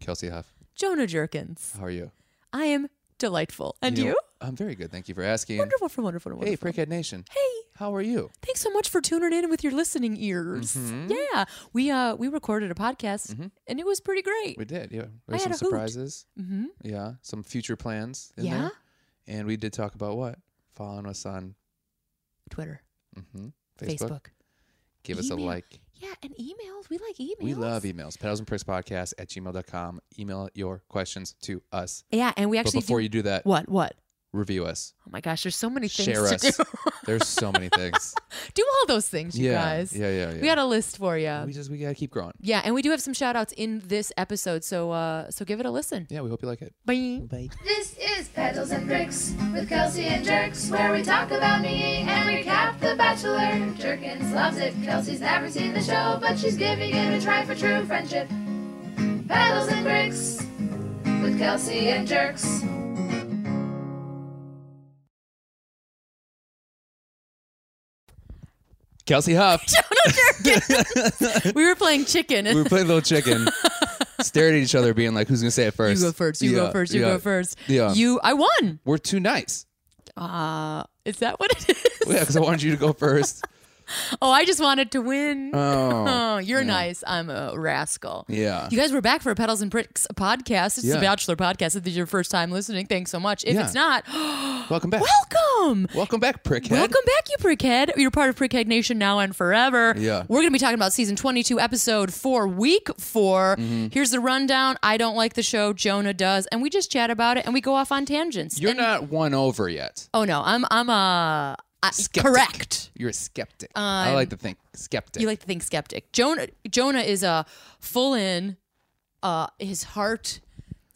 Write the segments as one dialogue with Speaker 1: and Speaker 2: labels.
Speaker 1: Kelsey Huff,
Speaker 2: Jonah Jerkins.
Speaker 1: how are you?
Speaker 2: I am delightful. And you?
Speaker 1: know, I'm very good. Thank you for asking.
Speaker 2: Wonderful for wonderful,
Speaker 1: Hey,
Speaker 2: wonderful.
Speaker 1: Prickhead Nation.
Speaker 2: Hey.
Speaker 1: How are you?
Speaker 2: Thanks so much for tuning in with your listening ears.
Speaker 1: Mm-hmm.
Speaker 2: Yeah. We uh we recorded a podcast and it was pretty great.
Speaker 1: We did, yeah.
Speaker 2: I
Speaker 1: There's
Speaker 2: had
Speaker 1: some
Speaker 2: a hoot.
Speaker 1: surprises. Mm-hmm. Yeah, some future plans. In
Speaker 2: Yeah?
Speaker 1: There. And we did talk about what? Following us on
Speaker 2: Twitter,
Speaker 1: mhm,
Speaker 2: Facebook.
Speaker 1: Facebook. Give us a
Speaker 2: Email.
Speaker 1: like.
Speaker 2: Yeah, and emails. We like emails.
Speaker 1: We love e- emails. Pedals and Pricks Podcast at gmail.com. Email your questions to us.
Speaker 2: Yeah, and we
Speaker 1: But
Speaker 2: actually
Speaker 1: before
Speaker 2: do
Speaker 1: you do that,
Speaker 2: what? What?
Speaker 1: review us,
Speaker 2: Oh my gosh, there's so many things
Speaker 1: share
Speaker 2: to
Speaker 1: us.
Speaker 2: do.
Speaker 1: There's so many things.
Speaker 2: do all those things, you
Speaker 1: yeah,
Speaker 2: guys.
Speaker 1: yeah, yeah, yeah.
Speaker 2: We got a list for you.
Speaker 1: we just we gotta keep growing.
Speaker 2: yeah, and we do have some shout outs in this episode, so uh so give it a listen.
Speaker 1: Yeah, we hope you like it.
Speaker 2: Bye.
Speaker 3: This is Pedals and Bricks with Kelsey and Jerks, where we talk about me and recap The Bachelor. Jerkins loves it. Kelsey's never seen the show, but she's giving it a try for true friendship. Pedals and Bricks with Kelsey and Jerks.
Speaker 1: Kelsey Huff.
Speaker 2: we were playing chicken.
Speaker 1: we were playing little chicken, stared at each other, being like, "Who's gonna say it first?
Speaker 2: you go first. You go
Speaker 1: Yeah,
Speaker 2: first. You
Speaker 1: yeah.
Speaker 2: go first.
Speaker 1: Yeah.
Speaker 2: You I won.
Speaker 1: We're too nice.
Speaker 2: Uh, is that what it is?
Speaker 1: Well, yeah, because I wanted you to go first.
Speaker 2: Oh, I just wanted to win.
Speaker 1: Oh,
Speaker 2: Oh, you're nice. I'm a rascal.
Speaker 1: yeah.
Speaker 2: You guys were back for a Pedals and Bricks podcast. It's
Speaker 1: Yeah.
Speaker 2: the Bachelor podcast. If this is your first time listening, thanks so much. If
Speaker 1: Yeah.
Speaker 2: it's not,
Speaker 1: Welcome back.
Speaker 2: welcome.
Speaker 1: Welcome back, prickhead.
Speaker 2: Welcome back, you prickhead. You're part of Prickhead Nation now and forever.
Speaker 1: Yeah.
Speaker 2: We're going to be talking about season 22, episode four, week 4
Speaker 1: Mm-hmm.
Speaker 2: Here's the rundown. I don't like the show. Jonah does. And we just chat about it and we go off on tangents.
Speaker 1: You're
Speaker 2: And-
Speaker 1: not won over yet.
Speaker 2: Oh, no. I'm, I'm, uh, I,
Speaker 1: Skeptic.
Speaker 2: correct.
Speaker 1: You're a skeptic. I like to think skeptic.
Speaker 2: Um, you like to think skeptic. Jonah Jonah is uh, full in. Uh, his heart,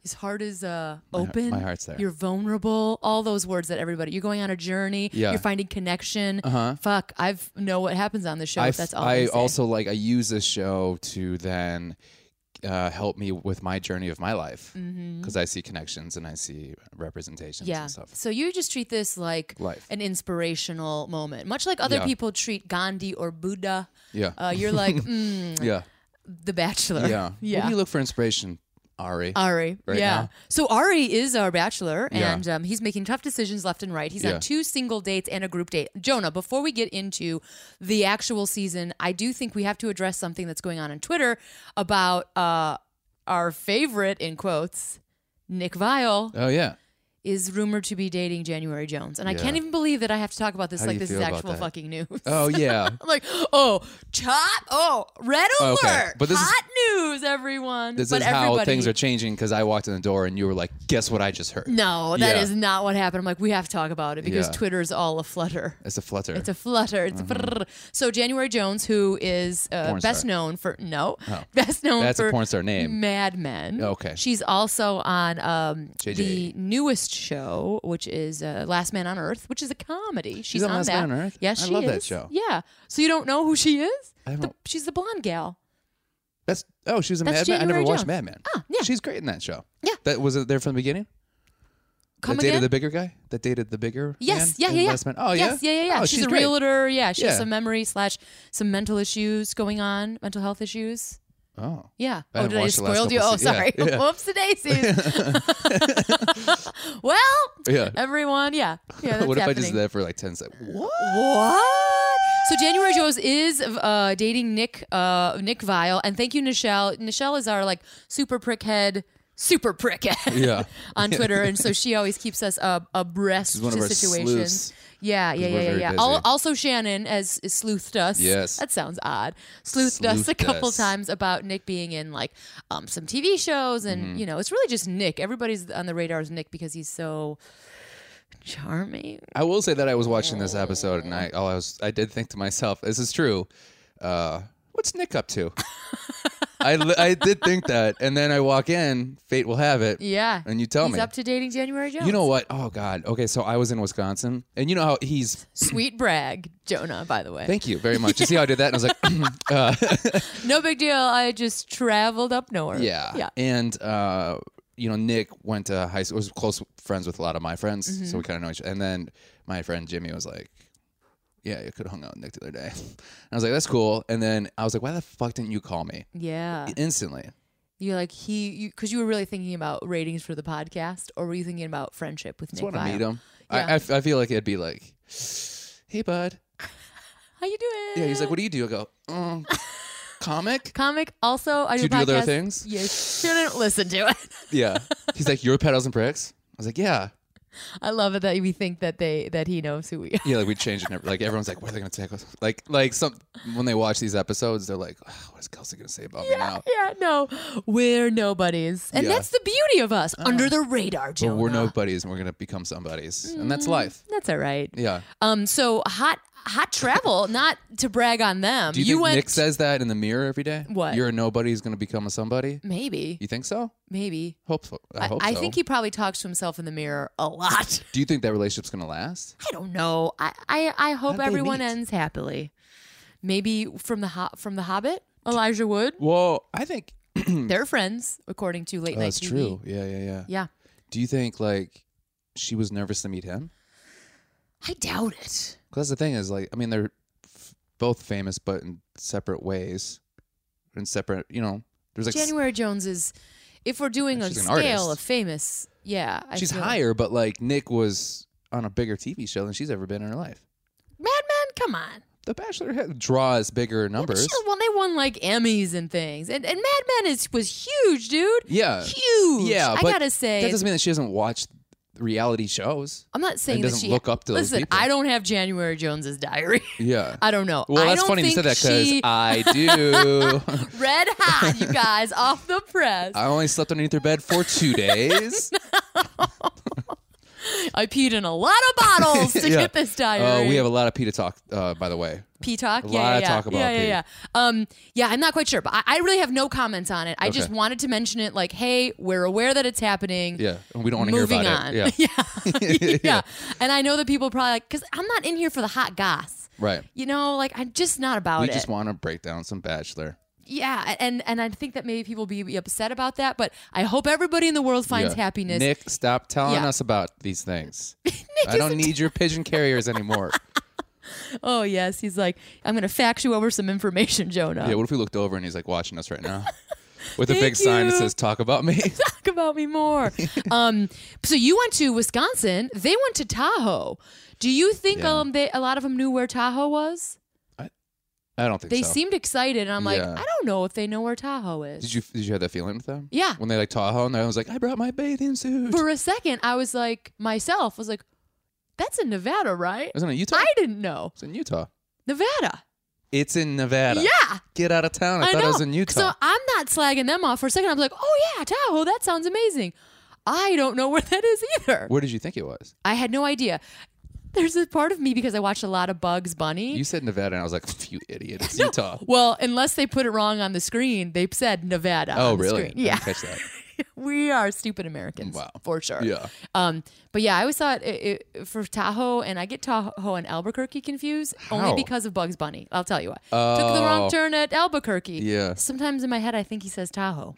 Speaker 2: his heart is uh, open.
Speaker 1: my heart's there.
Speaker 2: You're vulnerable. All those words that everybody. You're going on a journey.
Speaker 1: Yeah.
Speaker 2: You're finding connection. Uh-huh. Fuck, I've know what happens on the show.
Speaker 1: I,
Speaker 2: if
Speaker 1: f-
Speaker 2: that's all.
Speaker 1: I
Speaker 2: they say.
Speaker 1: also like. I use this show to then uh, help me with my journey of my life because I see connections and I see representations
Speaker 2: Mm-hmm. Yeah.
Speaker 1: and stuff.
Speaker 2: So you just treat this like
Speaker 1: Life.
Speaker 2: an inspirational moment, much like other
Speaker 1: Yeah.
Speaker 2: people treat Gandhi or Buddha.
Speaker 1: Yeah.
Speaker 2: Uh, you're like mm,
Speaker 1: yeah.
Speaker 2: the Bachelor.
Speaker 1: Yeah.
Speaker 2: yeah. Uh,
Speaker 1: Where do you look for inspiration, Ari?
Speaker 2: Ari.
Speaker 1: right
Speaker 2: yeah.
Speaker 1: now.
Speaker 2: So Ari is our bachelor,
Speaker 1: Yeah.
Speaker 2: and um, he's making tough decisions left and right. He's
Speaker 1: Yeah.
Speaker 2: on two single dates and a group date. Jonah, before we get into the actual season, I do think we have to address something that's going on on Twitter about uh, our favorite, in quotes, Nick Vile
Speaker 1: oh yeah.
Speaker 2: is rumored to be dating January Jones. And I
Speaker 1: Yeah.
Speaker 2: can't even believe that I have to talk about this
Speaker 1: How do
Speaker 2: like
Speaker 1: you
Speaker 2: this is
Speaker 1: feel about
Speaker 2: actual
Speaker 1: that?
Speaker 2: fucking news.
Speaker 1: Oh yeah.
Speaker 2: I'm like, oh, chop, oh, red alert,
Speaker 1: Okay, but this is-
Speaker 2: hot news, everyone.
Speaker 1: This
Speaker 2: but
Speaker 1: is how
Speaker 2: everybody-
Speaker 1: things are changing because I walked in the door and you were like, "Guess what I just heard?"
Speaker 2: No, that
Speaker 1: Yeah.
Speaker 2: is not what happened. I'm like, we have to talk about it because
Speaker 1: Yeah.
Speaker 2: Twitter's all a flutter.
Speaker 1: It's a flutter.
Speaker 2: It's a flutter. It's a brrr. so January Jones, who is uh,
Speaker 1: Porn
Speaker 2: best
Speaker 1: star. Oh.
Speaker 2: known for no, best known
Speaker 1: That's
Speaker 2: for
Speaker 1: a porn star name.
Speaker 2: Mad Men.
Speaker 1: Okay.
Speaker 2: she's also on um,
Speaker 1: JJ.
Speaker 2: the newest show, which is uh, Last Man on Earth, which is a comedy. She's,
Speaker 1: on
Speaker 2: on
Speaker 1: Last
Speaker 2: that.
Speaker 1: Man on Earth?
Speaker 2: Yes,
Speaker 1: I
Speaker 2: she
Speaker 1: love that
Speaker 2: is.
Speaker 1: show.
Speaker 2: Yeah. So you don't know who she is?
Speaker 1: I
Speaker 2: The,
Speaker 1: don't-
Speaker 2: she's the blonde gal.
Speaker 1: That's oh, she was a
Speaker 2: That's
Speaker 1: Mad Men. I never
Speaker 2: January
Speaker 1: watched
Speaker 2: Jones.
Speaker 1: Mad Men.
Speaker 2: Ah, yeah.
Speaker 1: She's great in that show.
Speaker 2: Yeah.
Speaker 1: That was it there from the beginning.
Speaker 2: Come
Speaker 1: that dated
Speaker 2: again?
Speaker 1: the bigger guy. That dated the bigger.
Speaker 2: Yes,
Speaker 1: man
Speaker 2: yeah,
Speaker 1: in
Speaker 2: yeah, yeah.
Speaker 1: Last Man? Oh
Speaker 2: yes,
Speaker 1: yeah.
Speaker 2: yeah, yeah, yeah.
Speaker 1: Oh,
Speaker 2: she's, a
Speaker 1: great.
Speaker 2: realtor. Yeah, she has
Speaker 1: Yeah.
Speaker 2: some memory slash some mental issues going on, mental health issues.
Speaker 1: Oh.
Speaker 2: Yeah.
Speaker 1: I
Speaker 2: oh,
Speaker 1: haven't
Speaker 2: did I
Speaker 1: watched
Speaker 2: just
Speaker 1: the last
Speaker 2: spoiled you?
Speaker 1: couple
Speaker 2: Oh,
Speaker 1: se- yeah,
Speaker 2: sorry.
Speaker 1: yeah.
Speaker 2: Whoops, the daisies. well,
Speaker 1: Yeah.
Speaker 2: everyone, yeah, yeah. That's
Speaker 1: what if I
Speaker 2: happening.
Speaker 1: just did that for like ten seconds? What?
Speaker 2: What? So January Jones is uh, dating Nick uh, Nick Vile, and thank you, Nichelle. Nichelle is our like super prickhead, super prickhead
Speaker 1: Yeah.
Speaker 2: on Twitter, and so she always keeps us uh, abreast
Speaker 1: She's one of
Speaker 2: to
Speaker 1: our
Speaker 2: situations.
Speaker 1: sleuths.
Speaker 2: Yeah, yeah,
Speaker 1: we're
Speaker 2: yeah, yeah.
Speaker 1: very
Speaker 2: yeah.
Speaker 1: busy.
Speaker 2: Al- also, Shannon has has sleuthed us.
Speaker 1: Yes.
Speaker 2: that sounds odd. Sleuthed, us a
Speaker 1: Sleuthed
Speaker 2: couple
Speaker 1: us.
Speaker 2: times about Nick being in like um, some TV shows, and
Speaker 1: Mm-hmm.
Speaker 2: you know, it's really just Nick. Everybody's on the radar is Nick because he's so charming.
Speaker 1: I will say that I was watching this episode and I, all I was, I did think to myself, this is true. Uh, what's Nick up to? I, li- I did think that, and then I walk in. Fate will have it.
Speaker 2: Yeah,
Speaker 1: And you tell
Speaker 2: he's
Speaker 1: me.
Speaker 2: up to dating January Jones.
Speaker 1: You know what? Oh God. Okay, so I was in Wisconsin, and you know how he's.
Speaker 2: Sweet brag, Jonah, by the way.
Speaker 1: Thank you very much. You see how I did that, and I was like, uh,
Speaker 2: no big deal. I just traveled up north.
Speaker 1: yeah,
Speaker 2: Yeah.
Speaker 1: And uh, you know, Nick went to high school. Was close friends with a lot of my friends,
Speaker 2: Mm-hmm.
Speaker 1: so we kind of know each. And then my friend Jimmy was like, "Yeah, you could have hung out with Nick the other
Speaker 2: Uh,
Speaker 1: day." And I was like, "That's cool." And then I was like, "Why the fuck didn't you call me
Speaker 2: Yeah.
Speaker 1: instantly?"
Speaker 2: You're like he, because you, were really thinking about ratings for the podcast, or were you thinking about friendship with
Speaker 1: Just want
Speaker 2: Nick?
Speaker 1: to
Speaker 2: Viall?
Speaker 1: meet him.
Speaker 2: Yeah.
Speaker 1: I, I, f- I feel like it'd be like, hey, bud.
Speaker 2: How you doing?
Speaker 1: Yeah, he's like, what do you do? I go, um, comic?
Speaker 2: Comic. Also, I
Speaker 1: Do
Speaker 2: do,
Speaker 1: you do other
Speaker 2: podcasts.
Speaker 1: things?
Speaker 2: You shouldn't listen to it.
Speaker 1: Yeah. He's like, you're Petals and Bricks? I was like, yeah.
Speaker 2: I love it that we think that they that he knows who we are.
Speaker 1: Yeah, like we changed it. and every- Like everyone's like, what are they going to take us? Like, like some when they watch these episodes, they're like, "Ah, what is Kelsey going to say about me now?
Speaker 2: Yeah, no, we're nobodies, and
Speaker 1: Yeah. Uh-huh.
Speaker 2: that's the beauty of us under the radar, Joe.
Speaker 1: But we're no buddies and we're going to become somebodies. And
Speaker 2: Mm.
Speaker 1: that's life.
Speaker 2: That's all right.
Speaker 1: Yeah.
Speaker 2: Um, so hot, hot travel. not to brag on them.
Speaker 1: Do you, think
Speaker 2: went
Speaker 1: Nick says that in the mirror every day?
Speaker 2: What?
Speaker 1: You're a nobody who's going to become a somebody?
Speaker 2: maybe,
Speaker 1: You think so?
Speaker 2: maybe.
Speaker 1: Hope so. I, hope so.
Speaker 2: think he probably talks to himself in the mirror a lot.
Speaker 1: Do you think that relationship's going to last?
Speaker 2: I don't know. I I, I hope
Speaker 1: did they
Speaker 2: everyone
Speaker 1: meet?
Speaker 2: ends happily. Maybe from the ho- from the Hobbit, Elijah Wood.
Speaker 1: Well, I think
Speaker 2: They're friends, according to late night
Speaker 1: Oh, that's
Speaker 2: TV.
Speaker 1: true. Yeah, yeah, yeah.
Speaker 2: Yeah,
Speaker 1: Do you think like she was nervous to meet him?
Speaker 2: I doubt it.
Speaker 1: Because that's the thing is like, I mean, they're f- both famous, but in separate ways, in separate. You know, there's like s-
Speaker 2: January Jones is, if we're doing a
Speaker 1: She's an
Speaker 2: scale
Speaker 1: artist.
Speaker 2: of famous, yeah, I
Speaker 1: she's
Speaker 2: feel-
Speaker 1: higher, but like Nick was on a bigger TV show than she's ever been in her life.
Speaker 2: Madman, come on.
Speaker 1: The Bachelor had, draws bigger
Speaker 2: But
Speaker 1: numbers.
Speaker 2: she- well, they won like Emmys and things, and and Mad Men is was huge, dude.
Speaker 1: Yeah.
Speaker 2: huge.
Speaker 1: Uh, Yeah,
Speaker 2: I
Speaker 1: but
Speaker 2: gotta say,
Speaker 1: that doesn't mean that she doesn't watch reality shows.
Speaker 2: I'm not saying
Speaker 1: and
Speaker 2: that
Speaker 1: doesn't
Speaker 2: she
Speaker 1: look up to those
Speaker 2: Listen,
Speaker 1: people.
Speaker 2: I don't have January Jones's diary.
Speaker 1: Yeah.
Speaker 2: I don't know.
Speaker 1: well,
Speaker 2: I
Speaker 1: that's
Speaker 2: don't
Speaker 1: funny you said
Speaker 2: think
Speaker 1: that because
Speaker 2: she-
Speaker 1: I do.
Speaker 2: red hot, you guys, off the press.
Speaker 1: I only slept underneath her bed for two days.
Speaker 2: I peed in a lot of bottles to
Speaker 1: Yeah.
Speaker 2: get this diary.
Speaker 1: Uh, we have a lot of pee to talk, uh, by the way.
Speaker 2: pee talk.
Speaker 1: A
Speaker 2: yeah,
Speaker 1: lot
Speaker 2: yeah,
Speaker 1: of
Speaker 2: yeah.
Speaker 1: talk about
Speaker 2: yeah, yeah,
Speaker 1: pee.
Speaker 2: yeah. Um, yeah, I'm not quite sure, but I, I really have no comments on it. I just
Speaker 1: Okay.
Speaker 2: wanted to mention it. Like, hey, we're aware that it's happening.
Speaker 1: Yeah, we don't want to hear
Speaker 2: Moving
Speaker 1: about
Speaker 2: on.
Speaker 1: it. Yeah,
Speaker 2: Yeah. yeah.
Speaker 1: Yeah.
Speaker 2: And I know that people probably like, because I'm not in here for the hot goss.
Speaker 1: right.
Speaker 2: You know, like I'm just not about
Speaker 1: We
Speaker 2: it.
Speaker 1: just want to break down some Bachelor.
Speaker 2: yeah, and and I think that maybe people be, be upset about that, but I hope everybody in the world finds
Speaker 1: Yeah.
Speaker 2: happiness.
Speaker 1: Nick, stop telling
Speaker 2: Yeah.
Speaker 1: us about these things. I don't need your pigeon carriers anymore.
Speaker 2: Oh yes, he's like, I'm gonna fax you over some information, Jonah.
Speaker 1: yeah, what if we looked over and he's like watching us right now with a
Speaker 2: Thank
Speaker 1: big sign that
Speaker 2: you.
Speaker 1: says "Talk about me"?
Speaker 2: Talk about me more. um, so you went to Wisconsin. They went to Tahoe. Do you think
Speaker 1: Yeah.
Speaker 2: um they a lot of them knew where Tahoe was?
Speaker 1: I don't think
Speaker 2: They
Speaker 1: so.
Speaker 2: seemed excited, and I'm like,
Speaker 1: Yeah.
Speaker 2: I don't know if they know where Tahoe is.
Speaker 1: did you did you have that feeling with them?
Speaker 2: Yeah.
Speaker 1: When they like Tahoe and I was like, I brought my bathing suit.
Speaker 2: For a second, I was like, myself was like, that's in Nevada, right?
Speaker 1: Isn't it Utah?
Speaker 2: I didn't know
Speaker 1: it's in Utah.
Speaker 2: Nevada.
Speaker 1: It's in Nevada.
Speaker 2: Yeah.
Speaker 1: Get out of town. I,
Speaker 2: I
Speaker 1: thought
Speaker 2: know.
Speaker 1: it was in Utah.
Speaker 2: So I'm not slagging them off for a second. I'm like, oh yeah, Tahoe. That sounds amazing. I don't know where that is either.
Speaker 1: Where did you think it was?
Speaker 2: I had no idea. There's a part of me because I watched a lot of Bugs Bunny.
Speaker 1: You said Nevada, and I was like, "You idiot! It's Utah."
Speaker 2: well, unless they put it wrong on the screen, they said Nevada.
Speaker 1: Oh,
Speaker 2: on the
Speaker 1: really?
Speaker 2: screen. Yeah,
Speaker 1: I didn't catch that.
Speaker 2: we are stupid Americans.
Speaker 1: Wow.
Speaker 2: for sure.
Speaker 1: Yeah.
Speaker 2: Um, but yeah, I always thought it, it, for Tahoe, and I get Tahoe and Albuquerque confused
Speaker 1: How?
Speaker 2: only because of Bugs Bunny. I'll tell you why. Took the
Speaker 1: Oh.
Speaker 2: wrong turn at Albuquerque.
Speaker 1: Yeah.
Speaker 2: Sometimes in my head, I think he says Tahoe.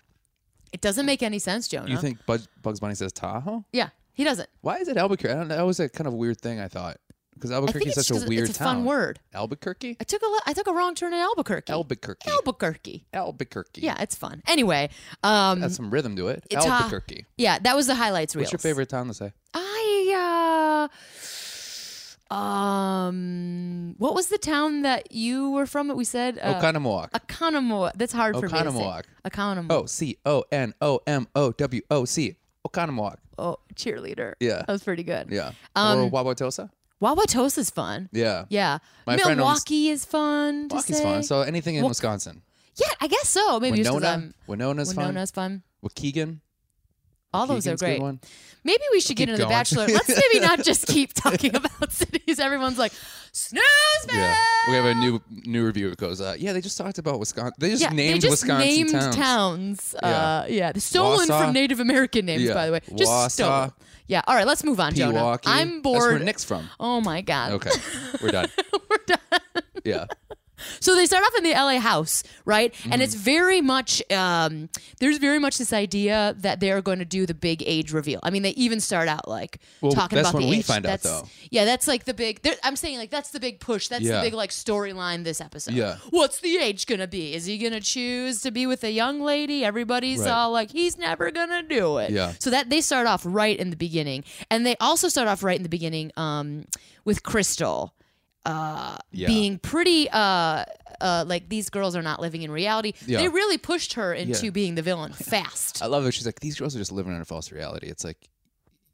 Speaker 2: It doesn't make any sense, Jonah.
Speaker 1: You think Bud- Bugs Bunny says Tahoe?
Speaker 2: yeah, he doesn't.
Speaker 1: Why is it Albuquerque? I don't know. That was a kind of weird thing I thought because
Speaker 2: I
Speaker 1: Albuquerque
Speaker 2: think
Speaker 1: is
Speaker 2: it's
Speaker 1: such a
Speaker 2: just
Speaker 1: weird
Speaker 2: it's a
Speaker 1: town.
Speaker 2: fun word.
Speaker 1: Albuquerque.
Speaker 2: I took a lo- I took a wrong turn in Albuquerque.
Speaker 1: Albuquerque.
Speaker 2: Albuquerque.
Speaker 1: Albuquerque.
Speaker 2: Yeah, it's fun. Anyway, um,
Speaker 1: That's some rhythm to it.
Speaker 2: it's uh, ha-
Speaker 1: Albuquerque.
Speaker 2: yeah, that was the highlights reel.
Speaker 1: What's your favorite town to say?
Speaker 2: I uh, um, what was the town that you were from? That we said uh,
Speaker 1: Oconomowoc.
Speaker 2: Oconomowoc. That's hard for me to
Speaker 1: Oconomowoc.
Speaker 2: say. Oconomowoc.
Speaker 1: O C O N O M O W O C. Oconomowoc.
Speaker 2: Oh, cheerleader.
Speaker 1: Yeah.
Speaker 2: that was pretty good.
Speaker 1: Yeah.
Speaker 2: Um,
Speaker 1: or Wauwatosa.
Speaker 2: Wauwatosa's fun.
Speaker 1: Yeah.
Speaker 2: Yeah,
Speaker 1: My friend owns-
Speaker 2: Milwaukee is fun. to
Speaker 1: Milwaukee's
Speaker 2: say.
Speaker 1: fun. So anything in Wisconsin.
Speaker 2: yeah, I guess so. Maybe just 'cause
Speaker 1: Winona.
Speaker 2: I'm-
Speaker 1: Winona's fun.
Speaker 2: Winona's fun.
Speaker 1: Waukegan.
Speaker 2: All those are
Speaker 1: Keegan's a good
Speaker 2: great.
Speaker 1: one.
Speaker 2: Maybe we should get
Speaker 1: Keep
Speaker 2: into the
Speaker 1: going.
Speaker 2: Bachelor. Let's maybe not just keep talking about cities. Everyone's like, snooze fest.
Speaker 1: Yeah. We have a new new review that goes, uh, yeah, they just talked about Wisconsin. They just
Speaker 2: Yeah,
Speaker 1: named
Speaker 2: they just
Speaker 1: Wisconsin
Speaker 2: named
Speaker 1: towns.
Speaker 2: towns. Uh, yeah, they're stolen
Speaker 1: Wausau.
Speaker 2: from Native American names,
Speaker 1: Yeah.
Speaker 2: by the way. Just
Speaker 1: Wausau.
Speaker 2: stolen. Yeah. All right, let's move on, Jonah.
Speaker 1: Pewaukee.
Speaker 2: I'm
Speaker 1: That's where
Speaker 2: bored.
Speaker 1: Nick's from.
Speaker 2: oh my god.
Speaker 1: Okay. We're done.
Speaker 2: We're done.
Speaker 1: Yeah.
Speaker 2: So they start off in the LA house, right? And it's very much um, there's very much this idea that they're going to do the big age reveal. I mean, they even start out like
Speaker 1: Well,
Speaker 2: talking
Speaker 1: that's
Speaker 2: about the
Speaker 1: when we
Speaker 2: age.
Speaker 1: find out,
Speaker 2: That's-
Speaker 1: though.
Speaker 2: Yeah, that's like the big. there- I'm saying like that's the big push. That's
Speaker 1: Yeah.
Speaker 2: the big like storyline this episode.
Speaker 1: Yeah.
Speaker 2: What's the age gonna be? Is he gonna choose to be with a young lady? Everybody's
Speaker 1: Right.
Speaker 2: all like, he's never gonna do it.
Speaker 1: Yeah.
Speaker 2: So that they start off right in the beginning, and they also start off right in the beginning um, with Crystal uh,
Speaker 1: Yeah.
Speaker 2: being pretty. Uh, uh, like these girls are not living in reality.
Speaker 1: Yeah.
Speaker 2: They really pushed her into
Speaker 1: Yeah.
Speaker 2: being the villain fast.
Speaker 1: I love it. She's like, these girls are just living under false reality. It's like,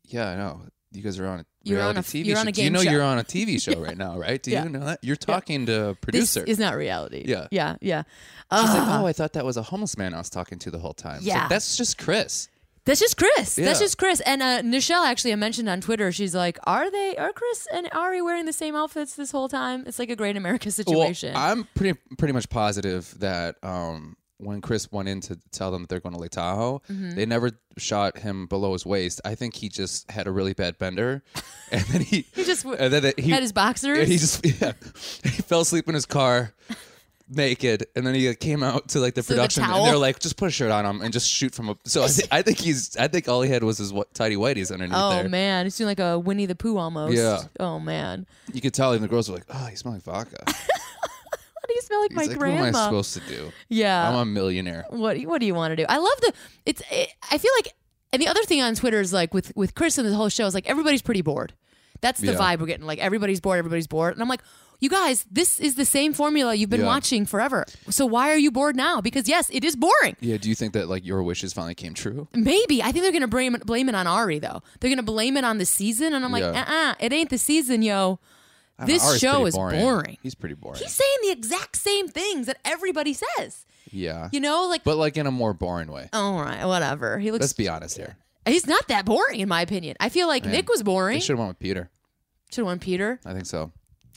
Speaker 1: yeah, I know. You guys are on a
Speaker 2: You're on
Speaker 1: reality
Speaker 2: a-
Speaker 1: TV
Speaker 2: you're
Speaker 1: show.
Speaker 2: on a
Speaker 1: Do you
Speaker 2: game
Speaker 1: know
Speaker 2: show.
Speaker 1: you're on a TV show right now, right? Do
Speaker 2: Yeah.
Speaker 1: you know that? You're talking to a
Speaker 2: This
Speaker 1: producer.
Speaker 2: is not reality.
Speaker 1: Yeah.
Speaker 2: yeah, yeah.
Speaker 1: She's
Speaker 2: Ugh.
Speaker 1: like, oh, I thought that was a homeless man I was talking to the whole time. It's like,
Speaker 2: Yeah.
Speaker 1: that's just Chris.
Speaker 2: That's just Chris. That's
Speaker 1: Yeah.
Speaker 2: just Chris. And uh, Nichelle actually, I mentioned on Twitter, she's like, "Are they? Are Chris and Ari wearing the same outfits this whole time? It's like a Great America situation."
Speaker 1: Well, I'm pretty pretty much positive that um, when Chris went in to tell them that they're going to Lake Tahoe,
Speaker 2: Mm-hmm.
Speaker 1: they never shot him below his waist. I think he just had a really bad bender, and then he, he
Speaker 2: just w-
Speaker 1: and then that he
Speaker 2: Had his boxers?
Speaker 1: and he just yeah, he fell asleep in his car. Naked, and then he uh, came out to like the
Speaker 2: the
Speaker 1: production,
Speaker 2: towel?
Speaker 1: and they're like, "Just put a shirt on him and just shoot from a." So I, thi- I think he's, I think all he had was his what, tidy whities underneath
Speaker 2: oh
Speaker 1: there.
Speaker 2: man, it's doing like a Winnie the Pooh almost.
Speaker 1: Yeah.
Speaker 2: Oh man,
Speaker 1: You could tell, even the girls were like, "Oh, he smells like vodka."
Speaker 2: how do you smell like
Speaker 1: He's
Speaker 2: my
Speaker 1: like,
Speaker 2: grandma? Uh,
Speaker 1: "What am I supposed to do?
Speaker 2: yeah.
Speaker 1: I'm a millionaire."
Speaker 2: what what do you want to do? I love the it's it, I feel like and the other thing on Twitter is like with with Chris and the whole show is like everybody's pretty bored. That's the
Speaker 1: Yeah.
Speaker 2: vibe we're getting. Like everybody's bored, everybody's bored. And I'm like, you guys, this is the same formula you've been
Speaker 1: Yeah.
Speaker 2: watching forever. So why are you bored now? Because yes, it is boring.
Speaker 1: Yeah, do you think that like your wishes finally came true?
Speaker 2: Maybe I think they're gonna blame blame it on Ari though. They're gonna blame it on the season, and I'm like,
Speaker 1: Yeah.
Speaker 2: uh, uh it ain't the season, yo.
Speaker 1: I don't
Speaker 2: This
Speaker 1: know, Ari's
Speaker 2: show
Speaker 1: pretty
Speaker 2: is boring.
Speaker 1: He's pretty boring.
Speaker 2: He's saying the exact same things that everybody says.
Speaker 1: yeah.
Speaker 2: You know, like,
Speaker 1: but like in a more boring way.
Speaker 2: all right, whatever. He looks
Speaker 1: Let's be honest here.
Speaker 2: He's not that boring, in my opinion. I feel like Nick was
Speaker 1: They
Speaker 2: boring.
Speaker 1: should have went with Peter.
Speaker 2: Should have won Peter.
Speaker 1: I think so.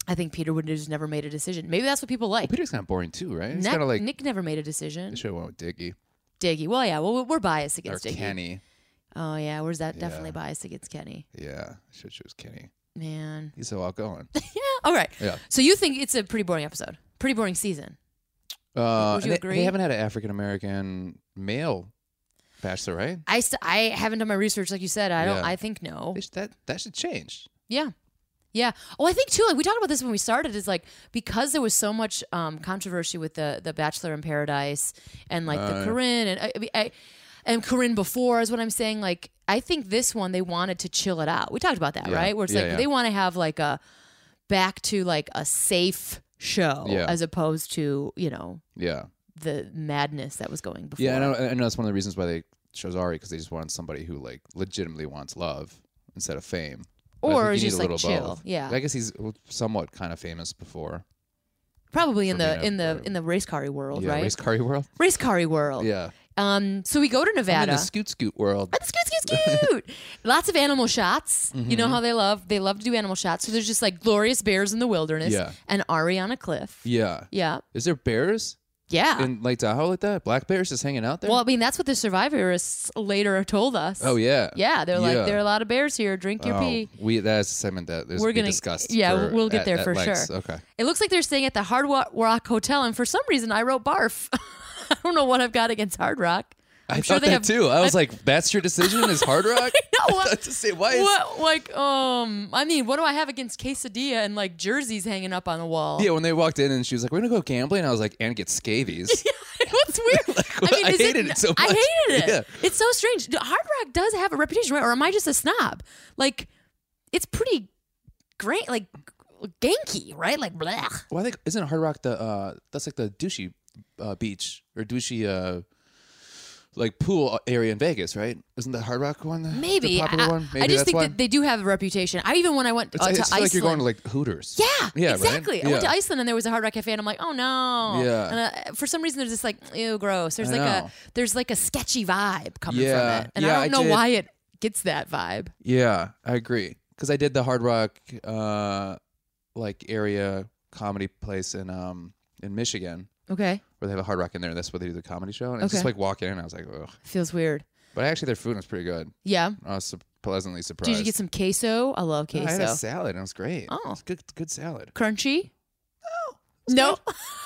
Speaker 2: I think Peter would have just never made a decision. Maybe that's what people like.
Speaker 1: Peter's kind of boring too, right? He's
Speaker 2: Nick,
Speaker 1: kind of like
Speaker 2: Nick never made a decision.
Speaker 1: they should have went with Diggy
Speaker 2: Diggy. Well, yeah. Well, we're biased
Speaker 1: or
Speaker 2: against Diggy.
Speaker 1: Kenny.
Speaker 2: Oh yeah, we're that definitely biased against Kenny.
Speaker 1: Yeah, should choose Kenny.
Speaker 2: Man.
Speaker 1: He's so outgoing.
Speaker 2: Yeah. All right.
Speaker 1: Yeah.
Speaker 2: So you think it's a pretty boring episode? Pretty boring season.
Speaker 1: Uh,
Speaker 2: Would
Speaker 1: and
Speaker 2: you
Speaker 1: they,
Speaker 2: agree?
Speaker 1: They haven't had an African American male bachelor, right?
Speaker 2: I st- I haven't done my research, like you said. I don't.
Speaker 1: Yeah.
Speaker 2: I think no.
Speaker 1: They should- that that should change.
Speaker 2: Yeah. Yeah. Oh, I think too, like we talked about this when we started, is like because there was so much um, controversy with the the Bachelor in Paradise and like the Corinne and I, I mean, I, and Corinne before is what I'm saying. Like I think this one they wanted to chill it out. We talked about that,
Speaker 1: Yeah.
Speaker 2: right? Where it's
Speaker 1: Yeah,
Speaker 2: like
Speaker 1: yeah.
Speaker 2: they want to have like a back to like a safe show
Speaker 1: Yeah.
Speaker 2: as opposed to you know
Speaker 1: Yeah.
Speaker 2: the madness that was going before.
Speaker 1: Yeah, I know, I know that's one of the reasons why they chose Ari because they just wanted somebody who like legitimately wants love instead of fame. But I think
Speaker 2: Or
Speaker 1: you
Speaker 2: is
Speaker 1: need
Speaker 2: just,
Speaker 1: a
Speaker 2: like,
Speaker 1: little
Speaker 2: chill.
Speaker 1: both.
Speaker 2: Yeah.
Speaker 1: I guess he's somewhat kind of famous before.
Speaker 2: Probably in
Speaker 1: For being
Speaker 2: the
Speaker 1: a-
Speaker 2: in the in the race car world,
Speaker 1: Yeah, race
Speaker 2: right? Race,
Speaker 1: car world.
Speaker 2: car world.
Speaker 1: Yeah,
Speaker 2: Um. So we go to
Speaker 1: I'm
Speaker 2: Nevada.
Speaker 1: in the scoot scoot world.
Speaker 2: That's cute, cute, cute. Lots of animal shots. You
Speaker 1: Mm-hmm.
Speaker 2: know how they love they love to do animal shots. So there's just like glorious bears in the wilderness
Speaker 1: Yeah.
Speaker 2: and Ari on a cliff.
Speaker 1: Yeah,
Speaker 2: Yeah.
Speaker 1: is there bears
Speaker 2: Yeah.
Speaker 1: in Lake Tahoe like that? Black bears just hanging out there?
Speaker 2: Ah. well, I mean, that's what the survivorists later told us.
Speaker 1: oh yeah,
Speaker 2: Yeah, they're
Speaker 1: Yeah.
Speaker 2: like there are a lot of bears here. Drink your
Speaker 1: Oh,
Speaker 2: pee.
Speaker 1: we that's a segment that is
Speaker 2: We're
Speaker 1: we're gonna
Speaker 2: gonna-
Speaker 1: be discussed.
Speaker 2: yeah,
Speaker 1: for-
Speaker 2: we'll get
Speaker 1: at-
Speaker 2: there
Speaker 1: at
Speaker 2: for
Speaker 1: Lex.
Speaker 2: sure.
Speaker 1: Okay,
Speaker 2: It looks like they're staying at the Hard Wa- Rock Hotel, and for some reason, I wrote barf. I don't know what I've got against Hard Rock.
Speaker 1: i
Speaker 2: I'm
Speaker 1: thought that too. I was like, that's your decision is Hard Rock.
Speaker 2: No,
Speaker 1: I
Speaker 2: what-
Speaker 1: thought to say why is
Speaker 2: What like um I mean what do I have against quesadilla and like jerseys hanging up on the wall?
Speaker 1: Yeah, when they walked in and she was like, "We're gonna go gambling," I was like, "And get scabies."
Speaker 2: What's weird? I mean,
Speaker 1: I
Speaker 2: is
Speaker 1: hated it so
Speaker 2: I
Speaker 1: much.
Speaker 2: hated it.
Speaker 1: Yeah.
Speaker 2: It's so strange. D- Hard rock does have a reputation, right? Or am I just a snob? Like, it's pretty great. Like, ganky, right? Like, blech.
Speaker 1: Well, I think isn't Hard Rock the uh that's like the douchey uh, beach or douchey uh like pool uh, area in Vegas, right? Isn't that Hard Rock one? the-
Speaker 2: Maybe.
Speaker 1: the popular
Speaker 2: I,
Speaker 1: one. Maybe
Speaker 2: I just
Speaker 1: that's
Speaker 2: think
Speaker 1: why.
Speaker 2: that they do have a reputation. I even when I went
Speaker 1: it's,
Speaker 2: uh,
Speaker 1: I
Speaker 2: to
Speaker 1: just feel
Speaker 2: Iceland.
Speaker 1: like you're going to like Hooters.
Speaker 2: yeah,
Speaker 1: Yeah, right?
Speaker 2: exactly. I went to
Speaker 1: Yeah.
Speaker 2: Iceland and there was a Hard Rock Cafe, and I'm like, oh no.
Speaker 1: Yeah.
Speaker 2: And uh, for some reason, there's this like, ew, gross. There's
Speaker 1: I
Speaker 2: like
Speaker 1: know.
Speaker 2: a there's like a sketchy vibe coming
Speaker 1: Yeah.
Speaker 2: from it, and
Speaker 1: Yeah,
Speaker 2: I
Speaker 1: I
Speaker 2: don't know
Speaker 1: did.
Speaker 2: why it gets that vibe.
Speaker 1: Yeah, I agree. Because I did the Hard Rock uh like area comedy place in um in Michigan
Speaker 2: Okay,
Speaker 1: where they have a Hard Rock in there. and That's where they do the comedy show. And it's just
Speaker 2: Okay.
Speaker 1: like walking in, and I was like, ugh.
Speaker 2: feels weird.
Speaker 1: But actually, their food was pretty good.
Speaker 2: Yeah.
Speaker 1: I was su- pleasantly surprised.
Speaker 2: Did you get some queso? I love
Speaker 1: I had a
Speaker 2: queso.
Speaker 1: salad and it was great.
Speaker 2: Oh.
Speaker 1: It was good, good salad.
Speaker 2: Crunchy? No.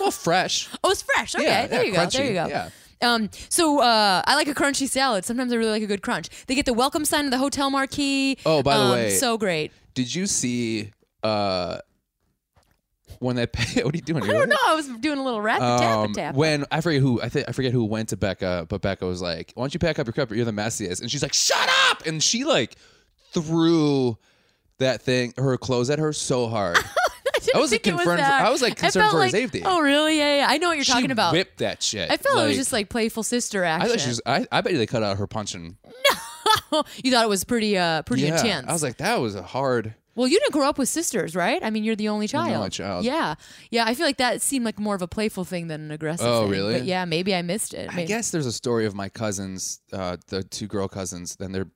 Speaker 1: Well, fresh.
Speaker 2: Oh, it's fresh. Okay,
Speaker 1: Yeah,
Speaker 2: there
Speaker 1: yeah,
Speaker 2: you go. There
Speaker 1: crunchy,
Speaker 2: you go.
Speaker 1: yeah.
Speaker 2: Um, so uh, I like a crunchy salad. Sometimes I really like a good crunch. They get the welcome sign of the hotel marquee.
Speaker 1: Oh, by the
Speaker 2: Um,
Speaker 1: way-
Speaker 2: so great.
Speaker 1: Did you see uh when they pay? What are you doing? um,
Speaker 2: I don't know. I was doing a little rap tap tap.
Speaker 1: when I forget who I think I forget who went to Becca, but Becca was like, "Why don't you pack up your cup? You're the messiest." And she's like, "Shut up!" And she like threw that thing, her clothes at her so hard. I was
Speaker 2: think it was
Speaker 1: concerned.
Speaker 2: that.
Speaker 1: for, I was like
Speaker 2: I
Speaker 1: concerned
Speaker 2: felt
Speaker 1: for her
Speaker 2: like-
Speaker 1: safety.
Speaker 2: Oh, really? Yeah, yeah. I know what you're
Speaker 1: she
Speaker 2: talking about.
Speaker 1: whipped that shit.
Speaker 2: I felt it was just like playful sister
Speaker 1: I
Speaker 2: action.
Speaker 1: thought she was, I, I bet you they cut out her punching.
Speaker 2: you thought it was pretty, uh, pretty
Speaker 1: yeah,
Speaker 2: intense.
Speaker 1: I was like, that was a hard.
Speaker 2: well, you didn't grow up with sisters, right? I mean, you're the only child.
Speaker 1: the only child.
Speaker 2: Yeah, yeah. I feel like that seemed like more of a playful thing than an aggressive.
Speaker 1: Oh,
Speaker 2: thing.
Speaker 1: really?
Speaker 2: But yeah, maybe I missed it.
Speaker 1: I
Speaker 2: Maybe-
Speaker 1: guess there's a story of my cousins, uh, the two girl cousins, and they're.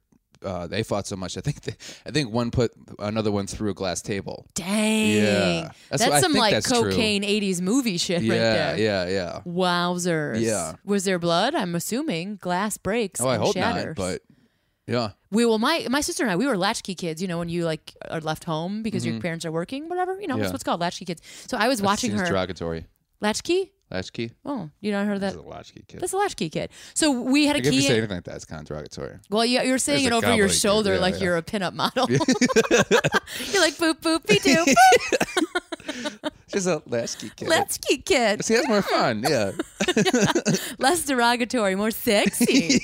Speaker 1: Uh, they fought so much. I think they, I think one put another one through a glass table.
Speaker 2: Dang.
Speaker 1: Yeah.
Speaker 2: That's,
Speaker 1: That's what- I
Speaker 2: some
Speaker 1: think
Speaker 2: like
Speaker 1: that's true.
Speaker 2: cocaine 80s movie shit right
Speaker 1: yeah,
Speaker 2: there.
Speaker 1: yeah, yeah.
Speaker 2: Wowzers.
Speaker 1: Yeah.
Speaker 2: Was there blood? I'm assuming glass breaks.
Speaker 1: Oh, I
Speaker 2: and
Speaker 1: hope not.
Speaker 2: shatters.
Speaker 1: But yeah,
Speaker 2: we well, my my sister and I, we were latchkey kids. You know, when you like are left home because your parents are working, whatever. You know,
Speaker 1: Mm-hmm.
Speaker 2: that's
Speaker 1: Yeah.
Speaker 2: what's called latchkey kids. So I was watching
Speaker 1: seems
Speaker 2: her
Speaker 1: derogatory.
Speaker 2: latchkey.
Speaker 1: Latchkey.
Speaker 2: Oh, you don't heard of that?
Speaker 1: That's a latchkey kid.
Speaker 2: That's a latchkey kid. So we had a
Speaker 1: Like, if
Speaker 2: key.
Speaker 1: you say anything like that, it's kind of derogatory.
Speaker 2: Well, you, you're saying
Speaker 1: There's
Speaker 2: it
Speaker 1: a
Speaker 2: over your
Speaker 1: gobbledygook.
Speaker 2: shoulder
Speaker 1: Yeah,
Speaker 2: like
Speaker 1: yeah.
Speaker 2: you're a pinup model. you're like boop boop be doo
Speaker 1: She's a latchkey kid.
Speaker 2: latchkey kid.
Speaker 1: See, that's more fun. Yeah.
Speaker 2: less derogatory, more sexy.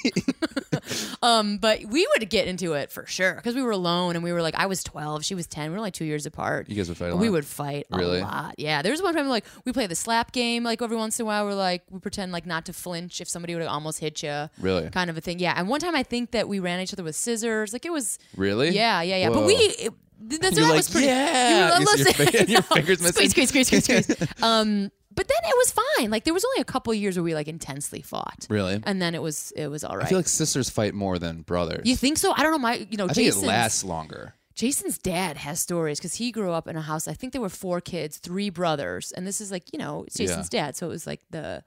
Speaker 2: um, but we would get into it for sure because we were alone and we were like, I was 12, she was 10. We were like two years apart.
Speaker 1: You guys would fight a
Speaker 2: We
Speaker 1: lot?
Speaker 2: would fight a
Speaker 1: Really?
Speaker 2: lot. Yeah. There was one time like we play the slap game. Like every once in a while, we're like, we pretend like not to flinch if somebody would have almost hit you.
Speaker 1: Really?
Speaker 2: Kind of a thing. Yeah. And one time I think that we ran at each other with scissors. Like it was.
Speaker 1: Really?
Speaker 2: Yeah, yeah, yeah. But
Speaker 1: Whoa.
Speaker 2: we. It, th- that's
Speaker 1: You're
Speaker 2: that
Speaker 1: like,
Speaker 2: was pretty.
Speaker 1: "Yeah!"
Speaker 2: You,
Speaker 1: You see your
Speaker 2: listen,
Speaker 1: fi- your
Speaker 2: no.
Speaker 1: fingers missing.
Speaker 2: Squeeze, squeeze, squeeze, squeeze, squeeze. um, but then it was fine. Like there was only a couple years where we like intensely fought.
Speaker 1: Really?
Speaker 2: And then it was it was all right.
Speaker 1: I feel like sisters fight more than brothers.
Speaker 2: you think so? I don't know. My you know
Speaker 1: I think
Speaker 2: Jason's
Speaker 1: it lasts longer.
Speaker 2: Jason's dad has stories because he grew up in a house. I think there were four kids, three brothers, and this is like you know it's Jason's dad, so it was like the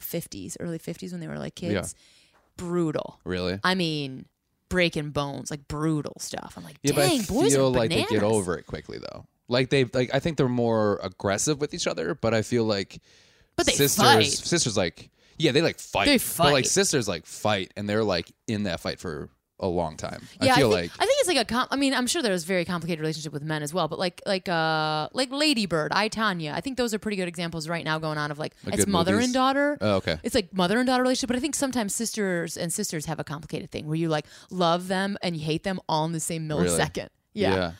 Speaker 2: fifties, early fifties when they were like kids. Brutal.
Speaker 1: Really?
Speaker 2: I mean, breaking bones, like brutal stuff. I'm like,
Speaker 1: yeah,
Speaker 2: dang,
Speaker 1: but I
Speaker 2: boys
Speaker 1: feel
Speaker 2: are
Speaker 1: like they get
Speaker 2: bananas."
Speaker 1: over it quickly though. Like they like I think they're more aggressive with each other, but I feel like
Speaker 2: But they
Speaker 1: sisters
Speaker 2: fight.
Speaker 1: sisters like yeah, they like fight.
Speaker 2: They
Speaker 1: But like
Speaker 2: fight.
Speaker 1: sisters like fight and they're like in that fight for a long time.
Speaker 2: Yeah,
Speaker 1: I feel like
Speaker 2: think, I think it's like a. Com- I mean, I'm sure there's very complicated relationship with men as well, but like like uh like Ladybird, I Tanya, I think those are pretty good examples right now going on of like
Speaker 1: Like
Speaker 2: it's
Speaker 1: good
Speaker 2: mother
Speaker 1: movies?
Speaker 2: and daughter.
Speaker 1: Oh, okay.
Speaker 2: It's like mother and daughter relationship, but I think sometimes sisters and sisters have a complicated thing where you like love them and you hate them all in the same
Speaker 1: Really?
Speaker 2: millisecond. Yeah,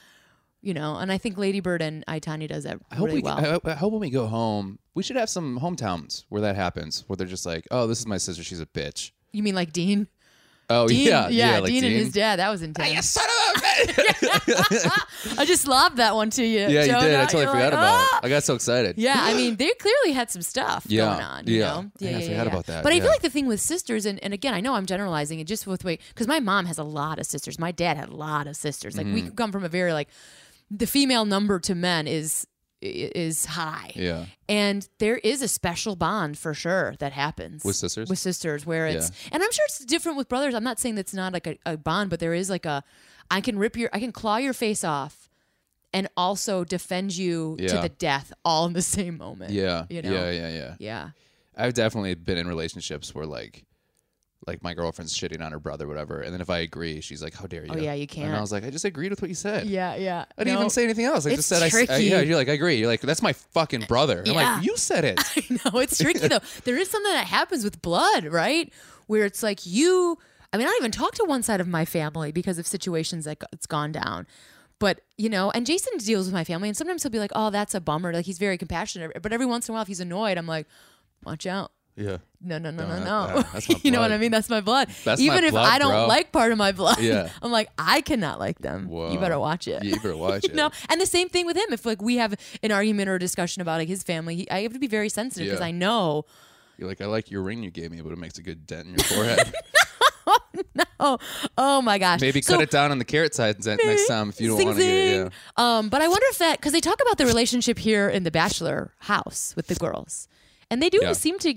Speaker 2: you know, and I think Ladybird and I Tanya does that
Speaker 1: I hope
Speaker 2: really
Speaker 1: we
Speaker 2: well.
Speaker 1: I, I hope when we go home, we should have some hometowns where that happens, where they're just like, "Oh, this is my sister. She's a bitch."
Speaker 2: you mean like Dean?
Speaker 1: Oh
Speaker 2: Dean,
Speaker 1: yeah, yeah, like
Speaker 2: Dean, and his dad. That was intense.
Speaker 1: You son of a bitch.
Speaker 2: I just lobbed that one to you.
Speaker 1: yeah, you
Speaker 2: Jonah.
Speaker 1: did. I totally
Speaker 2: You're
Speaker 1: forgot
Speaker 2: like,
Speaker 1: about
Speaker 2: "Ah!"
Speaker 1: it. I got so excited.
Speaker 2: Yeah, I mean, they clearly had some stuff
Speaker 1: Yeah,
Speaker 2: going on. You
Speaker 1: yeah.
Speaker 2: know?
Speaker 1: Yeah, I forgot about that,
Speaker 2: But I feel
Speaker 1: yeah.
Speaker 2: like the thing with sisters, and, and again, I know I'm generalizing it just with way because my mom has a lot of sisters. My dad had a lot of sisters. Like
Speaker 1: Mm-hmm.
Speaker 2: we come from a very like the female number to men is i- is high.
Speaker 1: Yeah.
Speaker 2: And there is a special bond for sure that happens
Speaker 1: With sisters?
Speaker 2: With sisters, where it's and I'm sure it's different with brothers. I'm not saying that's not like a, a bond, but there is like a I can rip your I can claw your face off and also defend you to
Speaker 1: Yeah.
Speaker 2: the death all in the same moment.
Speaker 1: Yeah.
Speaker 2: You know?
Speaker 1: yeah, yeah, yeah,
Speaker 2: Yeah.
Speaker 1: I've definitely been in relationships where like, like my girlfriend's shitting on her brother, whatever. And then if I agree, she's like, "How dare you?"
Speaker 2: Oh, yeah, you
Speaker 1: And
Speaker 2: can't.
Speaker 1: I was like, "I just agreed with what you said."
Speaker 2: Yeah, yeah.
Speaker 1: I didn't
Speaker 2: No.
Speaker 1: even say anything else. I
Speaker 2: It's
Speaker 1: just said, I s- I,
Speaker 2: tricky.
Speaker 1: "Yeah." You're like, "I agree." You're like, "That's my fucking brother." I'm
Speaker 2: Yeah.
Speaker 1: like, "You said it."
Speaker 2: no, it's tricky though. There is something that happens with blood, right? Where it's like you. I mean, I don't even talk to one side of my family because of situations that it's gone down. But you know, and Jason deals with my family, and sometimes he'll be like, "Oh, that's a bummer." Like he's very compassionate, but every once in a while, if he's annoyed, I'm like, "Watch out."
Speaker 1: yeah.
Speaker 2: No, no, no, no,
Speaker 1: that-
Speaker 2: no.
Speaker 1: that- that's my
Speaker 2: you know what
Speaker 1: blood.
Speaker 2: I mean? That's my blood.
Speaker 1: That's my
Speaker 2: Even if
Speaker 1: blood,
Speaker 2: I don't
Speaker 1: bro.
Speaker 2: like part of my blood,
Speaker 1: Yeah.
Speaker 2: I'm like, I cannot like them. You
Speaker 1: Whoa.
Speaker 2: better watch it.
Speaker 1: You better watch
Speaker 2: you know?
Speaker 1: it.
Speaker 2: And the same thing with him. If like we have an argument or a discussion about like his family, he, I have to be very sensitive because
Speaker 1: Yeah.
Speaker 2: I know
Speaker 1: You're like, "I like your ring you gave me, but it makes a good dent in your forehead."
Speaker 2: Oh, oh my gosh.
Speaker 1: Maybe
Speaker 2: So-
Speaker 1: cut it down on the carrot side ne- next time if you don't
Speaker 2: Zing,
Speaker 1: want to get
Speaker 2: zing.
Speaker 1: it.
Speaker 2: Um, but I wonder if that because they talk about the relationship here in the bachelor house with the girls, and they do
Speaker 1: Yeah.
Speaker 2: seem to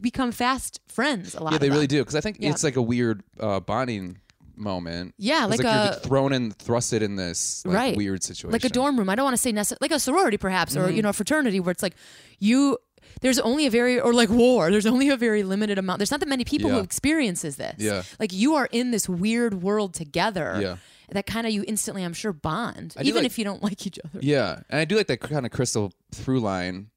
Speaker 2: become fast friends a lot.
Speaker 1: Yeah,
Speaker 2: of
Speaker 1: they
Speaker 2: them.
Speaker 1: really do because I think
Speaker 2: Yeah.
Speaker 1: it's like a weird uh, bonding moment.
Speaker 2: Yeah,
Speaker 1: It's
Speaker 2: like
Speaker 1: you're
Speaker 2: a-
Speaker 1: just thrown and thrusted in this like,
Speaker 2: Right.
Speaker 1: weird situation,
Speaker 2: like a dorm room. I don't want to say necessarily like a sorority, perhaps,
Speaker 1: Mm-hmm.
Speaker 2: or you know, a fraternity where it's like you. There's only a very or like war. There's only a very limited amount. There's not that many people who
Speaker 1: Yeah.
Speaker 2: experiences this.
Speaker 1: Yeah.
Speaker 2: like you are in this weird world together.
Speaker 1: Yeah.
Speaker 2: that kind of you instantly, I'm sure, bond,
Speaker 1: do
Speaker 2: even
Speaker 1: like-
Speaker 2: if you don't like each other.
Speaker 1: Yeah, and I do like that kind of crystal through line,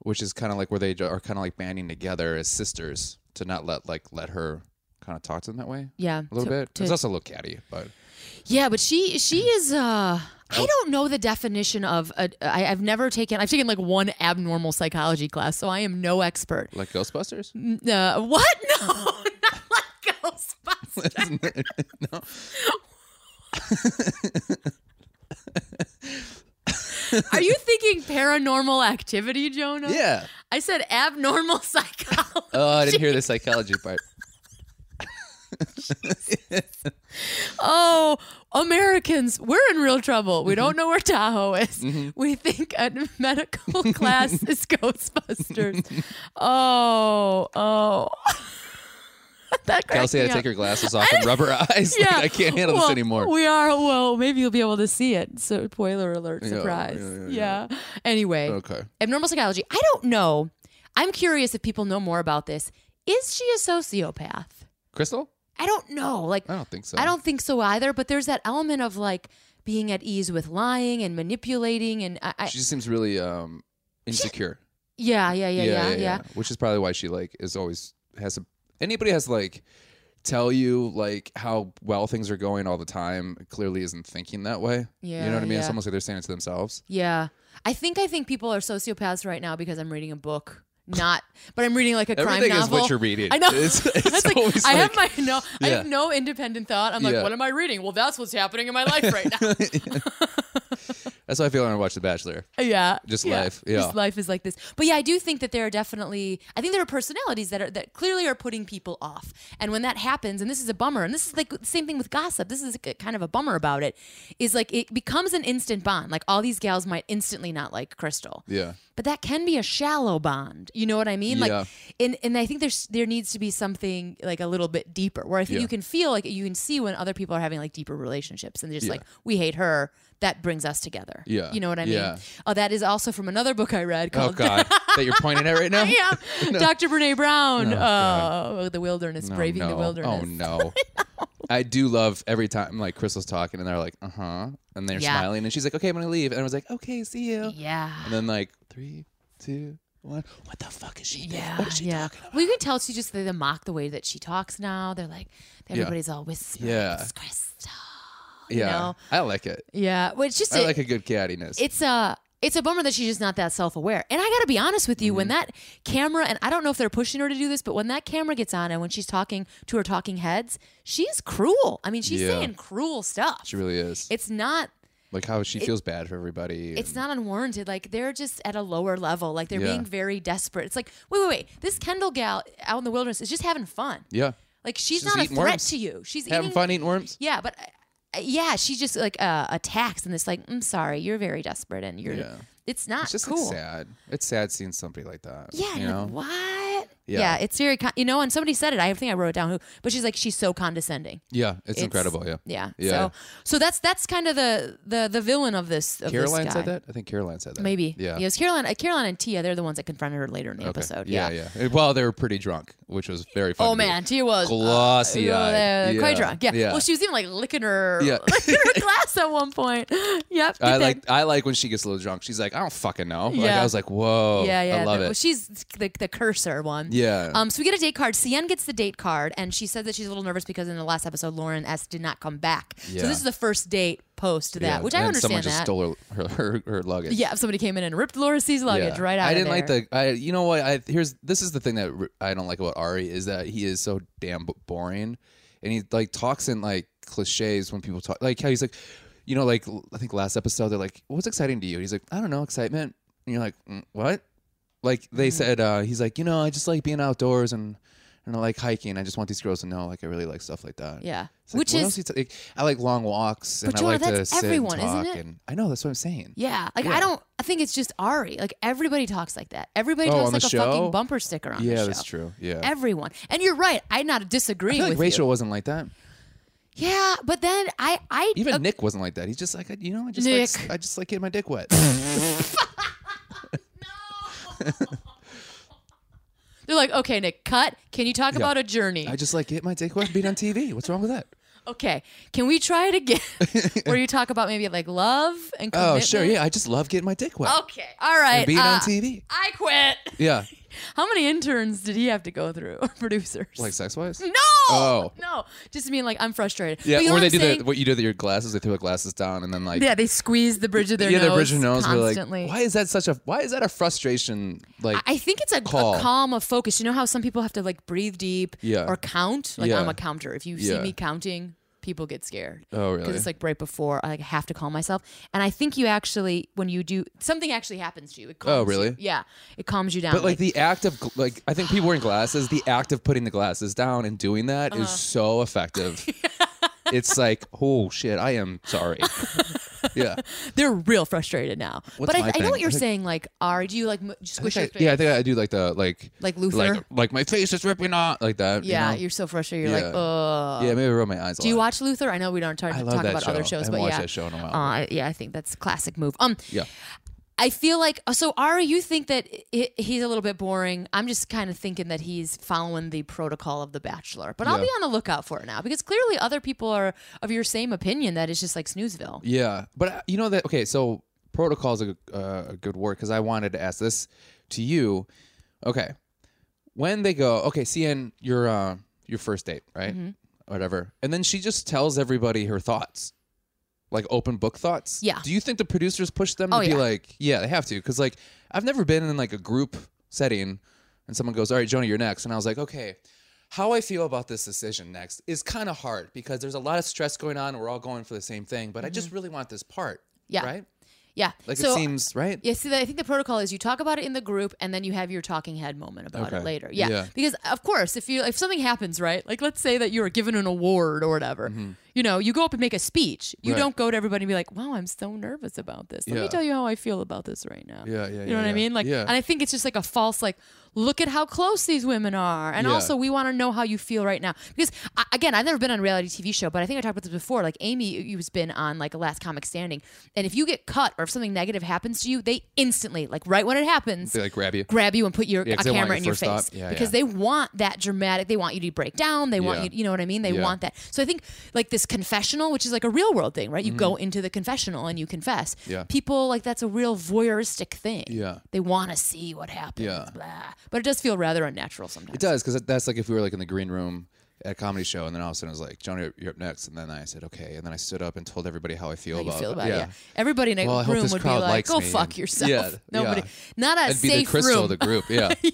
Speaker 1: which is kind of like where they are kind of like banding together as sisters to not let like let her kind of talk to them that way.
Speaker 2: Yeah,
Speaker 1: a little
Speaker 2: to-
Speaker 1: bit.
Speaker 2: to-
Speaker 1: it's also a little catty, but
Speaker 2: Yeah, but she she is. uh
Speaker 1: Oh.
Speaker 2: I don't know the definition of. A, I, I've never taken. I've taken like one abnormal psychology class, so I am no expert.
Speaker 1: like Ghostbusters.
Speaker 2: Uh, what? No, not like Ghostbusters.
Speaker 1: no,
Speaker 2: Are you thinking paranormal activity, Jonah?
Speaker 1: yeah.
Speaker 2: I said abnormal psychology.
Speaker 1: Oh, I didn't hear the psychology part.
Speaker 2: oh, Americans, we're in real trouble. We
Speaker 1: Mm-hmm.
Speaker 2: don't know where Tahoe is. We think a medical class is Ghostbusters. oh, oh. that cracked
Speaker 1: Kelsey
Speaker 2: me
Speaker 1: had to
Speaker 2: up.
Speaker 1: take her glasses off and rub her eyes. Like, I can't handle
Speaker 2: Well,
Speaker 1: this anymore.
Speaker 2: We are well. Maybe you'll be able to see it. So spoiler alert,
Speaker 1: Yeah,
Speaker 2: surprise. Yeah.
Speaker 1: yeah, yeah,
Speaker 2: Anyway,
Speaker 1: Okay.
Speaker 2: Abnormal psychology. I don't know. I'm curious if people know more about this. Is she a sociopath?
Speaker 1: Crystal?
Speaker 2: I don't know. Like,
Speaker 1: I don't think so.
Speaker 2: I don't think so either. But there's that element of like being at ease with lying and manipulating, and I, I
Speaker 1: She just seems really um insecure.
Speaker 2: yeah, yeah, yeah, yeah, yeah,
Speaker 1: Which is probably why she like is always has a anybody has like tell you like how well things are going all the time clearly isn't thinking that way.
Speaker 2: Yeah,
Speaker 1: You know what I mean? It's
Speaker 2: yeah.
Speaker 1: almost like they're saying it to themselves.
Speaker 2: Yeah. I think I think people are sociopaths right now because I'm reading a book. Not, but I'm reading like a crime
Speaker 1: Everything
Speaker 2: novel.
Speaker 1: is what you're reading.
Speaker 2: I know.
Speaker 1: It's, it's
Speaker 2: That's like,
Speaker 1: always
Speaker 2: I have my
Speaker 1: like-
Speaker 2: no. I have
Speaker 1: Yeah.
Speaker 2: no independent thought. I'm like,
Speaker 1: Yeah.
Speaker 2: what am I reading? Well, that's what's happening in my life right now.
Speaker 1: That's how I feel when I watch The Bachelor.
Speaker 2: yeah,
Speaker 1: Just
Speaker 2: yeah.
Speaker 1: life, yeah.
Speaker 2: Just life is like this. But yeah, I do think that there are definitely. I think there are personalities that are that clearly are putting people off. And when that happens, and this is a bummer, and this is like the same thing with gossip. This is kind of a bummer about it. Is like it becomes an instant bond. Like all these gals might instantly not like Crystal.
Speaker 1: Yeah.
Speaker 2: but that can be a shallow bond. You know what I mean?
Speaker 1: Yeah.
Speaker 2: Like, and and I think there's there needs to be something like a little bit deeper where I think
Speaker 1: Yeah.
Speaker 2: you can feel like you can see when other people are having like deeper relationships and they're just
Speaker 1: Yeah.
Speaker 2: like we hate her. That brings us together.
Speaker 1: Yeah.
Speaker 2: you know what I
Speaker 1: Yeah.
Speaker 2: mean. Oh, that is also from another book I read
Speaker 1: Oh
Speaker 2: called
Speaker 1: god. that you're pointing at right now?
Speaker 2: Yeah, Dr. Brene Brown.
Speaker 1: Oh, God.
Speaker 2: oh, the wilderness,
Speaker 1: No,
Speaker 2: braving
Speaker 1: no.
Speaker 2: the wilderness.
Speaker 1: Oh no. I do love every time like Crystal's talking and they're like, uh huh, and they're
Speaker 2: Yeah.
Speaker 1: smiling and she's like, okay, I'm gonna leave, and I was like, okay, see you,
Speaker 2: Yeah.
Speaker 1: and then like three, two, one, what the fuck is she? thinking?
Speaker 2: Yeah,
Speaker 1: What is she
Speaker 2: yeah.
Speaker 1: talking about?
Speaker 2: Well, you can tell she just they, they mock the way that she talks now. They're like everybody's all whispering.
Speaker 1: Yeah.
Speaker 2: It's Crystal.
Speaker 1: yeah,
Speaker 2: know?
Speaker 1: I like it.
Speaker 2: Yeah, well, it's just
Speaker 1: I
Speaker 2: a-
Speaker 1: like a good cattiness.
Speaker 2: it's a it's a bummer that she's just not that self-aware. And I got to be honest with you, when
Speaker 1: Mm-hmm.
Speaker 2: that camera and I don't know if they're pushing her to do this, but when that camera gets on and when she's talking to her talking heads, she's cruel. I mean, she's
Speaker 1: Yeah.
Speaker 2: saying cruel stuff.
Speaker 1: she really is.
Speaker 2: it's not
Speaker 1: like how she feels bad for everybody.
Speaker 2: it's
Speaker 1: and-
Speaker 2: not unwarranted. Like they're just at a lower level. Like they're
Speaker 1: Yeah.
Speaker 2: being very desperate. It's like, wait, wait, wait. This Kendall gal out in the wilderness is just having fun.
Speaker 1: Yeah.
Speaker 2: Like she's,
Speaker 1: She's
Speaker 2: not a
Speaker 1: eating
Speaker 2: threat
Speaker 1: worms.
Speaker 2: to you. She's
Speaker 1: Having
Speaker 2: eating,
Speaker 1: fun eating worms.
Speaker 2: Yeah, but uh, yeah, she just like uh, attacks and it's like, I'm sorry, you're very desperate and you're.
Speaker 1: Yeah.
Speaker 2: It's not
Speaker 1: It's just
Speaker 2: cool.
Speaker 1: like, sad. It's sad seeing somebody like that.
Speaker 2: Yeah, and
Speaker 1: You
Speaker 2: you're
Speaker 1: know.
Speaker 2: like, what? Yeah.
Speaker 1: Yeah.
Speaker 2: it's very con- you know, and somebody said it. I think I wrote it down. Who? But she's like, she's so condescending.
Speaker 1: yeah. It's, incredible. Yeah.
Speaker 2: Yeah.
Speaker 1: Yeah.
Speaker 2: So, so that's that's kind of the the the villain of this. Of
Speaker 1: Caroline
Speaker 2: this guy.
Speaker 1: said that. I think Caroline said that.
Speaker 2: Maybe.
Speaker 1: Yeah.
Speaker 2: It was Caroline. uh, Caroline and Tia. They're the ones that confronted her later in the
Speaker 1: Okay.
Speaker 2: episode. Yeah.
Speaker 1: Yeah, yeah. Well, they were pretty drunk, which was very funny.
Speaker 2: Oh man, Tia was uh,
Speaker 1: Glossy-eyed.
Speaker 2: uh, quite
Speaker 1: Yeah.
Speaker 2: drunk. Yeah.
Speaker 1: Yeah.
Speaker 2: Well, she was even like licking her,
Speaker 1: Yeah.
Speaker 2: licking her glass at one point. Yep.
Speaker 1: I
Speaker 2: did.
Speaker 1: like I like when she gets a little drunk. She's like, I don't fucking know. Like
Speaker 2: Yeah.
Speaker 1: I was like, whoa.
Speaker 2: Yeah, yeah.
Speaker 1: oh, I love
Speaker 2: the- Well,
Speaker 1: it.
Speaker 2: she's the, the cursor one.
Speaker 1: Yeah.
Speaker 2: Um, so we get a date card. Cien gets the date card, and she said that she's a little nervous because in the last episode, Lauren S. did not come back. So
Speaker 1: Yeah.
Speaker 2: this is the first date post that,
Speaker 1: Yeah.
Speaker 2: which I
Speaker 1: and
Speaker 2: understand
Speaker 1: Someone just
Speaker 2: that.
Speaker 1: stole her her, her, her luggage.
Speaker 2: yeah, if somebody came in and ripped Laura C's
Speaker 1: Yeah.
Speaker 2: luggage right out
Speaker 1: I
Speaker 2: of
Speaker 1: didn't
Speaker 2: there.
Speaker 1: like the. I you know what? I here's this is the thing that r- I don't like about Ari is that he is so damn b- boring, and he like talks in like cliches when people talk like how he's like, you know, like l- I think last episode they're like, what's exciting to you? And he's like, I don't know, excitement. And you're like, "Mm, what? Like they
Speaker 2: Mm-hmm.
Speaker 1: said, uh, he's like, you know, I just like being outdoors and. And I like hiking. I just want these girls to know, like, I really like stuff like that.
Speaker 2: Yeah.
Speaker 1: It's like,
Speaker 2: Which
Speaker 1: what
Speaker 2: is-
Speaker 1: else you t- like, I like long walks, and
Speaker 2: But
Speaker 1: I
Speaker 2: Jonah,
Speaker 1: like to
Speaker 2: that's
Speaker 1: sit
Speaker 2: everyone,
Speaker 1: and
Speaker 2: isn't
Speaker 1: talk.
Speaker 2: it?
Speaker 1: And I know that's what I'm saying.
Speaker 2: yeah, like I
Speaker 1: Yeah.
Speaker 2: don't. I think it's just Ari. Like everybody talks like that. Everybody
Speaker 1: Oh,
Speaker 2: talks
Speaker 1: on
Speaker 2: like
Speaker 1: the
Speaker 2: a fucking
Speaker 1: show?
Speaker 2: bumper sticker on
Speaker 1: yeah,
Speaker 2: the show.
Speaker 1: that's true. Yeah,
Speaker 2: Everyone, and you're right. I'm not
Speaker 1: I
Speaker 2: disagreeing
Speaker 1: feel like
Speaker 2: with
Speaker 1: Rachel
Speaker 2: you.
Speaker 1: wasn't like that.
Speaker 2: Yeah, but then I I
Speaker 1: Even
Speaker 2: uh,
Speaker 1: Nick wasn't like that. He's just like, I- you know, I just
Speaker 2: Nick.
Speaker 1: like I just like getting my dick wet.
Speaker 2: they're like, okay, Nick, cut. Can you talk about a journey?
Speaker 1: I just like get my dick wet and being on TV. What's wrong with that?
Speaker 2: okay, can we try it again? Where you talk about maybe like love and
Speaker 1: Oh,
Speaker 2: commitment?
Speaker 1: sure. Yeah, I just love getting my dick wet
Speaker 2: Okay, all right.
Speaker 1: and being on
Speaker 2: uh,
Speaker 1: TV.
Speaker 2: I quit.
Speaker 1: Yeah,
Speaker 2: How many interns did he have to go through? Producers.
Speaker 1: like sex wise.
Speaker 2: no.
Speaker 1: Oh.
Speaker 2: No. Just mean like I'm frustrated.
Speaker 1: Yeah,
Speaker 2: But you know
Speaker 1: or
Speaker 2: what
Speaker 1: they
Speaker 2: I'm
Speaker 1: do
Speaker 2: saying?
Speaker 1: the, what you do with your glasses. They throw the glasses down and then like
Speaker 2: Yeah, they squeeze the bridge of their
Speaker 1: yeah,
Speaker 2: nose.
Speaker 1: the bridge of your nose. but,
Speaker 2: constantly.
Speaker 1: Like, why is that such a why is that a frustration? Like
Speaker 2: I think it's a, a
Speaker 1: Call.
Speaker 2: calm, a focus. You know how some people have to like breathe deep
Speaker 1: Yeah.
Speaker 2: or count? Like
Speaker 1: Yeah.
Speaker 2: I'm a counter. If you see
Speaker 1: Yeah.
Speaker 2: me counting, people get scared.
Speaker 1: Oh, really?
Speaker 2: Because it's like right before I like, have to calm myself. And I think you actually, when you do, something actually happens to you. It calms
Speaker 1: Oh, really?
Speaker 2: you. Yeah. It calms you down.
Speaker 1: But like the act of gl- like I think people wearing glasses, the act of putting the glasses down and doing that
Speaker 2: Uh-huh.
Speaker 1: is so effective. it's like, oh shit, I am sorry. yeah.
Speaker 2: they're real frustrated now.
Speaker 1: What's
Speaker 2: but I,
Speaker 1: my
Speaker 2: I know
Speaker 1: thing?
Speaker 2: what you're
Speaker 1: I think-
Speaker 2: saying. Like, are do you like m- squish your
Speaker 1: I-
Speaker 2: face?
Speaker 1: yeah, I think I do like the like
Speaker 2: Like Luther?
Speaker 1: like like my face is ripping off like that. you
Speaker 2: yeah,
Speaker 1: know?
Speaker 2: you are so frustrated. You're like,
Speaker 1: Yeah.
Speaker 2: ugh.
Speaker 1: yeah, maybe I rub my eyes.
Speaker 2: Do you watch Luther? I know we don't talk,
Speaker 1: I love
Speaker 2: talk
Speaker 1: that
Speaker 2: about other
Speaker 1: show.
Speaker 2: shows,
Speaker 1: I haven't
Speaker 2: but
Speaker 1: watched
Speaker 2: yeah,
Speaker 1: that show in a while.
Speaker 2: Uh, yeah, I think that's a classic move. Um,
Speaker 1: Oh, Yeah.
Speaker 2: I feel like uh, so. Ari, you think that i he's a little bit boring. I'm just kind of thinking that he's following the protocol of The Bachelor, but I'll
Speaker 1: Yeah.
Speaker 2: be on the lookout for it now because clearly other people are of your same opinion that it's just like snoozeville.
Speaker 1: Yeah, but uh, you know that. Okay, so protocol is a, uh, a good word because I wanted to ask this to you. Okay, when they go, okay, CN, your uh, your first date, right? Whatever, and then she just tells everybody her thoughts, like open book thoughts.
Speaker 2: Yeah.
Speaker 1: Do you think the producers push them
Speaker 2: Oh,
Speaker 1: to be
Speaker 2: yeah.
Speaker 1: like, yeah, they have to? Because like I've never been in like a group setting, and someone goes, all right, Joni, you're next, and I was like, okay. How I feel about this decision next is kind of hard because there's a lot of stress going on. We're all going for the same thing, but I just really want this part.
Speaker 2: Mm-hmm. Yeah.
Speaker 1: Right?
Speaker 2: Yeah,
Speaker 1: Like
Speaker 2: so uh,
Speaker 1: it seems, right?
Speaker 2: Yeah, see, I think the protocol is you talk about it in the group, and then you have your talking head moment about it
Speaker 1: Okay.
Speaker 2: later. Yeah.
Speaker 1: Yeah.
Speaker 2: because of course, if you if something happens, right? Like let's say that you were given an award or whatever, you know, you go up and make a speech. You
Speaker 1: Mm-hmm. Right.
Speaker 2: don't go to everybody and be like, "Wow, I'm so nervous about this. Let me
Speaker 1: Yeah.
Speaker 2: tell you how I feel about this right now."
Speaker 1: Yeah, yeah,
Speaker 2: You know
Speaker 1: yeah,
Speaker 2: what I
Speaker 1: yeah.
Speaker 2: mean? Like,
Speaker 1: Yeah.
Speaker 2: and I think it's just like a false like. Look at how close these women are, and
Speaker 1: Yeah.
Speaker 2: also we want to know how you feel right now. Because I, again, I've never been on a reality TV show, but I think I talked about this before. Like Amy, who's been on like a Last Comic Standing, and if you get cut or if something negative happens to you, they instantly, like right when it happens,
Speaker 1: They like grab you.
Speaker 2: grab you and put your
Speaker 1: Yeah,
Speaker 2: a
Speaker 1: 'cause they want
Speaker 2: camera
Speaker 1: your
Speaker 2: in your
Speaker 1: first
Speaker 2: face
Speaker 1: thought. Yeah,
Speaker 2: because
Speaker 1: yeah.
Speaker 2: they want that dramatic. They want you to break down. They want
Speaker 1: Yeah.
Speaker 2: you, you know what I mean? They
Speaker 1: Yeah.
Speaker 2: want that. So I think like this confessional, which is like a real world thing, right? You go into the confessional and you confess.
Speaker 1: Mm-hmm. Yeah.
Speaker 2: People like that's a real voyeuristic thing.
Speaker 1: Yeah.
Speaker 2: They want to see what happens.
Speaker 1: Yeah.
Speaker 2: Blah. But it does feel rather unnatural sometimes.
Speaker 1: It does because that's like if we were like in the green room at a comedy show, and then all of a sudden it was like, Johnny, you're up next. And then I said, okay. And then I stood up and told everybody how I feel
Speaker 2: How
Speaker 1: about
Speaker 2: you feel
Speaker 1: it.
Speaker 2: about it? Yeah. Everybody in a
Speaker 1: Well, I hope
Speaker 2: room
Speaker 1: this
Speaker 2: would be
Speaker 1: crowd
Speaker 2: like,
Speaker 1: likes
Speaker 2: "Go
Speaker 1: me
Speaker 2: fuck
Speaker 1: and-
Speaker 2: yourself."
Speaker 1: Yeah,
Speaker 2: Nobody,
Speaker 1: yeah.
Speaker 2: not a
Speaker 1: That'd be the
Speaker 2: safe
Speaker 1: crystal
Speaker 2: room.
Speaker 1: of the group. Yeah. yeah.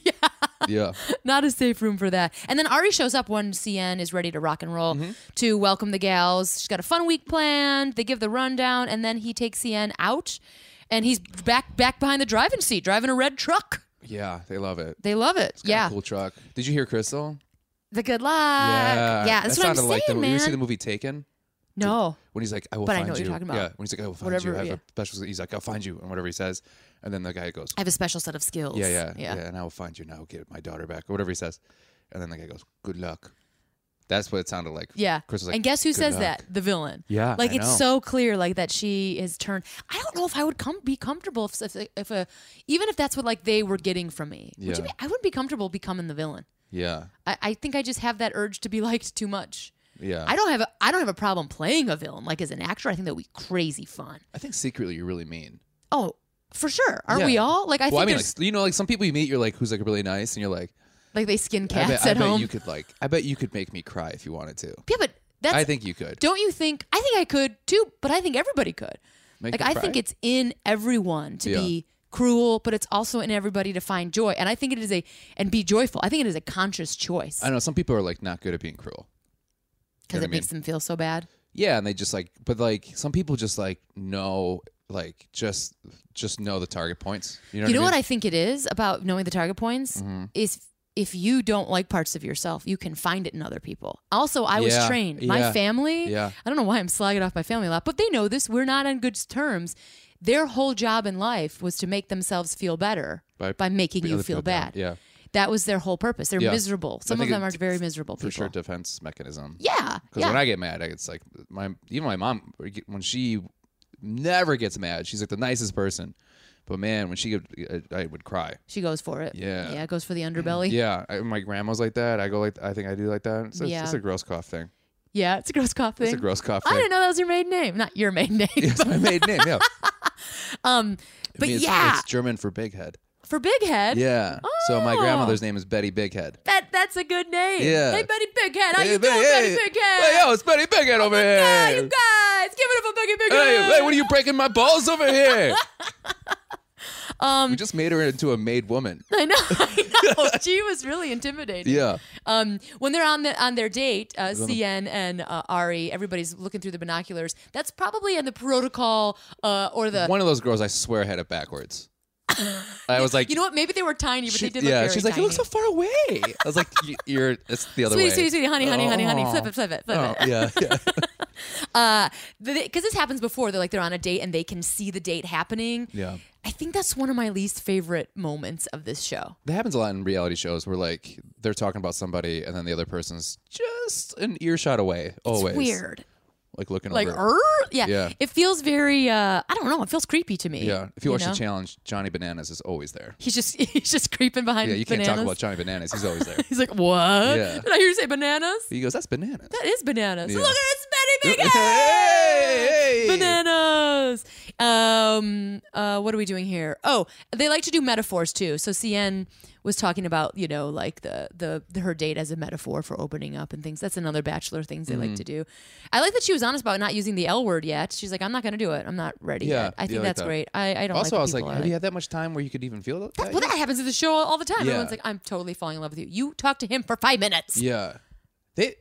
Speaker 1: Yeah.
Speaker 2: not a safe room for that. And then Ari shows up when CN is ready to rock and roll
Speaker 1: Mm-hmm.
Speaker 2: to welcome the gals. She's got a fun week planned. They give the rundown, and then he takes CN out, and he's back back behind the driving seat, driving a red truck.
Speaker 1: Yeah. They love it.
Speaker 2: They love it.
Speaker 1: Got a
Speaker 2: Yeah,
Speaker 1: Cool truck. Did you hear Crystal?
Speaker 2: the good luck. Yeah, that's
Speaker 1: that
Speaker 2: what I'm
Speaker 1: sounded
Speaker 2: saying,
Speaker 1: like the, You
Speaker 2: man.
Speaker 1: ever see the movie Taken?
Speaker 2: no,
Speaker 1: when he's like, "I will
Speaker 2: But I know
Speaker 1: find
Speaker 2: what
Speaker 1: you."
Speaker 2: you're talking about.
Speaker 1: Yeah, when he's like, "I will find
Speaker 2: Whatever,
Speaker 1: you," I have
Speaker 2: yeah.
Speaker 1: a special. He's like, "I'll find you," and whatever he says, and then the guy goes,
Speaker 2: I have a special set of skills.
Speaker 1: yeah, yeah,
Speaker 2: yeah.
Speaker 1: yeah, and I will find you and I will get my daughter back, or whatever he says, and then the guy goes, "Good luck." That's what it sounded like.
Speaker 2: Yeah.
Speaker 1: Chris was like,
Speaker 2: and guess who
Speaker 1: "Good
Speaker 2: says
Speaker 1: luck."
Speaker 2: that? The villain.
Speaker 1: Yeah,
Speaker 2: Like
Speaker 1: I
Speaker 2: it's
Speaker 1: know.
Speaker 2: so clear, like that she is turned. I don't know if I would com- be comfortable if, if, if a even if that's what like they were getting from me. Would you
Speaker 1: Yeah.
Speaker 2: be, I wouldn't be comfortable becoming the villain.
Speaker 1: Yeah,
Speaker 2: I, I think I just have that urge to be liked too much.
Speaker 1: yeah.
Speaker 2: I don't have a I don't have a problem playing a villain. Like as an actor, I think that would be crazy fun.
Speaker 1: I think secretly you're really mean.
Speaker 2: Oh, for sure. Aren't
Speaker 1: Yeah.
Speaker 2: we all? Like I
Speaker 1: well, I
Speaker 2: think
Speaker 1: mean,
Speaker 2: there's
Speaker 1: like, you know, like some people you meet, you're like, who's like really nice, and you're like,
Speaker 2: like they skin
Speaker 1: I
Speaker 2: cats
Speaker 1: bet, I
Speaker 2: at
Speaker 1: bet
Speaker 2: home.
Speaker 1: you could like, I bet you could make me cry if you wanted to.
Speaker 2: yeah, but that's
Speaker 1: I think you could.
Speaker 2: Don't you think? I think I could too, but I think everybody could.
Speaker 1: Make
Speaker 2: like
Speaker 1: them
Speaker 2: I think
Speaker 1: cry?
Speaker 2: it's in everyone to
Speaker 1: Yeah.
Speaker 2: be cruel, but it's also in everybody to find joy. And I think it is a and be joyful. I think it is a conscious choice
Speaker 1: I don't know some people are like not good at being cruel.
Speaker 2: because
Speaker 1: what I
Speaker 2: it makes them feel so bad.
Speaker 1: Yeah, and they just like, but like some people just like know, like just just know the target points. You know,
Speaker 2: You know
Speaker 1: what I mean? Mm-hmm.
Speaker 2: what I think it is about knowing the target points is if you don't like parts of yourself, you can find it in other people. Also, I was
Speaker 1: Yeah,
Speaker 2: trained. My
Speaker 1: yeah,
Speaker 2: family,
Speaker 1: yeah.
Speaker 2: I don't know why I'm slagging off my family a lot, but they know this. We're not on good terms. Their whole job in life was to make themselves feel better by,
Speaker 1: By
Speaker 2: making
Speaker 1: putting
Speaker 2: you
Speaker 1: other
Speaker 2: feel
Speaker 1: people down.
Speaker 2: bad.
Speaker 1: Yeah.
Speaker 2: That was their whole purpose. They're
Speaker 1: Yeah.
Speaker 2: miserable.
Speaker 1: I
Speaker 2: Some of
Speaker 1: think
Speaker 2: them
Speaker 1: it-
Speaker 2: are very miserable people.
Speaker 1: for sure defense mechanism.
Speaker 2: Yeah.
Speaker 1: Because
Speaker 2: Yeah.
Speaker 1: when I get mad, I- it's like my even my mom when she never gets mad, she's like the nicest person. But man, when she get- I, I would cry.
Speaker 2: she goes for it.
Speaker 1: Yeah. Mm-hmm.
Speaker 2: Yeah. It goes for the underbelly.
Speaker 1: Yeah, I, my grandma's like that. I go like I think I do like that. It's, a-
Speaker 2: Yeah.
Speaker 1: it's a gross cough thing.
Speaker 2: Yeah, it's a gross cough thing.
Speaker 1: It's a gross cough
Speaker 2: I
Speaker 1: thing.
Speaker 2: didn't know that was your maiden name. Not your maiden name.
Speaker 1: It's my maiden name. Yeah,
Speaker 2: Um, but
Speaker 1: it's,
Speaker 2: yeah,
Speaker 1: it's German for big head.
Speaker 2: for Big Head.
Speaker 1: Yeah. So my
Speaker 2: Oh.
Speaker 1: grandmother's name is Betty Big Head.
Speaker 2: That, that's a good name.
Speaker 1: Yeah.
Speaker 2: Hey, Betty Big Head. How
Speaker 1: Hey,
Speaker 2: you
Speaker 1: Betty,
Speaker 2: doing,
Speaker 1: hey.
Speaker 2: Betty Oh Big Head?
Speaker 1: Hey, yo, it's Betty Big Head over here.
Speaker 2: Yeah, you guys, give it up for Becky Big
Speaker 1: Hey,
Speaker 2: Head.
Speaker 1: hey, what are you breaking my balls over here? um, we just made her into a maid woman.
Speaker 2: I know, I know. She was really intimidating.
Speaker 1: Yeah.
Speaker 2: Um, when they're on the on their date, uh, CN and uh, Ari, everybody's looking through the binoculars. That's probably in the protocol uh, or the.
Speaker 1: One of those girls, I swear, had it backwards. I was like,
Speaker 2: you know what? Maybe they were tiny, but
Speaker 1: she-
Speaker 2: they did look
Speaker 1: yeah.
Speaker 2: very
Speaker 1: She's like,
Speaker 2: tiny.
Speaker 1: you look so far away. I was like, "You- you're. It's the other
Speaker 2: Sweetie,
Speaker 1: way.
Speaker 2: sweetie, sweetie, honey, honey, honey, honey, flip it, flip it, flip
Speaker 1: Oh,
Speaker 2: it.
Speaker 1: yeah, yeah.
Speaker 2: because this happens before they're like they're on a date and they can see the date happening
Speaker 1: Yeah.
Speaker 2: i think that's one of my least favorite moments of this show
Speaker 1: That happens a lot in reality shows where like they're talking about somebody and then the other person's just an earshot away. Always
Speaker 2: it's weird
Speaker 1: Like looking
Speaker 2: like
Speaker 1: over.
Speaker 2: er yeah.
Speaker 1: Yeah.
Speaker 2: it feels very uh i don't know it feels creepy to me
Speaker 1: Yeah. If you, watch
Speaker 2: know?
Speaker 1: the challenge, Johnny Bananas is always there.
Speaker 2: he's just he's just creeping behind
Speaker 1: Yeah, you can't
Speaker 2: bananas
Speaker 1: talk about Johnny Bananas. He's always there.
Speaker 2: he's like what
Speaker 1: Yeah.
Speaker 2: did i hear you say bananas
Speaker 1: he goes, "That's bananas."
Speaker 2: that is bananas
Speaker 1: Yeah.
Speaker 2: look at it's betty big
Speaker 1: Hey!
Speaker 2: bananas um uh what are we doing here oh they like to do metaphors too so cn was talking about you know like the the, the her date as a metaphor for opening up and things that's another bachelor things they
Speaker 1: Mm-hmm.
Speaker 2: like to do i like that she was honest about not using the l word yet she's like i'm not gonna do it i'm not ready
Speaker 1: Yeah,
Speaker 2: yet i
Speaker 1: yeah,
Speaker 2: think
Speaker 1: I like
Speaker 2: that's
Speaker 1: that.
Speaker 2: great i, I don't
Speaker 1: Also,
Speaker 2: like
Speaker 1: I was like,
Speaker 2: when people are
Speaker 1: "Have you had that much time where you could even feel that?"
Speaker 2: well that happens in the show all the time
Speaker 1: Yeah.
Speaker 2: everyone's like i'm totally falling in love with you you talk to him for five minutes
Speaker 1: yeah. They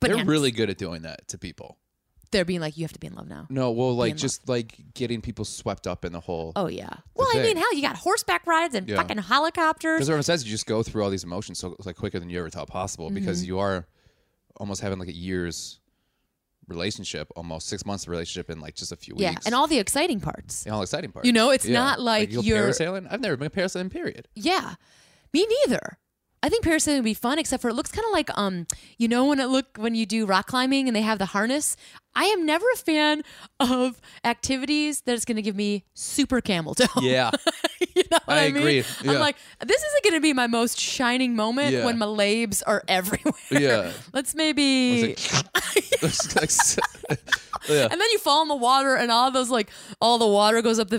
Speaker 1: they're
Speaker 2: Bananas.
Speaker 1: really good at doing that to people.
Speaker 2: they're being like you have to be in love now
Speaker 1: No, well, like
Speaker 2: in love.
Speaker 1: just like getting people swept up in the whole.
Speaker 2: oh yeah well i
Speaker 1: thing.
Speaker 2: mean hell you got horseback rides and
Speaker 1: Yeah.
Speaker 2: fucking helicopters
Speaker 1: Because everyone says you just go through all these emotions so like quicker than you ever thought possible
Speaker 2: Mm-hmm.
Speaker 1: because you are almost having like a year's relationship, almost six months of relationship in like just a few
Speaker 2: Yeah,
Speaker 1: weeks.
Speaker 2: and all the exciting parts.
Speaker 1: and all exciting part.
Speaker 2: You know, it's not like
Speaker 1: you're
Speaker 2: you're-
Speaker 1: parasailing. I've never been parasailing. Period.
Speaker 2: Yeah, me neither. I think parasailing would be fun, except for it looks kind of like um, you know, when it look when you do rock climbing and they have the harness. I am never a fan of activities that is going to give me super camel toe.
Speaker 1: Yeah.
Speaker 2: you know what
Speaker 1: I
Speaker 2: I, mean?
Speaker 1: agree. Yeah.
Speaker 2: I'm like, this isn't going to be my most shining moment
Speaker 1: Yeah.
Speaker 2: when my labes are everywhere.
Speaker 1: Yeah.
Speaker 2: Let's maybe.
Speaker 1: It's like s- yeah.
Speaker 2: And then you fall in the water, and all those like all the water goes up the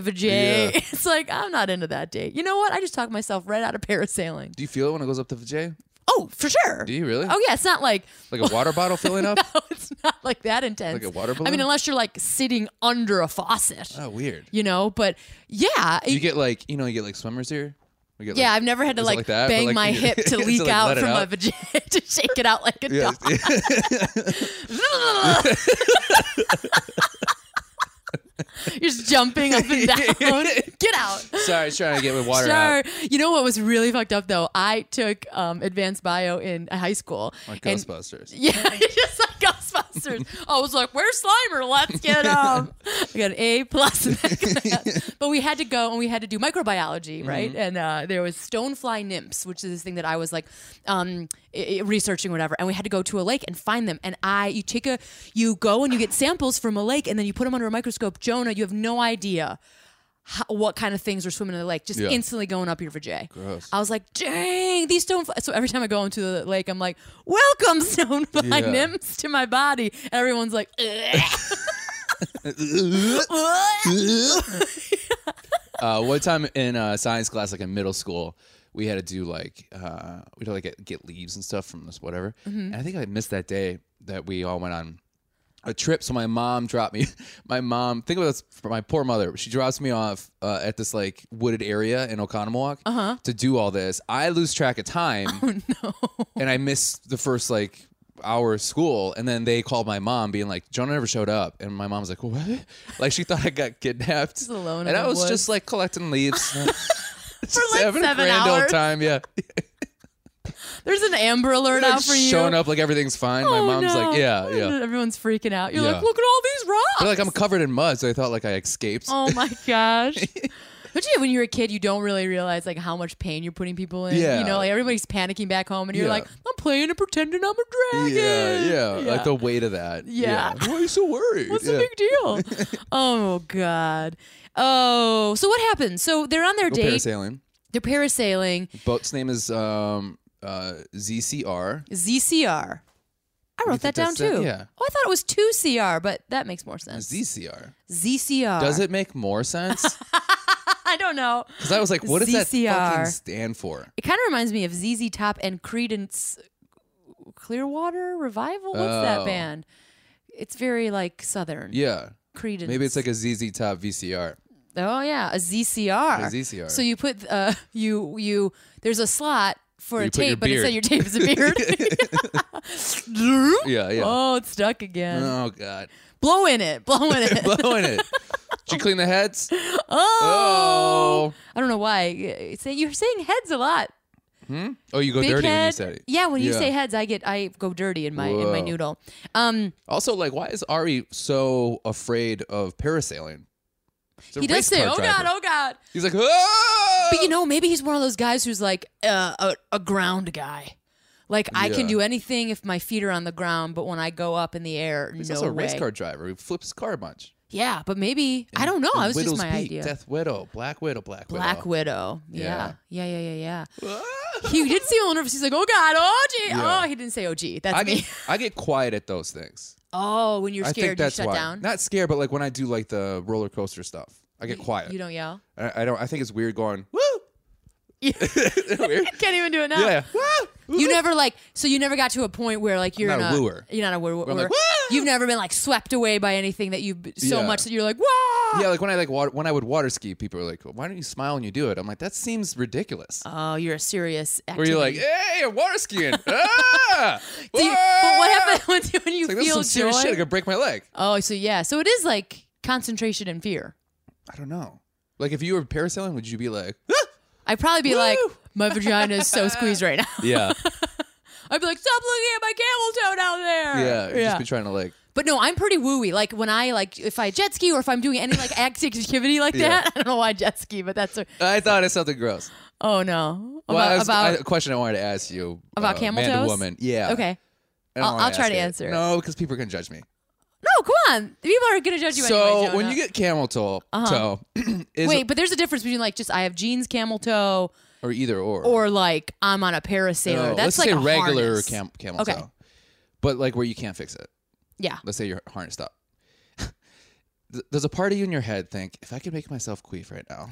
Speaker 1: Yeah.
Speaker 2: vajay. It's like I'm not into that date. You know what? I just talked myself right out of parasailing.
Speaker 1: Do you feel it when it goes up to the J?
Speaker 2: Oh, for sure.
Speaker 1: Do you really?
Speaker 2: Oh yeah, it's not like
Speaker 1: Like a water bottle filling up?
Speaker 2: no, it's not like that
Speaker 1: Like
Speaker 2: intense.
Speaker 1: a water
Speaker 2: I mean,
Speaker 1: balloon?
Speaker 2: unless you're like sitting under a faucet,
Speaker 1: Oh, weird.
Speaker 2: you know. But yeah,
Speaker 1: You
Speaker 2: it-
Speaker 1: get like you know you get like swimmers here. We get,
Speaker 2: yeah,
Speaker 1: like-
Speaker 2: I've never had to
Speaker 1: is it
Speaker 2: like,
Speaker 1: that, but,
Speaker 2: bang
Speaker 1: like,
Speaker 2: my
Speaker 1: you-
Speaker 2: hip to
Speaker 1: like,
Speaker 2: leak
Speaker 1: let
Speaker 2: out
Speaker 1: it
Speaker 2: from my vajay to shake it out like a
Speaker 1: Yeah.
Speaker 2: dog. You're just jumping up and down. get out.
Speaker 1: Sorry, I was trying to get with water
Speaker 2: Sure.
Speaker 1: out.
Speaker 2: You know what was really fucked up though? I took um, advanced bio in high school.
Speaker 1: Like
Speaker 2: and-
Speaker 1: Ghostbusters.
Speaker 2: Yeah, just like Ghostbusters. I was like, "Where's Slimer? Let's get him." I got an A plus in that class. But we had to go and we had to do microbiology, right? And uh, there was stonefly nymphs, which is this thing that I was like um, i- i- researching, or whatever. And we had to go to a lake and find them. And I, you take a, you go and you get samples from a lake, and then you put them under a microscope. Jonah, you have no idea. How, what kind of things are swimming in the lake? Just
Speaker 1: Yeah.
Speaker 2: instantly going up your vajay.
Speaker 1: Gross.
Speaker 2: I was like, dang, these stonefly. So every time I go into the lake, I'm like, welcome stonefly
Speaker 1: Yeah.
Speaker 2: nymphs to my body. And everyone's like,
Speaker 1: uh, one time in uh, science class, like in middle school, we had to do like uh, we had to like get, get leaves and stuff from this whatever. And I think I missed that day that we all went on a trip. So my mom dropped me. My mom, think about this for my poor mother. She drops me off uh, at this like wooded area in Oconomowoc
Speaker 2: Uh-huh.
Speaker 1: to do all this. I lose track of time.
Speaker 2: Oh,
Speaker 1: And I missed the first like hour of school. And then they called my mom being like, Jonah never showed up. And my mom's like, what? Like she thought I got kidnapped.
Speaker 2: alone in
Speaker 1: and I
Speaker 2: the
Speaker 1: was
Speaker 2: woods.
Speaker 1: just like collecting leaves. For
Speaker 2: like, seven
Speaker 1: grand
Speaker 2: hours.
Speaker 1: old time. Yeah.
Speaker 2: there's an Amber alert out
Speaker 1: Like,
Speaker 2: for you.
Speaker 1: showing up like everything's fine. my
Speaker 2: Oh,
Speaker 1: mom's
Speaker 2: no.
Speaker 1: like, yeah, yeah.
Speaker 2: Everyone's freaking out. You're
Speaker 1: Yeah.
Speaker 2: like, look at all these rocks.
Speaker 1: But like I'm covered in mud, so I thought like I escaped.
Speaker 2: oh my gosh. But yeah, when you're a kid, you don't really realize like how much pain you're putting people in.
Speaker 1: Yeah.
Speaker 2: You know, like everybody's panicking back home, and you're
Speaker 1: Yeah.
Speaker 2: like, I'm playing and pretending I'm a dragon.
Speaker 1: yeah, yeah, like the weight of that.
Speaker 2: Yeah.
Speaker 1: Why are you so worried?
Speaker 2: What's
Speaker 1: yeah.
Speaker 2: the big deal? oh God. Oh, so what happened? So they're on their
Speaker 1: Go
Speaker 2: date.
Speaker 1: parasailing.
Speaker 2: They're parasailing.
Speaker 1: Boat's name is um, uh, ZCR.
Speaker 2: ZCR. I wrote
Speaker 1: think
Speaker 2: that down
Speaker 1: that's it?
Speaker 2: too.
Speaker 1: Yeah.
Speaker 2: Oh, I thought it was two CR, but that makes more sense.
Speaker 1: ZCR.
Speaker 2: ZCR.
Speaker 1: Does it make more sense?
Speaker 2: I don't know.
Speaker 1: Because I was like, what does that
Speaker 2: ZCR.
Speaker 1: fucking stand for?
Speaker 2: It kind of reminds me of ZZ Top and Credence Clearwater Revival. What's
Speaker 1: Oh.
Speaker 2: that band? It's very like Southern.
Speaker 1: Yeah.
Speaker 2: Credence.
Speaker 1: Maybe it's like a ZZ Top VCR.
Speaker 2: Oh yeah, a ZCR.
Speaker 1: A ZCR.
Speaker 2: So you put uh you you there's a slot for
Speaker 1: You
Speaker 2: a
Speaker 1: put your
Speaker 2: tape, but instead
Speaker 1: beard.
Speaker 2: your tape is a beard.
Speaker 1: Yeah, yeah.
Speaker 2: Oh, it's stuck again.
Speaker 1: Oh, God.
Speaker 2: blow in it, blow in it.
Speaker 1: Blowing it. Did you clean the heads?
Speaker 2: oh.
Speaker 1: Oh.
Speaker 2: I don't know why. Say you're saying heads a lot.
Speaker 1: Oh, you go
Speaker 2: Big
Speaker 1: dirty
Speaker 2: head.
Speaker 1: when you said it.
Speaker 2: Yeah, when you
Speaker 1: Yeah.
Speaker 2: say heads, I get I go dirty in my in my
Speaker 1: Whoa.
Speaker 2: noodle. Um,
Speaker 1: Also, like, why is Ari so afraid of parasailing? He's a
Speaker 2: he does
Speaker 1: race
Speaker 2: say,
Speaker 1: car
Speaker 2: "Oh
Speaker 1: driver."
Speaker 2: God, oh God."
Speaker 1: He's like, oh!
Speaker 2: But you know, maybe he's one of those guys who's like uh, a, a ground guy. Like I can
Speaker 1: Yeah.
Speaker 2: do anything if my feet are on the ground, but when I go up in the air,
Speaker 1: he's
Speaker 2: no
Speaker 1: also a
Speaker 2: way.
Speaker 1: race car driver. He flips his car a bunch.
Speaker 2: Yeah, but maybe I don't know. I was just
Speaker 1: Widow's
Speaker 2: my
Speaker 1: Peak,
Speaker 2: idea.
Speaker 1: Death Widow, Black Widow, Black Widow. Ah!
Speaker 2: Black Widow. Yeah.
Speaker 1: Yeah.
Speaker 2: yeah, yeah, yeah, yeah. He did seem a little nervous. He's like, "Oh God, oh gee,
Speaker 1: Yeah.
Speaker 2: oh." He didn't say, "Oh gee." That's
Speaker 1: I
Speaker 2: me.
Speaker 1: get, I get quiet at those things.
Speaker 2: oh, when you're
Speaker 1: I think
Speaker 2: scared, you
Speaker 1: that's
Speaker 2: shut
Speaker 1: why.
Speaker 2: down.
Speaker 1: Not scared, but like when I do like the roller coaster stuff, I get quiet.
Speaker 2: You don't yell.
Speaker 1: I, I don't. I think it's weird going. Woo!
Speaker 2: Yeah.
Speaker 1: Weird.
Speaker 2: Can't even do it now.
Speaker 1: yeah. Woo!
Speaker 2: You never like so you never got to a point where like you're
Speaker 1: not
Speaker 2: in
Speaker 1: a wooer.
Speaker 2: You're not a wooer.
Speaker 1: I'm
Speaker 2: wooer.
Speaker 1: like, "Wah!"
Speaker 2: You've never been like swept away by anything that you have so
Speaker 1: Yeah.
Speaker 2: much that you're like wow.
Speaker 1: Yeah, like when I like water, when I would water ski, people are like, "Why don't you smile when you do it?" I'm like, "That seems ridiculous."
Speaker 2: Oh, you're a serious.
Speaker 1: Where
Speaker 2: Activity.
Speaker 1: you're like, "Hey, I'm water skiing!" ah!
Speaker 2: Do you- but what happens when you
Speaker 1: It's like this is
Speaker 2: feel
Speaker 1: some serious
Speaker 2: joy?
Speaker 1: shit. I could break my leg.
Speaker 2: oh, so yeah, so it is like concentration and fear.
Speaker 1: I don't know. Like if you were parasailing, would you be like,
Speaker 2: I'd probably be like,
Speaker 1: Woo!
Speaker 2: my vagina is so squeezed right now.
Speaker 1: "Yeah,
Speaker 2: I'd be like, stop looking at my camel toe down
Speaker 1: yeah"?
Speaker 2: there.
Speaker 1: You'd Just be trying to like,
Speaker 2: But no, I'm pretty wooey. Like when I like if I jet ski or if I'm doing any like activity like
Speaker 1: Yeah.
Speaker 2: that. I don't know why jet ski, but that's a,
Speaker 1: I thought it's something gross.
Speaker 2: oh no. About
Speaker 1: Well, I was-
Speaker 2: about
Speaker 1: I- a question I wanted to ask you uh,
Speaker 2: About camel
Speaker 1: man to
Speaker 2: toes?
Speaker 1: woman. Yeah.
Speaker 2: okay.
Speaker 1: I don't
Speaker 2: I'll-
Speaker 1: wanna
Speaker 2: I'll try
Speaker 1: ask
Speaker 2: to
Speaker 1: it.
Speaker 2: answer it.
Speaker 1: No, because people are gonna judge me.
Speaker 2: No, come on. People are gonna judge you.
Speaker 1: so
Speaker 2: anyway,
Speaker 1: when
Speaker 2: Jonah.
Speaker 1: you get camel toe, toe is
Speaker 2: Uh-huh. wait, but there's a difference between like just I have jeans, camel toe,
Speaker 1: or either or
Speaker 2: or like I'm on a parasailer.
Speaker 1: No, let's
Speaker 2: That's like
Speaker 1: say
Speaker 2: a
Speaker 1: regular
Speaker 2: harness.
Speaker 1: cam- camel
Speaker 2: Okay.
Speaker 1: toe, but like where you can't fix it.
Speaker 2: Yeah.
Speaker 1: Let's say you're harnessed up. Th- There's a part of you in your head think if I could make myself queef right now,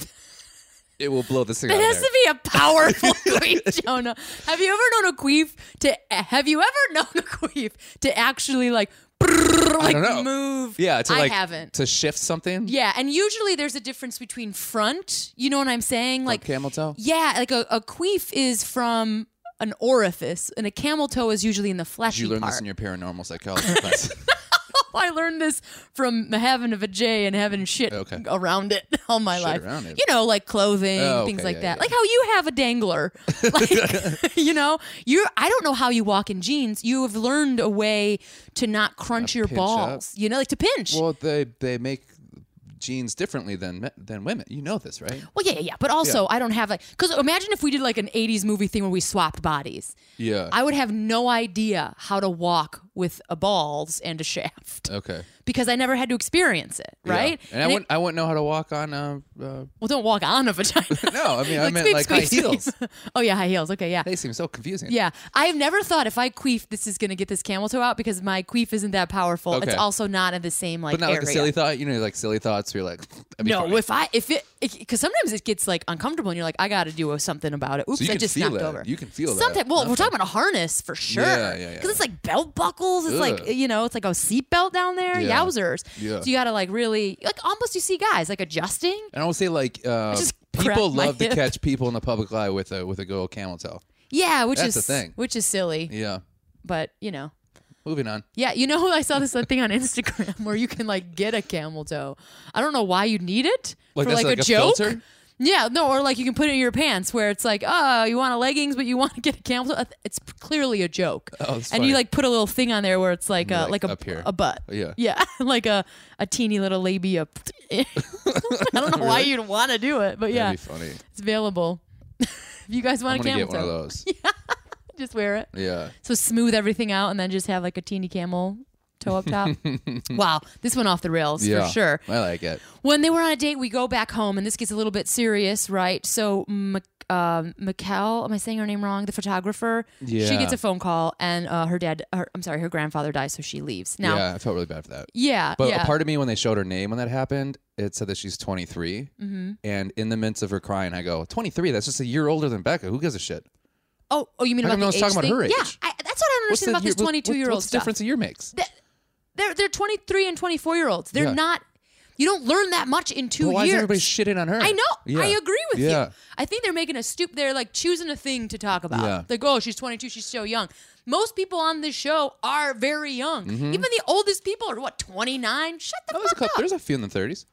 Speaker 1: it will blow this thing out.
Speaker 2: It
Speaker 1: of
Speaker 2: has
Speaker 1: there."
Speaker 2: to be a powerful queef, Jonah. Have you ever known a queef to? Have you ever known a queef to actually like, like
Speaker 1: don't know.
Speaker 2: move?
Speaker 1: yeah, to
Speaker 2: I
Speaker 1: like
Speaker 2: haven't.
Speaker 1: to shift something.
Speaker 2: Yeah, and usually there's a difference between front. You know what I'm saying? Like
Speaker 1: camel toe?
Speaker 2: Yeah, like a, a queef is from an orifice, and a camel toe is usually in the
Speaker 1: Did
Speaker 2: fleshy
Speaker 1: you learn
Speaker 2: part.
Speaker 1: this in your paranormal psychology class?
Speaker 2: I learned this from having of a J and having shit
Speaker 1: Okay.
Speaker 2: around it all my
Speaker 1: Shit
Speaker 2: life.
Speaker 1: around it.
Speaker 2: You know, like clothing,
Speaker 1: Oh,
Speaker 2: things
Speaker 1: okay,
Speaker 2: like
Speaker 1: yeah,
Speaker 2: that.
Speaker 1: yeah.
Speaker 2: Like how you have a dangler. Like, you know, you're. I don't know how you walk in jeans. You have learned a way to not crunch your
Speaker 1: pinch up.
Speaker 2: balls. You know, like to pinch. Well,
Speaker 1: well, they they make genes differently than me- than women. You know this, right?
Speaker 2: yeah, yeah, yeah. But also, I don't have like because imagine if we did like an '80s movie thing where we swapped bodies.
Speaker 1: Yeah.
Speaker 2: I would have no idea how to walk with a balls and a shaft
Speaker 1: okay.
Speaker 2: because I never had to experience it,
Speaker 1: Yeah.
Speaker 2: right?
Speaker 1: And, I
Speaker 2: it-
Speaker 1: wouldn't I wouldn't know how to walk on. Uh, uh,
Speaker 2: Well, don't walk on a vagina.
Speaker 1: No, I mean, I meant, like, high heels.
Speaker 2: oh yeah, high heels. Okay, yeah.
Speaker 1: they seem so confusing.
Speaker 2: Yeah, I've never thought if I queef, this is gonna get this camel toe out because my queef isn't that powerful.
Speaker 1: Okay.
Speaker 2: It's also not in the same like
Speaker 1: But not
Speaker 2: area.
Speaker 1: like a silly thought. You know, like silly thoughts. Where you're like, that'd be
Speaker 2: no,
Speaker 1: funny.
Speaker 2: if I if it because sometimes it gets like uncomfortable and you're like, I got to do something about it. Oops,
Speaker 1: you
Speaker 2: I
Speaker 1: can
Speaker 2: just
Speaker 1: feel
Speaker 2: knocked
Speaker 1: that.
Speaker 2: over.
Speaker 1: You can feel that.
Speaker 2: sometimes. Well, we're talking about a harness for sure.
Speaker 1: Yeah, yeah, yeah.
Speaker 2: Because it's like belt buckles. It's like
Speaker 1: Ugh.
Speaker 2: you know, it's like a seatbelt down there.
Speaker 1: Yeah.
Speaker 2: Yowzers.
Speaker 1: Yeah.
Speaker 2: So you got to like really like almost you see guys like adjusting.
Speaker 1: and I would say like uh,
Speaker 2: just
Speaker 1: people
Speaker 2: cracked my
Speaker 1: love to
Speaker 2: hip.
Speaker 1: catch people in the public eye with a with a good old camel toe.
Speaker 2: Yeah, which
Speaker 1: That's
Speaker 2: is
Speaker 1: the thing.
Speaker 2: which is silly,
Speaker 1: Yeah.
Speaker 2: but you know.
Speaker 1: Moving on.
Speaker 2: Yeah, you know, I saw this thing on Instagram where you can like get a camel toe. I don't know why you need it
Speaker 1: Like
Speaker 2: for
Speaker 1: that's
Speaker 2: like,
Speaker 1: like
Speaker 2: a,
Speaker 1: a
Speaker 2: joke.
Speaker 1: filter?
Speaker 2: Yeah, no, or like you can put it in your pants where it's like, oh, you want a leggings, but you want to get a camel. toe? It's clearly a joke.
Speaker 1: Oh, that's
Speaker 2: and
Speaker 1: funny.
Speaker 2: you like put a little thing on there where it's like a
Speaker 1: Like,
Speaker 2: like, a,
Speaker 1: up here.
Speaker 2: a butt.
Speaker 1: Yeah.
Speaker 2: yeah, like a a teeny little labia. I don't know why you'd want to do it, but yeah,
Speaker 1: That'd be funny.
Speaker 2: it's available. if you guys
Speaker 1: I'm
Speaker 2: want a
Speaker 1: gonna
Speaker 2: camel
Speaker 1: get one of
Speaker 2: toe,
Speaker 1: those.
Speaker 2: just wear it.
Speaker 1: Yeah.
Speaker 2: So smooth everything out and then just have like a teeny camel toe up top. wow, this went off the rails
Speaker 1: Yeah.
Speaker 2: for sure
Speaker 1: I like it.
Speaker 2: when they were on a date, we go back home, and this gets a little bit serious, right? So, Mc, um, Mikkel, am I saying her name wrong? The photographer, she
Speaker 1: Yeah.
Speaker 2: gets a phone call, and uh, her dad, her, I'm sorry, her grandfather dies, so she leaves. Now, yeah,
Speaker 1: Yeah, I felt really bad for that.
Speaker 2: yeah,
Speaker 1: But a part of me, when they showed her name when that happened, it said that she's 23. Mm-hmm. And in the midst of her crying, I go, 23? That's just a year older than Becca. Who gives a shit?
Speaker 2: oh, oh, you mean
Speaker 1: How
Speaker 2: about
Speaker 1: come
Speaker 2: the
Speaker 1: no one's
Speaker 2: age
Speaker 1: talking about
Speaker 2: thing?
Speaker 1: her age?
Speaker 2: Yeah, I, that's what I don't understand about
Speaker 1: year-
Speaker 2: this 22 year old
Speaker 1: What's the
Speaker 2: stuff.
Speaker 1: difference a year makes?
Speaker 2: They're they're 23 and 24 year olds. They're
Speaker 1: Yeah.
Speaker 2: not. You don't learn that much in two
Speaker 1: But why
Speaker 2: years.
Speaker 1: is everybody shitting on her?
Speaker 2: I know.
Speaker 1: Yeah.
Speaker 2: I agree with
Speaker 1: yeah.
Speaker 2: you. I think they're making a stoop. They're like choosing a thing to talk about.
Speaker 1: Yeah.
Speaker 2: Like, oh, she's 22. She's so young. Most people on this show are very young. Even the oldest people are what 29. Shut the
Speaker 1: Mm-hmm. Oh, there's, a
Speaker 2: fuck
Speaker 1: couple,
Speaker 2: up.
Speaker 1: there's a few in the 30s.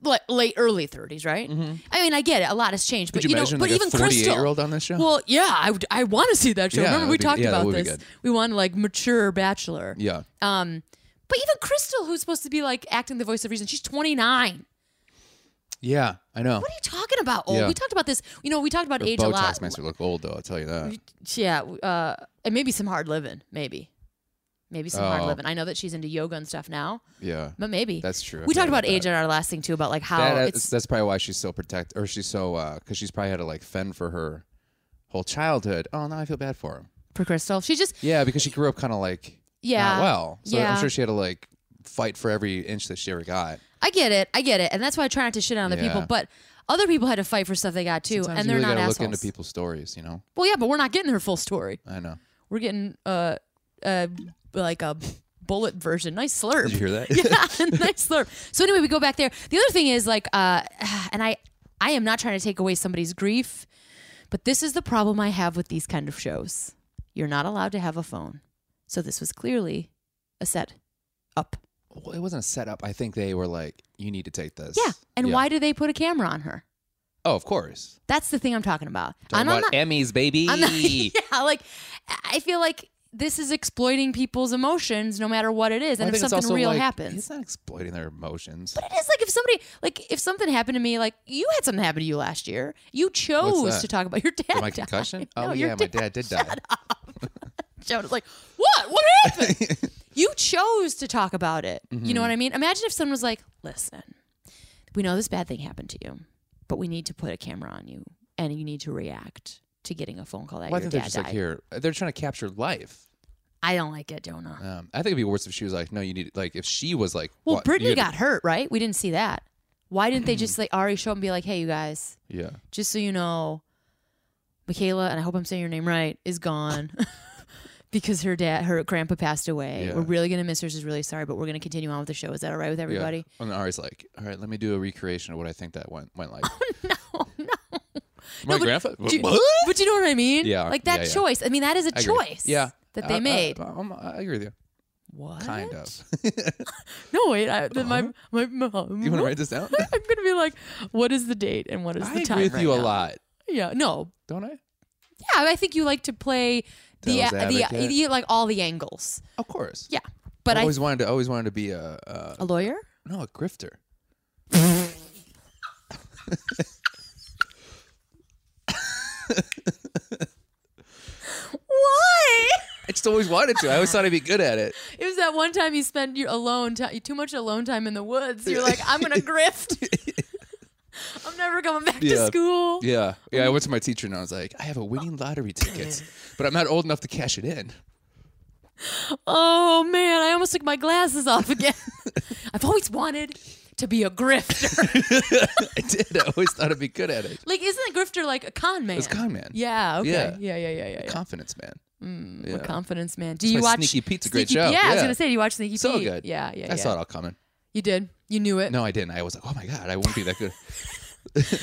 Speaker 2: Like, late early 30s, right? I mean, I get it. A lot has changed,
Speaker 1: Mm-hmm. Could
Speaker 2: but
Speaker 1: you
Speaker 2: you, know,
Speaker 1: imagine
Speaker 2: but
Speaker 1: like
Speaker 2: even
Speaker 1: a 48
Speaker 2: Crystal.
Speaker 1: year old on this show?
Speaker 2: Well, yeah, I, would- I want to see that show.
Speaker 1: Yeah, that
Speaker 2: Remember we
Speaker 1: would be-
Speaker 2: talked
Speaker 1: yeah, that
Speaker 2: about
Speaker 1: would be
Speaker 2: this.
Speaker 1: good.
Speaker 2: We want like mature bachelor.
Speaker 1: yeah.
Speaker 2: Um, but even Crystal, who's supposed to be like acting the voice of reason, she's 29.
Speaker 1: Yeah, I know.
Speaker 2: What are you talking about? Old?
Speaker 1: Yeah.
Speaker 2: We talked about this. You know, we talked about
Speaker 1: Her
Speaker 2: age a lot.
Speaker 1: Botox makes her look old, though. I'll tell you that.
Speaker 2: Yeah, uh, and maybe some hard living. Maybe, maybe some hard
Speaker 1: Oh.
Speaker 2: living. I know that she's into yoga and stuff now,
Speaker 1: Yeah.
Speaker 2: but maybe
Speaker 1: That's true. I
Speaker 2: We
Speaker 1: forgot
Speaker 2: talked about
Speaker 1: about
Speaker 2: age
Speaker 1: that.
Speaker 2: on our last thing too, about like how
Speaker 1: That- that's,
Speaker 2: it's
Speaker 1: that's probably why she's so protect, or she's so, because she's probably had to like fend for her whole childhood. Oh, now I feel bad for him.
Speaker 2: for Crystal. She's just
Speaker 1: Yeah, because she grew up kind of like
Speaker 2: yeah.
Speaker 1: not well. So
Speaker 2: yeah,
Speaker 1: I'm sure she had to like fight for every inch that she ever got.
Speaker 2: I get it. I get it, and that's why I try not to shit on other
Speaker 1: Yeah.
Speaker 2: people. But otthher people had to fight for stuff they got too,
Speaker 1: Sometimes
Speaker 2: and
Speaker 1: you
Speaker 2: they're
Speaker 1: really
Speaker 2: not
Speaker 1: gotta
Speaker 2: assholes.
Speaker 1: look into people's stories, you know.
Speaker 2: Well, yeah, but we're not getting her full story.
Speaker 1: I know.
Speaker 2: We're getting uh, uh, like a bullet version. Nice slurp.
Speaker 1: Did you hear that?
Speaker 2: nice slurp. So anyway, we go back there. The other thing is like, uh, and I, I am not trying to take away somebody's grief, but this is the problem I have with these kind of shows. You're not allowed to have a phone, so this was clearly a set up.
Speaker 1: Well, it wasn't a setup. I think they were like, "You need to take this."
Speaker 2: Yeah, and why do they put a camera on her?
Speaker 1: Oh, of course.
Speaker 2: That's the thing I'm talking about.
Speaker 1: Talking
Speaker 2: And I'm
Speaker 1: about
Speaker 2: not-
Speaker 1: Emmys, baby.
Speaker 2: I'm not- yeah, like I feel like this is exploiting people's emotions, no matter what it is,
Speaker 1: Well, I
Speaker 2: and
Speaker 1: think
Speaker 2: if
Speaker 1: it's
Speaker 2: something
Speaker 1: also,
Speaker 2: real
Speaker 1: like,
Speaker 2: happens.
Speaker 1: it's not exploiting their emotions.
Speaker 2: It's like if somebody, like if something happened to me, like you had something happen to you last year, you chose
Speaker 1: that?
Speaker 2: to talk about your
Speaker 1: Am
Speaker 2: dad.
Speaker 1: I
Speaker 2: died.
Speaker 1: concussion?
Speaker 2: No,
Speaker 1: oh
Speaker 2: your
Speaker 1: yeah, my
Speaker 2: dad
Speaker 1: dad did die.
Speaker 2: died. It's like, what? What happened? you chose to talk about it. You
Speaker 1: Mm-hmm.
Speaker 2: know what I mean? Imagine if someone was like, listen, we know this bad thing happened to you, but we need to put a camera on you, and you need to react to getting a phone call that
Speaker 1: Well, I
Speaker 2: your
Speaker 1: think they're
Speaker 2: dad
Speaker 1: just
Speaker 2: died.
Speaker 1: like here. They're trying to capture life.
Speaker 2: I don't like it, Jonah.
Speaker 1: Um, I think it'd be worse if she was like, "No, you need." Like, if she was like,
Speaker 2: Well,
Speaker 1: what, you
Speaker 2: Brittany
Speaker 1: had to-
Speaker 2: got hurt, right? We didn't see that. Why didn't they just like already show up and be like, hey, you guys,
Speaker 1: Yeah.
Speaker 2: just so you know, Michaela, and I hope I'm saying your name right, is gone because her dad, her grandpa passed away.
Speaker 1: Yeah.
Speaker 2: We're really gonna miss her. She's really sorry, but we're gonna continue on with the show. Is that all right with everybody?
Speaker 1: Yeah. And Ari's like, all right, let me do a recreation of what I think that went went like.
Speaker 2: Oh,
Speaker 1: no, no. My
Speaker 2: No, but
Speaker 1: grandfather.
Speaker 2: Do you-
Speaker 1: What?
Speaker 2: but you know what I mean?
Speaker 1: Yeah,
Speaker 2: like that
Speaker 1: yeah, yeah.
Speaker 2: choice. I mean, that is a
Speaker 1: I agree.
Speaker 2: choice.
Speaker 1: Yeah.
Speaker 2: that
Speaker 1: I-
Speaker 2: they
Speaker 1: I-
Speaker 2: made.
Speaker 1: I, I'm- I agree with you.
Speaker 2: what?
Speaker 1: Kind of.
Speaker 2: No, wait. I, then my my mom.
Speaker 1: You want to write this down?
Speaker 2: I'm gonna be like, what is the date and what is
Speaker 1: I
Speaker 2: the
Speaker 1: agree
Speaker 2: time?
Speaker 1: with
Speaker 2: right
Speaker 1: you a
Speaker 2: now?
Speaker 1: lot,
Speaker 2: Yeah. No.
Speaker 1: don't I?
Speaker 2: Yeah, I think you like to play the
Speaker 1: Devil's
Speaker 2: the,
Speaker 1: advocate.
Speaker 2: the like all the angles.
Speaker 1: Of course.
Speaker 2: Yeah, but
Speaker 1: I
Speaker 2: I,
Speaker 1: always wanted to. Always wanted to be a, a
Speaker 2: a lawyer.
Speaker 1: no a grifter.
Speaker 2: Why?
Speaker 1: I just always wanted to. I always thought I'd be good at it.
Speaker 2: It was that one time you spent your alone ti- too much alone time in the woods. You're like, I'm gonna grift. I'm never coming back to
Speaker 1: Yeah.
Speaker 2: school.
Speaker 1: Yeah, yeah. I went to my teacher and I was like, I have a winning lottery ticket, but I'm not old enough to cash it in.
Speaker 2: Oh man, I almost took my glasses off again. I've always wanted to be a grifter.
Speaker 1: I did. I always thought I'd be good at it.
Speaker 2: like, isn't a grifter like a con man?
Speaker 1: It's con man.
Speaker 2: Yeah. Okay. Yeah.
Speaker 1: Yeah.
Speaker 2: Yeah. Yeah. Yeah. yeah.
Speaker 1: Confidence man.
Speaker 2: I'm a
Speaker 1: yeah.
Speaker 2: confidence man. Do you
Speaker 1: my
Speaker 2: watch
Speaker 1: Sneaky Pete's a great
Speaker 2: Sneaky-
Speaker 1: show.
Speaker 2: Yeah, I was
Speaker 1: Yeah.
Speaker 2: gonna say, do you watch Sneaky
Speaker 1: So
Speaker 2: Pete?
Speaker 1: good.
Speaker 2: Yeah. Yeah.
Speaker 1: I
Speaker 2: yeah.
Speaker 1: saw it all coming.
Speaker 2: You did. You knew it.
Speaker 1: No, I didn't. I was like, oh my god, I won't be that good.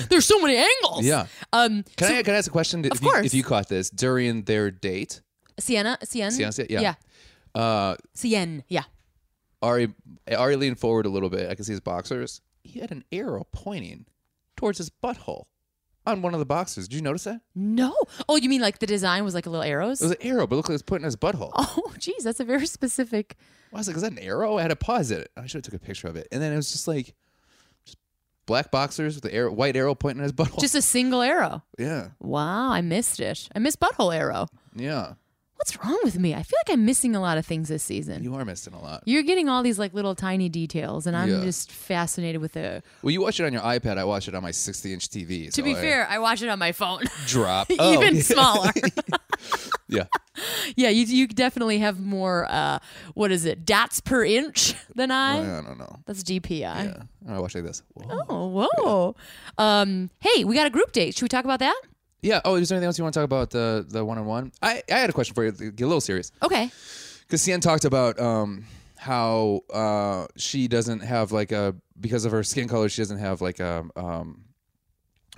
Speaker 2: There's so many angles.
Speaker 1: Yeah.
Speaker 2: Um.
Speaker 1: Can I can I ask a question? If
Speaker 2: Of
Speaker 1: you,
Speaker 2: course.
Speaker 1: if you caught this during their date,
Speaker 2: Sienna. Sienna.
Speaker 1: Sienna, yeah.
Speaker 2: Yeah.
Speaker 1: uh,
Speaker 2: Sien. Yeah.
Speaker 1: Ari Ari leaned forward a little bit. I can see his boxers. He had an arrow pointing towards his butthole on one of the boxes. Did you notice that?
Speaker 2: No. Oh, you mean like the design was like a little arrows?
Speaker 1: It was an arrow, but it looked like it was put in his butthole.
Speaker 2: oh, geez, that's a very specific.
Speaker 1: I was like, is that an arrow? I had to pause it. I should have took a picture of it. And then it was just like just black boxers with the arrow, white arrow pointing at his butthole.
Speaker 2: Just a single arrow.
Speaker 1: yeah.
Speaker 2: Wow, I missed it. I missed butthole arrow.
Speaker 1: Yeah.
Speaker 2: What's wrong with me? I feel like I'm missing a lot of things this season.
Speaker 1: You are missing a lot.
Speaker 2: You're getting all these like little tiny details, and I'm
Speaker 1: Yeah.
Speaker 2: just fascinated with the.
Speaker 1: Well, you watch it on your iPad. I watch it on my 60 inch TV.
Speaker 2: To
Speaker 1: so
Speaker 2: be
Speaker 1: I
Speaker 2: fair, I watch it on my phone,
Speaker 1: drop.
Speaker 2: even
Speaker 1: yeah.
Speaker 2: smaller.
Speaker 1: Yeah.
Speaker 2: yeah, you you definitely have more. Uh, what is it? Dots per inch than I.
Speaker 1: I don't know.
Speaker 2: That's DPI.
Speaker 1: Yeah. I watch like this. Whoa.
Speaker 2: Oh, whoa. Um, hey, we got a group date. Should we talk about that?
Speaker 1: Yeah. Oh, is there anything else you want to talk about the the one on one? I I had a question for you. Get a little serious.
Speaker 2: Okay.
Speaker 1: because Sian talked about um, how uh, she doesn't have like a because of her skin color she doesn't have like a um,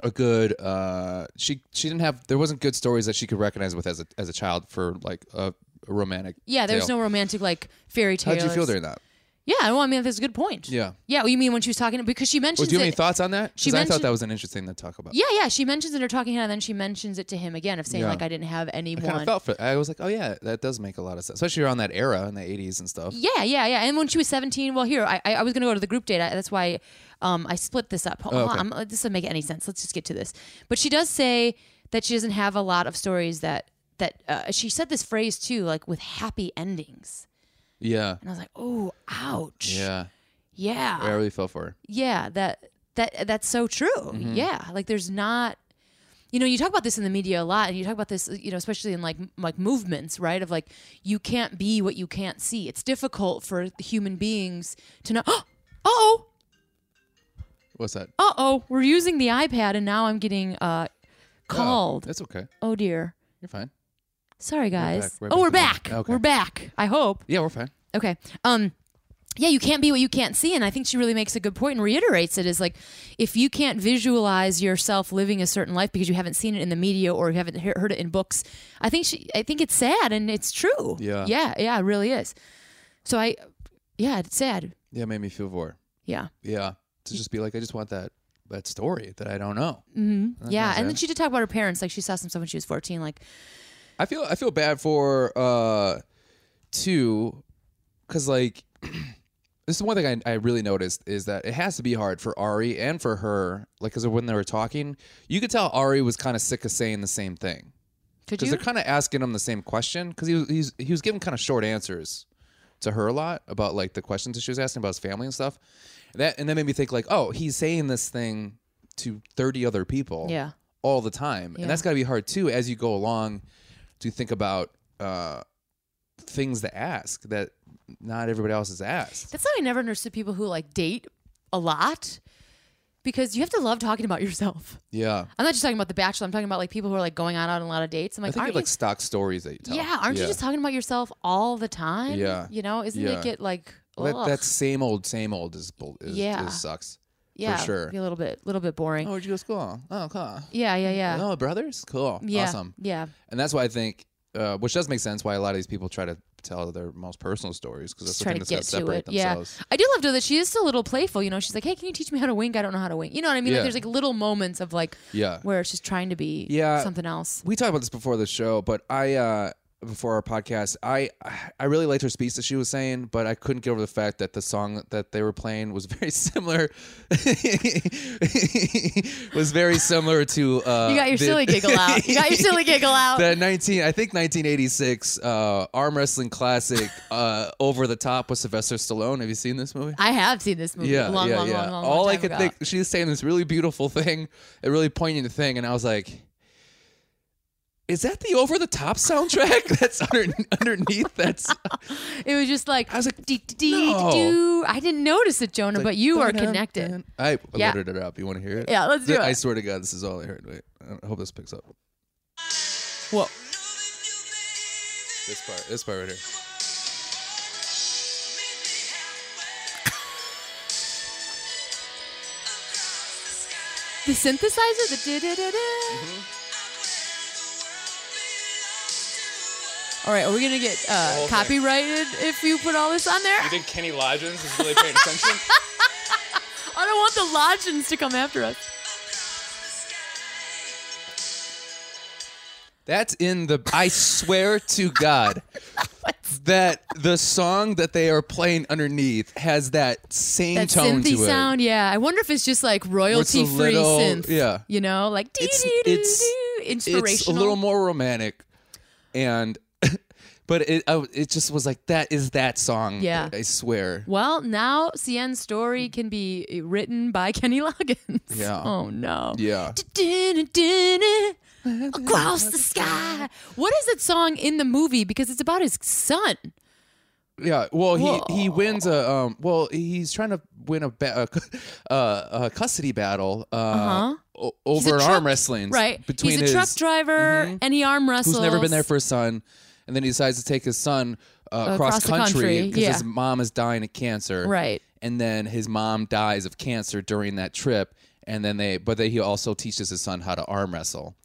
Speaker 1: a good uh, she she didn't have there wasn't good stories that she could recognize with as a as a child for like a, a romantic
Speaker 2: Yeah, there's
Speaker 1: tale.
Speaker 2: no romantic like fairy tale.
Speaker 1: how'd you feel during that
Speaker 2: Yeah, well, I mean, that's a good point.
Speaker 1: yeah
Speaker 2: Yeah, well, you mean when she was talking because she mentions
Speaker 1: well, do you have
Speaker 2: it.
Speaker 1: any thoughts on that
Speaker 2: she
Speaker 1: because I thought
Speaker 2: mentioned-
Speaker 1: that was an interesting thing to talk about
Speaker 2: yeah, yeah, she mentions it in her talking head, and then she mentions it to him again of saying
Speaker 1: Yeah.
Speaker 2: like I didn't have
Speaker 1: I kind
Speaker 2: anyone.
Speaker 1: of felt for I was like oh yeah that does make a lot of sense especially around that era in the 80s and stuff
Speaker 2: yeah, yeah, yeah. And when she was 17, well, here I, I, I was gonna go to the group date. I, that's why um, I split this up. Hold
Speaker 1: Oh,
Speaker 2: on,
Speaker 1: okay.
Speaker 2: I'm- uh, this doesn't make any sense. Let's just get to this. But she does say that she doesn't have a lot of stories that that uh, she said this phrase too, like with happy endings.
Speaker 1: yeah
Speaker 2: And I was like, oh, ouch.
Speaker 1: yeah
Speaker 2: Yeah.
Speaker 1: I really felt for her
Speaker 2: Yeah, that that that's so true.
Speaker 1: Mm-hmm.
Speaker 2: Yeah, like there's not you know, you talk about this in the media a lot and you talk about this, you know, especially in like m- like movements, right? Of like you can't be what you can't see. It's difficult for human beings to know Oh,
Speaker 1: what's that
Speaker 2: uh oh, we're using the iPad and now I'm getting uh
Speaker 1: Oh.
Speaker 2: called.
Speaker 1: that's okay
Speaker 2: Oh, dear.
Speaker 1: you're fine
Speaker 2: Sorry guys.
Speaker 1: back. We're
Speaker 2: oh, we're
Speaker 1: back.
Speaker 2: back.
Speaker 1: Okay.
Speaker 2: We're back. I hope.
Speaker 1: yeah we're fine
Speaker 2: Okay. Um yeah, you can't be what you can't see and I think she really makes a good point and reiterates it is like if you can't visualize yourself living a certain life because you haven't seen it in the media or you haven't he- heard it in books, I think she I think it's sad and it's true.
Speaker 1: Yeah.
Speaker 2: Yeah, yeah, it really is. So I yeah, it's sad.
Speaker 1: yeah it made me feel for her
Speaker 2: Yeah.
Speaker 1: Yeah. To just be like, I just want that that story that I don't know.
Speaker 2: yeah, and then she did talk about her parents like she saw some stuff when she was 14 like
Speaker 1: I feel I feel bad for uh two because like this is one thing I, I really noticed is that it has to be hard for Ari and for her like because when they were talking, you could tell Ari was kind of sick of saying the same thing
Speaker 2: could
Speaker 1: because
Speaker 2: you
Speaker 1: they're kind of asking him the same question because he was he's, he was giving kind of short answers to her a lot about like the questions that she was asking about his family and stuff. That and that made me think like, oh, he's saying this thing to thirty other people,
Speaker 2: Yeah.
Speaker 1: all the time,
Speaker 2: Yeah.
Speaker 1: and that's got to be hard too as you go along to think about uh, things to ask that not everybody else has asked.
Speaker 2: That's why I never understood people who like date a lot because you have to love talking about yourself.
Speaker 1: Yeah,
Speaker 2: I'm not just talking about The Bachelor. I'm talking about like people who are like going out on a lot of dates. I'm
Speaker 1: I
Speaker 2: like,
Speaker 1: think you
Speaker 2: aren't
Speaker 1: have like stock stories that you
Speaker 2: you?
Speaker 1: tell.
Speaker 2: Yeah, aren't you just talking about yourself all the time?
Speaker 1: Yeah.
Speaker 2: you know, isn't
Speaker 1: Yeah.
Speaker 2: it get like
Speaker 1: Well, that,
Speaker 2: ugh.
Speaker 1: that same old, same old is, bull- is,
Speaker 2: Yeah.
Speaker 1: is sucks.
Speaker 2: yeah,
Speaker 1: sure.
Speaker 2: be a little bit, little bit boring.
Speaker 1: Oh, where'd you go to school? Oh, cool.
Speaker 2: Yeah, yeah, yeah,
Speaker 1: Oh, brothers? Cool.
Speaker 2: yeah,
Speaker 1: Awesome.
Speaker 2: yeah,
Speaker 1: And that's why I think, uh, which does make sense, why a lot of these people try to tell their most personal stories because that's
Speaker 2: Just
Speaker 1: the
Speaker 2: try
Speaker 1: thing
Speaker 2: to
Speaker 1: that's going
Speaker 2: get
Speaker 1: to
Speaker 2: to
Speaker 1: separate
Speaker 2: it.
Speaker 1: themselves.
Speaker 2: Yeah, I do love though that she is still a little playful. You know, she's like, "Hey, can you teach me how to wink? I don't know how to wink." You know what I mean?
Speaker 1: Yeah.
Speaker 2: Like, there's like little moments of like
Speaker 1: Yeah.
Speaker 2: where she's trying to be
Speaker 1: Yeah.
Speaker 2: something else.
Speaker 1: We talked about this before the show, but I, uh, before our podcast, I I really liked her speech that she was saying, but I couldn't get over the fact that the song that they were playing was very similar. was very similar to uh,
Speaker 2: You got your
Speaker 1: the-
Speaker 2: silly giggle out. You got your silly giggle out.
Speaker 1: The 19, I think 1986 uh, arm wrestling classic uh, Over the Top with Sylvester Stallone. Have you seen this movie?
Speaker 2: I have seen this movie.
Speaker 1: Yeah,
Speaker 2: Mm-hmm. long,
Speaker 1: yeah,
Speaker 2: long,
Speaker 1: yeah.
Speaker 2: long, long, long
Speaker 1: All I
Speaker 2: time
Speaker 1: could
Speaker 2: ago.
Speaker 1: think, she was saying this really beautiful thing, a really poignant thing, and I was like, "Is that the over the top soundtrack that's under, underneath?" That's
Speaker 2: It was just like
Speaker 1: I was like,
Speaker 2: dee, dee, dee,
Speaker 1: "No."
Speaker 2: doo. I didn't notice it, Jonah, but you are
Speaker 1: Dun, dun,
Speaker 2: connected.
Speaker 1: dun. I
Speaker 2: Yeah.
Speaker 1: loaded it up. You want to hear it?
Speaker 2: Yeah, let's do
Speaker 1: I
Speaker 2: it.
Speaker 1: swear to God, this is all I heard. Wait, I hope this picks up.
Speaker 2: Whoa.
Speaker 1: This part, this part right here.
Speaker 2: The synthesizer, the da da da
Speaker 1: Mm-hmm.
Speaker 2: da. All right, are we gonna get uh,
Speaker 1: thing.
Speaker 2: copyrighted if you put all this on there?
Speaker 1: think Kenny Loggins is really paying attention?
Speaker 2: I don't want the lodgings to come after us.
Speaker 1: That's in the. I swear to God that the song that they are playing underneath has that same
Speaker 2: That
Speaker 1: tone to
Speaker 2: synthy
Speaker 1: it.
Speaker 2: sound, yeah. I wonder if it's just like royalty free
Speaker 1: little-
Speaker 2: synth.
Speaker 1: yeah.
Speaker 2: You know, like dee
Speaker 1: It's-
Speaker 2: dee doo
Speaker 1: it's-
Speaker 2: doo, inspirational.
Speaker 1: It's a little more romantic, and but it I, it just was like that is that song.
Speaker 2: Yeah.
Speaker 1: I swear.
Speaker 2: Well, now CN's story can be eh, written by Kenny Loggins.
Speaker 1: Yeah.
Speaker 2: Oh no.
Speaker 1: Yeah.
Speaker 2: Across the sky. What is that song in the movie? Because it's about his son.
Speaker 1: Yeah, well, he he wins a um. Well, he's trying to win a ba- a, uh, a custody battle uh, o-
Speaker 2: Uh-huh. a
Speaker 1: over an
Speaker 2: truck-
Speaker 1: arm wrestling
Speaker 2: Right.
Speaker 1: between
Speaker 2: He's a
Speaker 1: his Mm-hmm.
Speaker 2: truck driver and he arm wrestles.
Speaker 1: who's never been there for his son, and then he decides to take his son uh, across,
Speaker 2: across the country,
Speaker 1: because
Speaker 2: yeah.
Speaker 1: his mom is dying of cancer.
Speaker 2: Right.
Speaker 1: and then his mom dies of cancer during that trip, and then they but then he also teaches his son how to arm wrestle,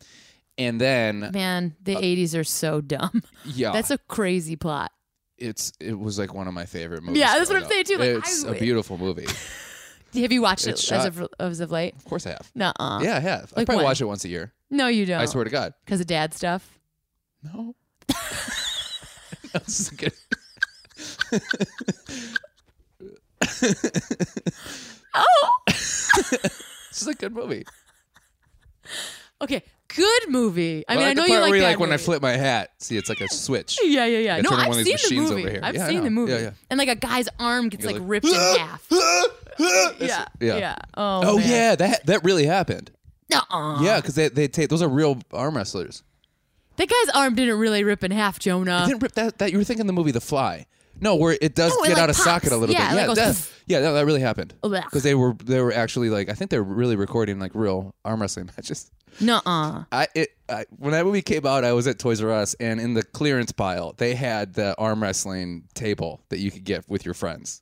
Speaker 1: and then
Speaker 2: Man,
Speaker 1: Uh,
Speaker 2: the 80s are so dumb.
Speaker 1: yeah,
Speaker 2: That's a crazy plot.
Speaker 1: it's it was like one of my favorite movies.
Speaker 2: Yeah, that's what
Speaker 1: growing
Speaker 2: I'm saying, too. Like,
Speaker 1: up. It's
Speaker 2: I
Speaker 1: a
Speaker 2: would-
Speaker 1: beautiful movie.
Speaker 2: Have you watched
Speaker 1: It's
Speaker 2: it
Speaker 1: shot-
Speaker 2: as of, as of late?
Speaker 1: Of course, I have.
Speaker 2: Nuh
Speaker 1: Yeah, I have. I
Speaker 2: Like Oh.
Speaker 1: probably
Speaker 2: when?
Speaker 1: watch it once a year.
Speaker 2: No, you don't.
Speaker 1: I swear to God.
Speaker 2: Because of dad stuff.
Speaker 1: No. That's just good.
Speaker 2: Oh!
Speaker 1: This is a good movie.
Speaker 2: Okay, good movie. I mean, I
Speaker 1: like the
Speaker 2: know
Speaker 1: part
Speaker 2: you like
Speaker 1: where
Speaker 2: that
Speaker 1: like when I
Speaker 2: movie.
Speaker 1: flip my hat. See, it's like a switch.
Speaker 2: Yeah, yeah, yeah.
Speaker 1: I
Speaker 2: no,
Speaker 1: turn on
Speaker 2: I've
Speaker 1: one of
Speaker 2: seen
Speaker 1: these
Speaker 2: the
Speaker 1: machines
Speaker 2: movie.
Speaker 1: over here.
Speaker 2: I've
Speaker 1: Yeah, I
Speaker 2: seen
Speaker 1: know.
Speaker 2: the movie.
Speaker 1: Yeah, yeah.
Speaker 2: And like a guy's arm gets like,
Speaker 1: like,
Speaker 2: ripped in half. Yeah, yeah. Oh,
Speaker 1: Oh
Speaker 2: man.
Speaker 1: yeah, that that really happened.
Speaker 2: Nuh-uh.
Speaker 1: Yeah, because they they take those are real arm wrestlers.
Speaker 2: That guy's arm didn't really rip in half,
Speaker 1: I
Speaker 2: Jonah.
Speaker 1: didn't rip that. That you were thinking the movie The Fly. No, where it does
Speaker 2: No, it,
Speaker 1: get
Speaker 2: like,
Speaker 1: out of socket
Speaker 2: pops.
Speaker 1: a little
Speaker 2: Yeah,
Speaker 1: bit.
Speaker 2: it,
Speaker 1: Yeah,
Speaker 2: like, goes
Speaker 1: that, yeah, that, that really happened.
Speaker 2: Blech.
Speaker 1: Because they were they were actually like I think they were really recording like real arm wrestling matches.
Speaker 2: Nuh-uh.
Speaker 1: I it I, when that movie came out, I was at Toys R Us, and in the clearance pile, they had the arm wrestling table that you could get with your friends.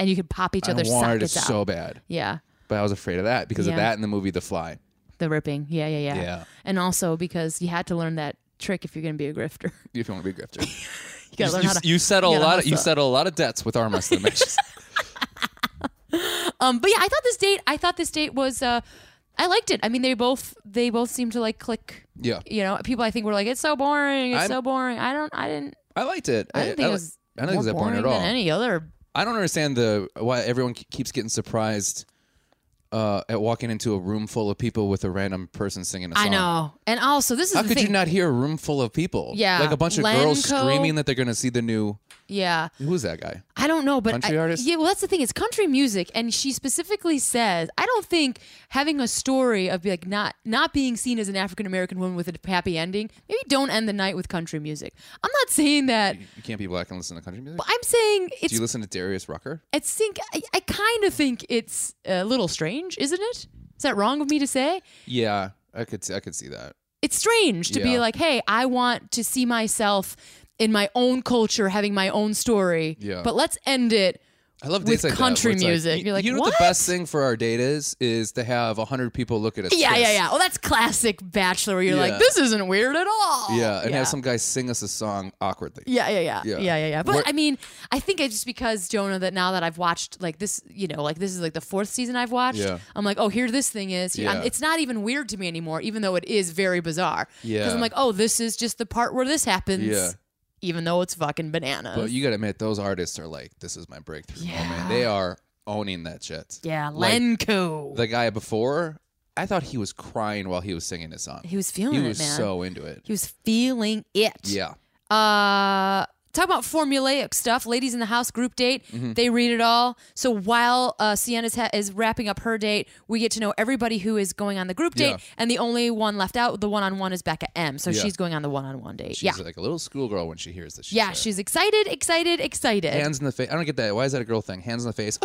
Speaker 2: And you could pop each
Speaker 1: I
Speaker 2: other's
Speaker 1: wanted it
Speaker 2: sockets out.
Speaker 1: so bad,
Speaker 2: yeah.
Speaker 1: but I was afraid of that because
Speaker 2: Yeah.
Speaker 1: of that in the movie The Fly.
Speaker 2: The ripping. Yeah, yeah, yeah.
Speaker 1: Yeah.
Speaker 2: And also because you had to learn that trick if you're going to be a grifter.
Speaker 1: If you want to be a grifter,
Speaker 2: You got to
Speaker 1: you,
Speaker 2: learn
Speaker 1: you,
Speaker 2: how to
Speaker 1: you settle
Speaker 2: you
Speaker 1: a
Speaker 2: gotta
Speaker 1: lot. Of, you
Speaker 2: hustle.
Speaker 1: settle a lot of debts with arm wrestling matches.
Speaker 2: Um, but yeah, I thought this date. I thought this date was. Uh, I liked it. I mean, they both they both seemed to like click.
Speaker 1: Yeah.
Speaker 2: You know, people I think were like, "It's so boring. It's
Speaker 1: I'm-
Speaker 2: so boring." I don't. I didn't.
Speaker 1: I liked it.
Speaker 2: I didn't think it was.
Speaker 1: I don't think it's that
Speaker 2: more
Speaker 1: boring at
Speaker 2: than
Speaker 1: all.
Speaker 2: Any other?
Speaker 1: I don't understand the why everyone ke- keeps getting surprised uh, at walking into a room full of people with a random person singing a song.
Speaker 2: I know. And also, this is
Speaker 1: How
Speaker 2: the
Speaker 1: could
Speaker 2: thing.
Speaker 1: you not hear a room full of people?
Speaker 2: Yeah.
Speaker 1: like a bunch of girls
Speaker 2: Lenco.
Speaker 1: screaming that they're going to see the new.
Speaker 2: yeah.
Speaker 1: Who's that guy?
Speaker 2: I don't know, but
Speaker 1: Country
Speaker 2: I-
Speaker 1: artist?
Speaker 2: Yeah, well, that's the thing. It's country music, and she specifically says, I don't think having a story of like not not being seen as an African American woman with a happy ending. Maybe don't end the night with country music. I'm not saying that.
Speaker 1: You can't be black and listen to country music.
Speaker 2: I'm saying it's
Speaker 1: Do you listen to Darius Rucker?
Speaker 2: I think I, I kind of think it's a little strange, isn't it? Is that wrong of me to say?
Speaker 1: Yeah, I could I could see that.
Speaker 2: It's strange to be
Speaker 1: Yeah.
Speaker 2: like, hey, I want to see myself in my own culture, having my own story.
Speaker 1: Yeah.
Speaker 2: But let's end it.
Speaker 1: I love
Speaker 2: With
Speaker 1: dates like
Speaker 2: country
Speaker 1: that, where it's
Speaker 2: music,
Speaker 1: you-
Speaker 2: you're like,
Speaker 1: you know
Speaker 2: "What?"
Speaker 1: the best thing for our date is is to have hundred people look at us.
Speaker 2: Yeah, yeah,
Speaker 1: kiss.
Speaker 2: yeah. Well, that's classic bachelor. You're
Speaker 1: Yeah.
Speaker 2: like, this isn't weird at all.
Speaker 1: yeah, and
Speaker 2: yeah.
Speaker 1: have some guy sing us a song awkwardly.
Speaker 2: Yeah, yeah, yeah, yeah,
Speaker 1: Yeah.
Speaker 2: yeah, yeah. But
Speaker 1: What-
Speaker 2: I mean, I think it's just because Jonah that now that I've watched like this, you know, like this is like the fourth season I've watched.
Speaker 1: Yeah.
Speaker 2: I'm like, oh, here this thing is. Here- I'm-
Speaker 1: Yeah.
Speaker 2: it's not even weird to me anymore, even though it is very bizarre.
Speaker 1: Yeah.
Speaker 2: Because I'm like, oh, this is just the part where this happens.
Speaker 1: Yeah.
Speaker 2: Even though it's fucking bananas.
Speaker 1: But you got to admit, those artists are like, this is my breakthrough
Speaker 2: Yeah.
Speaker 1: moment. They are owning that shit.
Speaker 2: yeah,
Speaker 1: Like,
Speaker 2: Lenko.
Speaker 1: the guy before, I thought he was crying while he was singing his song.
Speaker 2: he was feeling
Speaker 1: He was
Speaker 2: it, man.
Speaker 1: so into it.
Speaker 2: he was feeling it.
Speaker 1: Yeah.
Speaker 2: uh talk about formulaic stuff ladies in the house group date
Speaker 1: Mm-hmm.
Speaker 2: they read it all so while uh sienna's ha- is wrapping up her date we get to know everybody who is going on the group date
Speaker 1: Yeah.
Speaker 2: and the only one left out the one-on-one is becca m so
Speaker 1: Yeah.
Speaker 2: she's going on the one-on-one date
Speaker 1: She's
Speaker 2: yeah
Speaker 1: like a little schoolgirl when she hears this. She's
Speaker 2: yeah
Speaker 1: like,
Speaker 2: she's excited excited excited
Speaker 1: hands in the face. I don't get that. Why is that a girl thing? Hands in the face.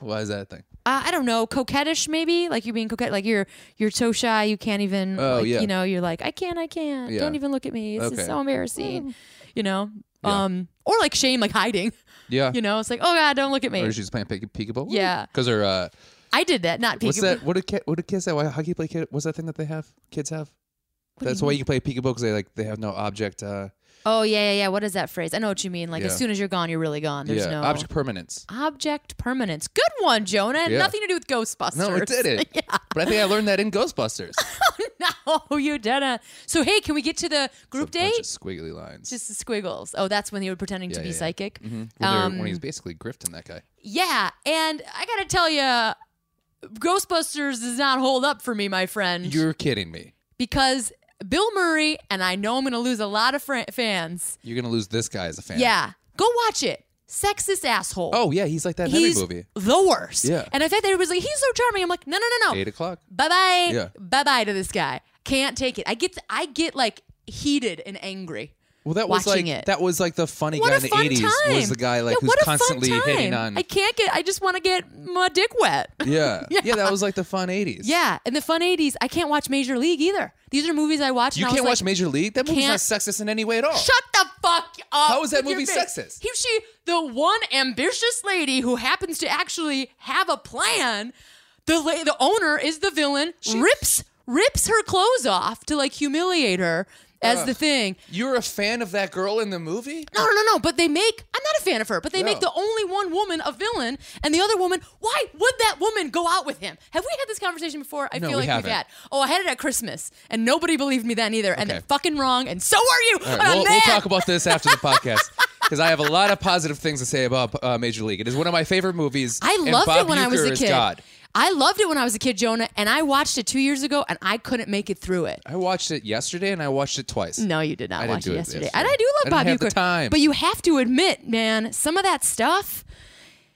Speaker 1: Why is that a thing?
Speaker 2: uh, i don't know coquettish maybe like you being coquette like you're you're so shy you can't even
Speaker 1: Oh,
Speaker 2: like,
Speaker 1: yeah.
Speaker 2: you know you're like i can't i can't
Speaker 1: Yeah.
Speaker 2: don't even look at me this is
Speaker 1: Okay.
Speaker 2: so embarrassing you know um or like shame like hiding
Speaker 1: Yeah.
Speaker 2: you know it's like oh god don't look at me
Speaker 1: Or she's playing peek- peekaboo.
Speaker 2: Yeah.
Speaker 1: Because her uh,
Speaker 2: I did that, not peekaboo.
Speaker 1: what's that? What did ki- what did kids have? Why hockey play kid? What's that thing that they have? Kids have. That's why you can play peekaboo because they like they have no object. Uh,
Speaker 2: Oh yeah, yeah, yeah. What is that phrase? I know what you mean. Like
Speaker 1: Yeah.
Speaker 2: as soon as you're gone, you're really gone. There's
Speaker 1: yeah.
Speaker 2: no
Speaker 1: Object permanence.
Speaker 2: Object permanence. Good one, Jonah.
Speaker 1: Yeah.
Speaker 2: Nothing to do with Ghostbusters.
Speaker 1: No, it didn't.
Speaker 2: yeah.
Speaker 1: But I think I learned that in Ghostbusters.
Speaker 2: No. No, you didn't. So hey, can we get to the group
Speaker 1: Bunch of
Speaker 2: date?
Speaker 1: squiggly lines.
Speaker 2: Just the squiggles. Oh, that's when they were pretending to
Speaker 1: Yeah,
Speaker 2: be
Speaker 1: yeah, yeah.
Speaker 2: psychic.
Speaker 1: When they're- when
Speaker 2: um,
Speaker 1: he's basically grifting that guy.
Speaker 2: Yeah, and I gotta tell you, Ghostbusters does not hold up for me, my friend,
Speaker 1: You're kidding me.
Speaker 2: because Bill Murray and I know I'm gonna lose a lot of fran- fans.
Speaker 1: You're gonna lose this guy as a fan.
Speaker 2: Yeah, go watch it. Sexist asshole.
Speaker 1: Oh yeah, he's like that in
Speaker 2: he's
Speaker 1: every movie.
Speaker 2: the worst.
Speaker 1: Yeah.
Speaker 2: and I fact that everybody's like, he's so charming. I'm like, no, no, no, no.
Speaker 1: Eight o'clock.
Speaker 2: bye bye
Speaker 1: Yeah.
Speaker 2: bye bye to this guy can't take it i get i get like heated and angry
Speaker 1: Well, that was
Speaker 2: watching
Speaker 1: like
Speaker 2: it.
Speaker 1: that was like the funny
Speaker 2: what
Speaker 1: guy
Speaker 2: a
Speaker 1: in the
Speaker 2: fun
Speaker 1: '80s
Speaker 2: time
Speaker 1: was the guy like
Speaker 2: Yeah,
Speaker 1: who's
Speaker 2: what a fun
Speaker 1: constantly hitting
Speaker 2: time.
Speaker 1: on.
Speaker 2: i can't get i just want to get my dick wet
Speaker 1: yeah.
Speaker 2: Yeah.
Speaker 1: yeah, that was like the fun '80s.
Speaker 2: yeah in the fun 80s i can't watch major league either these are movies i watch
Speaker 1: you
Speaker 2: and
Speaker 1: can't
Speaker 2: I
Speaker 1: watch
Speaker 2: was like,
Speaker 1: Major League. That movie's
Speaker 2: can't-
Speaker 1: not sexist in any way at all.
Speaker 2: Shut the fuck up.
Speaker 1: How is that
Speaker 2: with your
Speaker 1: movie
Speaker 2: face.
Speaker 1: sexist?
Speaker 2: He, she, the one ambitious lady who happens to actually have a plan. The la- the owner is the villain. rips rips her clothes off to like humiliate her as the thing.
Speaker 1: You're a fan of that girl in the movie?
Speaker 2: No, no, no, no. But they make. I'm not a fan of her. But they make
Speaker 1: No.
Speaker 2: the only one woman a villain, and the other woman. Why would that woman go out with him? Have we had this conversation before? I
Speaker 1: No,
Speaker 2: feel
Speaker 1: we
Speaker 2: like
Speaker 1: haven't.
Speaker 2: we've had. Oh, I had it at Christmas, and nobody believed me then either. And
Speaker 1: Okay.
Speaker 2: they're fucking wrong, and so are you.
Speaker 1: All
Speaker 2: I'm
Speaker 1: right, we'll, we'll
Speaker 2: mad.
Speaker 1: talk about this after the podcast because I have a lot of positive things to say about uh, Major League. It is one of my favorite movies.
Speaker 2: I
Speaker 1: and
Speaker 2: loved
Speaker 1: Bob
Speaker 2: it when I
Speaker 1: Uecker
Speaker 2: was a
Speaker 1: is
Speaker 2: kid.
Speaker 1: God.
Speaker 2: I loved it when I was a kid, Jonah, and I watched it two years ago, and I couldn't make it through it.
Speaker 1: I watched it yesterday and I watched it twice.
Speaker 2: No, you did not
Speaker 1: I didn't
Speaker 2: watch
Speaker 1: do
Speaker 2: it
Speaker 1: it
Speaker 2: yesterday.
Speaker 1: yesterday.
Speaker 2: and I do
Speaker 1: I
Speaker 2: love
Speaker 1: didn't
Speaker 2: Bobby
Speaker 1: have the time.
Speaker 2: but you have to admit, man, some of that stuff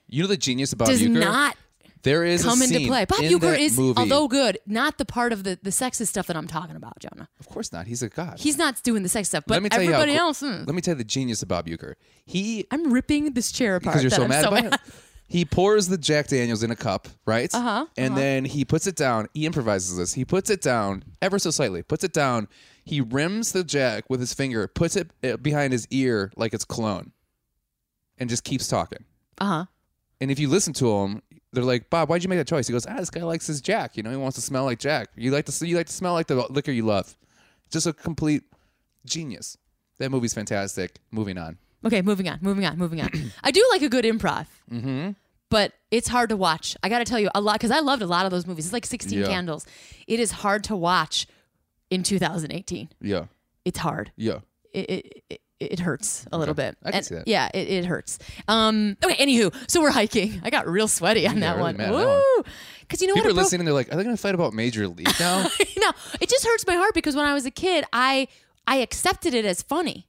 Speaker 1: You know the genius about
Speaker 2: does
Speaker 1: Uecker?
Speaker 2: not
Speaker 1: there is
Speaker 2: come
Speaker 1: a
Speaker 2: into
Speaker 1: scene
Speaker 2: play. Bob
Speaker 1: in
Speaker 2: Uecker
Speaker 1: that
Speaker 2: is,
Speaker 1: movie.
Speaker 2: although good, not the part of the the sexist stuff that I'm talking about, Jonah.
Speaker 1: of course not. He's a god.
Speaker 2: He's not doing the sex stuff, but
Speaker 1: let me tell you how
Speaker 2: everybody
Speaker 1: cool-
Speaker 2: else. mm.
Speaker 1: Let me tell you the genius of Bob Uecker. He
Speaker 2: I'm ripping this chair apart.
Speaker 1: because you're
Speaker 2: that
Speaker 1: so
Speaker 2: I'm
Speaker 1: mad
Speaker 2: so
Speaker 1: about
Speaker 2: mad.
Speaker 1: it. He pours the Jack Daniels in a cup, right? Uh-huh, and then he puts it down. He improvises this. He puts it down ever so slightly. Puts it down. He rims the Jack with his finger. Puts it uh, behind his ear like it's cologne, and just keeps talking.
Speaker 2: Uh-huh.
Speaker 1: And if you listen to him, they're like, "Bob, why'd you make that choice?" He goes, "Ah, this guy likes his Jack. You know, he wants to smell like Jack. You like to you like to smell like the liquor you love." Just a complete genius. That movie's fantastic. Moving on.
Speaker 2: Okay, moving on, moving on, moving on. I do like a good improv, mm-hmm. but it's hard to watch. I got to tell you a lot because I loved a lot of those movies. It's like Sixteen
Speaker 1: Yeah.
Speaker 2: Candles. It is hard to watch in 2018.
Speaker 1: Yeah,
Speaker 2: It's hard.
Speaker 1: yeah.
Speaker 2: It it, it, it hurts a little bit.
Speaker 1: I can
Speaker 2: And-
Speaker 1: see that.
Speaker 2: Yeah, it, it hurts. Um. Okay. Anywho, so we're hiking. I got real sweaty on that,
Speaker 1: really
Speaker 2: one.
Speaker 1: mad at that one.
Speaker 2: Woo! Because you know
Speaker 1: People
Speaker 2: what?
Speaker 1: are
Speaker 2: It broke-
Speaker 1: listening. They're like, "Are they going to fight about Major League now?"
Speaker 2: no, it just hurts my heart because when I was a kid, I I accepted it as funny,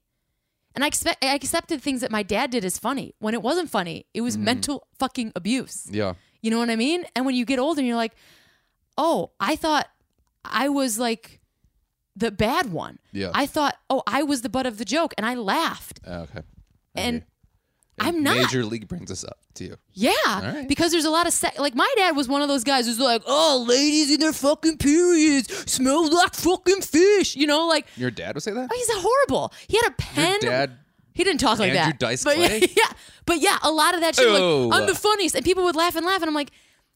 Speaker 2: and I expect I accepted things that my dad did as funny. When it wasn't funny, it
Speaker 1: Mm.
Speaker 2: was mental fucking abuse.
Speaker 1: yeah,
Speaker 2: You know what I mean? And when you get older, you're like, oh, I thought I was like the bad one.
Speaker 1: Yeah.
Speaker 2: I thought, oh, I was the butt of the joke, and I laughed,
Speaker 1: Oh, okay.
Speaker 2: and.
Speaker 1: Okay.
Speaker 2: I'm not.
Speaker 1: Major League brings us up to you.
Speaker 2: Yeah,
Speaker 1: right.
Speaker 2: because there's a lot of se- like my dad was one of those guys who's like, oh, ladies in their fucking periods smell like fucking fish, you know, like
Speaker 1: Your dad would say that.
Speaker 2: Oh, he's a horrible. He had a pen.
Speaker 1: dad-
Speaker 2: He didn't talk like
Speaker 1: Andrew
Speaker 2: that.
Speaker 1: Dice
Speaker 2: but
Speaker 1: Clay?
Speaker 2: yeah, but yeah, a lot of that shit.
Speaker 1: Ew.
Speaker 2: Like, I'm the funniest, and people would laugh and laugh, and I'm like,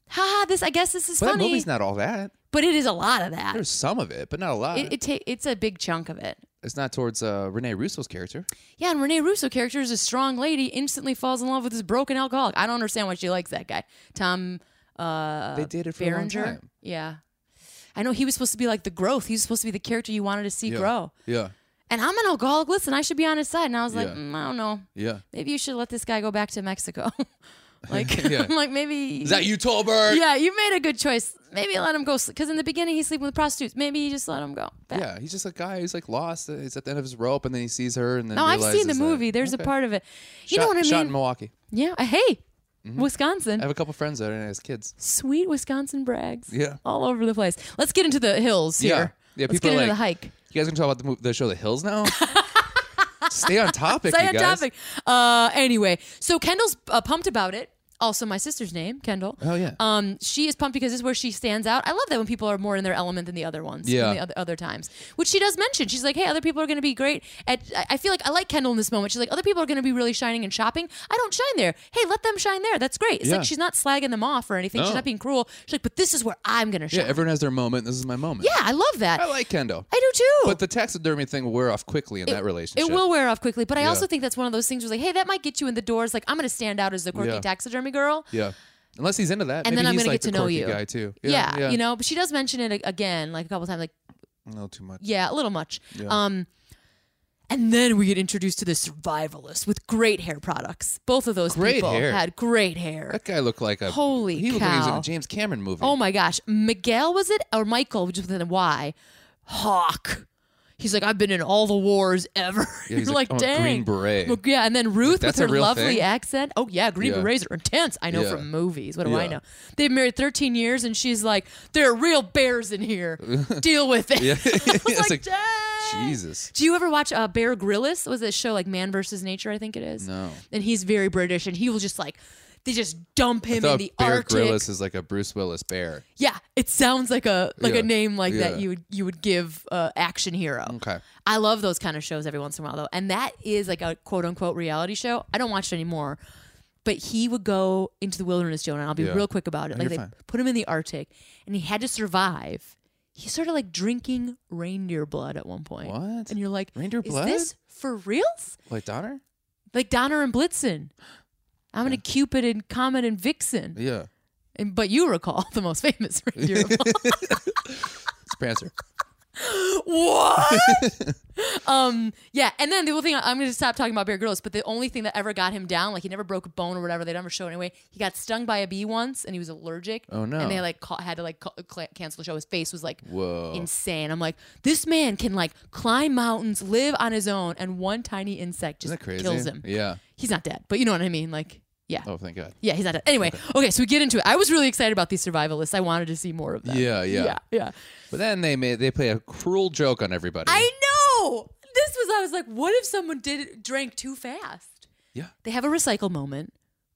Speaker 2: haha, this. I guess this is
Speaker 1: but that
Speaker 2: funny.
Speaker 1: movie's not all that.
Speaker 2: but it is a lot of that.
Speaker 1: There's some of it, but not a lot.
Speaker 2: It, it ta- it's a big chunk of it.
Speaker 1: it's not towards uh, Rene Russo's character.
Speaker 2: Yeah, and Renee Russo character is a strong lady. Instantly falls in love with this broken alcoholic. I don't understand why she likes that guy, Tom uh,
Speaker 1: they dated for a long
Speaker 2: Berenger.
Speaker 1: time.
Speaker 2: Yeah, I know he was supposed to be like the growth. He was supposed to be the character you wanted to see
Speaker 1: Yeah.
Speaker 2: grow.
Speaker 1: Yeah,
Speaker 2: And I'm an alcoholic. Listen, I should be on his side. And I was like,
Speaker 1: Yeah.
Speaker 2: mm, I don't know.
Speaker 1: yeah.
Speaker 2: maybe you should let this guy go back to Mexico. like,
Speaker 1: Yeah.
Speaker 2: I'm like maybe.
Speaker 1: Is that you, Tolbert?
Speaker 2: Yeah, you made a good choice. Maybe let him go because in the beginning he's sleeping with prostitutes. Maybe you just let him go. back.
Speaker 1: Yeah, he's just a guy who's like lost. uh, He's at the end of his rope, and then he sees her, and then
Speaker 2: No, I've
Speaker 1: realizes
Speaker 2: seen the
Speaker 1: that-
Speaker 2: movie. There's
Speaker 1: Okay.
Speaker 2: a part of it. You
Speaker 1: shot,
Speaker 2: know what I
Speaker 1: Shot Mm-hmm. in
Speaker 2: mean?
Speaker 1: Milwaukee.
Speaker 2: yeah. uh, Hey, Wisconsin.
Speaker 1: I have a couple friends that are as kids.
Speaker 2: Sweet Wisconsin brags.
Speaker 1: Yeah.
Speaker 2: All over the place. Let's get into the hills here.
Speaker 1: Yeah. Yeah,
Speaker 2: Let's
Speaker 1: people
Speaker 2: get
Speaker 1: are
Speaker 2: into the
Speaker 1: like-
Speaker 2: hike.
Speaker 1: You guys gonna talk about the, mo- the show The Hills now? Stay on topic,
Speaker 2: Stay
Speaker 1: you
Speaker 2: on
Speaker 1: guys.
Speaker 2: topic. Uh, anyway, so Kendall's uh, pumped about it. Also, my sister's name, Kendall.
Speaker 1: Oh, yeah.
Speaker 2: Um, she is pumped because this is where she stands out. I love that when people are more in their element than the other ones.
Speaker 1: Yeah.
Speaker 2: Than the other, other times, which she does mention. She's like, "Hey, other people are going to be great." At I I feel like I like Kendall in this moment. She's like, "Other people are going to be really shining and shopping. I don't shine there. Hey, let them shine there. That's great." It's
Speaker 1: Yeah.
Speaker 2: like she's not slagging them off or anything. She's
Speaker 1: No.
Speaker 2: not being cruel. She's like, "But this is where I'm going to
Speaker 1: Yeah,
Speaker 2: shine." Yeah,
Speaker 1: everyone has their moment. This is my moment.
Speaker 2: I love that.
Speaker 1: I like Kendo.
Speaker 2: I do too.
Speaker 1: But the taxidermy thing will wear off quickly in that relationship.
Speaker 2: It will wear off quickly, but I also think that's one of those things where like, hey, that might get you in the doors. Like, I'm going to stand out as the quirky
Speaker 1: Yeah.
Speaker 2: taxidermy girl.
Speaker 1: Yeah. Unless he's into that.
Speaker 2: And
Speaker 1: Maybe
Speaker 2: then I'm
Speaker 1: he's
Speaker 2: gonna
Speaker 1: like
Speaker 2: get to
Speaker 1: the
Speaker 2: know
Speaker 1: quirky
Speaker 2: you.
Speaker 1: guy too.
Speaker 2: Yeah, you know, but she does mention it a- again, like a couple times, like
Speaker 1: A little too much.
Speaker 2: Yeah, a little much. Um, and then we get introduced to the survivalist with great hair products. Both of those
Speaker 1: Great
Speaker 2: people
Speaker 1: hair.
Speaker 2: had great hair.
Speaker 1: That guy looked like a
Speaker 2: Holy
Speaker 1: He looked like he was in
Speaker 2: cow.
Speaker 1: a James Cameron movie.
Speaker 2: Oh my gosh, Miguel was it or Michael, which is with a Y, Hawk. He's like, I've been in all the wars ever.
Speaker 1: Yeah,
Speaker 2: You're
Speaker 1: he's like,
Speaker 2: like,
Speaker 1: "I'm a Green
Speaker 2: dang.
Speaker 1: Beret."
Speaker 2: Well, yeah, and then Ruth with
Speaker 1: that's a
Speaker 2: her
Speaker 1: real
Speaker 2: lovely
Speaker 1: thing?
Speaker 2: accent. Oh yeah, Green
Speaker 1: Yeah.
Speaker 2: Berets are intense. I know
Speaker 1: Yeah.
Speaker 2: from movies. What do I
Speaker 1: Yeah.
Speaker 2: know? They've married 13 years, and she's like, there are real bears in here. Deal with it. I was
Speaker 1: It's
Speaker 2: like,
Speaker 1: like,
Speaker 2: dang.
Speaker 1: Jesus.
Speaker 2: Do you ever watch uh, Bear Grylls? Was it a show like Man versus Nature? I think it is.
Speaker 1: No.
Speaker 2: And he's very British, and he will just like they just dump him in
Speaker 1: Thought
Speaker 2: the
Speaker 1: Bear
Speaker 2: Arctic.
Speaker 1: Grylls is like a Bruce Willis bear.
Speaker 2: Yeah, it sounds like a like
Speaker 1: Yeah.
Speaker 2: a name like that
Speaker 1: Yeah.
Speaker 2: you would you would give uh, action hero.
Speaker 1: Okay.
Speaker 2: I love those kind of shows every once in a while though, and that is like a quote unquote reality show. I don't watch it anymore, but he would go into the wilderness, Jonah. And I'll be
Speaker 1: Yeah.
Speaker 2: real quick about it. like
Speaker 1: you're
Speaker 2: they
Speaker 1: fine.
Speaker 2: put him in the Arctic, and he had to survive. He started like drinking reindeer blood at one point.
Speaker 1: What?
Speaker 2: And you're like,
Speaker 1: Reindeer
Speaker 2: is
Speaker 1: blood?
Speaker 2: this for reals?
Speaker 1: Like Donner?
Speaker 2: Like Donner and Blitzen. I'm gonna Cupid and Comet and Vixen.
Speaker 1: Yeah.
Speaker 2: And, but you recall the most famous reindeer of all.
Speaker 1: It's Prancer.
Speaker 2: what? um, yeah. And then the whole thing, I'm going to stop talking about Bear Grylls, but the only thing that ever got him down, like he never broke a bone or whatever, they never show it anyway. He got stung by a bee once and he was allergic.
Speaker 1: Oh, no.
Speaker 2: And they like ca- had to like ca- cla- cancel the show. His face was like
Speaker 1: Whoa.
Speaker 2: insane. I'm like, this man can like climb mountains, live on his own, and one tiny insect
Speaker 1: Isn't
Speaker 2: just
Speaker 1: that crazy?
Speaker 2: kills him.
Speaker 1: Yeah.
Speaker 2: He's not dead, but you know what I mean? Like, yeah.
Speaker 1: Oh, thank God.
Speaker 2: Yeah, he's not dead. Anyway, okay. so we get into it. I was really excited about these survivalists. I wanted to see more of them.
Speaker 1: Yeah, yeah.
Speaker 2: Yeah, yeah.
Speaker 1: But then they made they play a cruel joke on everybody.
Speaker 2: I know. This was I was like, what if someone did drank too fast?
Speaker 1: yeah.
Speaker 2: They have a recycle moment.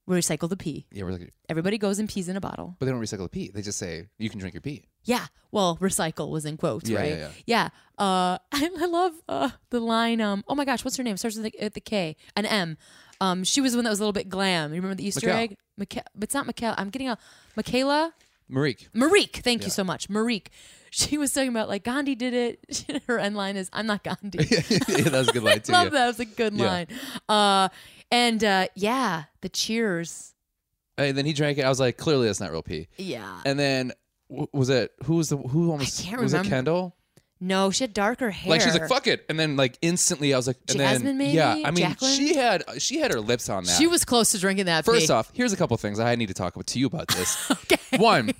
Speaker 2: We recycle the pee.
Speaker 1: Yeah, we're like,
Speaker 2: Everybody goes and pees in a bottle.
Speaker 1: but they don't recycle the pee. They just say you can drink your pee.
Speaker 2: Yeah. Well, recycle was in quotes,
Speaker 1: Yeah,
Speaker 2: right?
Speaker 1: yeah,
Speaker 2: yeah. Uh, I, I love uh, the line. Um, oh my gosh, what's her name? Starts with the, with the K, an M. Um, she was the one that was a little bit glam. You remember the Easter
Speaker 1: Mikkel.
Speaker 2: egg? Mikkel, but it's not Mikkel. I'm getting a Michaela.
Speaker 1: Marique.
Speaker 2: Marique, thank you so much. Marique. She was talking about like Gandhi did it. Her end line is, "I'm not Gandhi."
Speaker 1: yeah, that was a good line too.
Speaker 2: Love
Speaker 1: yeah.
Speaker 2: that. It was a good
Speaker 1: Yeah.
Speaker 2: line. Uh, and uh, yeah, the cheers.
Speaker 1: And then he drank it. I was like, clearly that's not real pee.
Speaker 2: Yeah.
Speaker 1: And then w- was it who was the who almost
Speaker 2: I can't
Speaker 1: was
Speaker 2: remember.
Speaker 1: it Kendall?
Speaker 2: No, she had darker hair.
Speaker 1: Like she's like fuck it, and then like instantly I was like, and
Speaker 2: Jasmine,
Speaker 1: then
Speaker 2: maybe?
Speaker 1: yeah, I mean
Speaker 2: Jacqueline?
Speaker 1: she had she had her lips on that.
Speaker 2: She was close to drinking that.
Speaker 1: First
Speaker 2: pee.
Speaker 1: off, here's a couple things I need to talk about to you about this. One,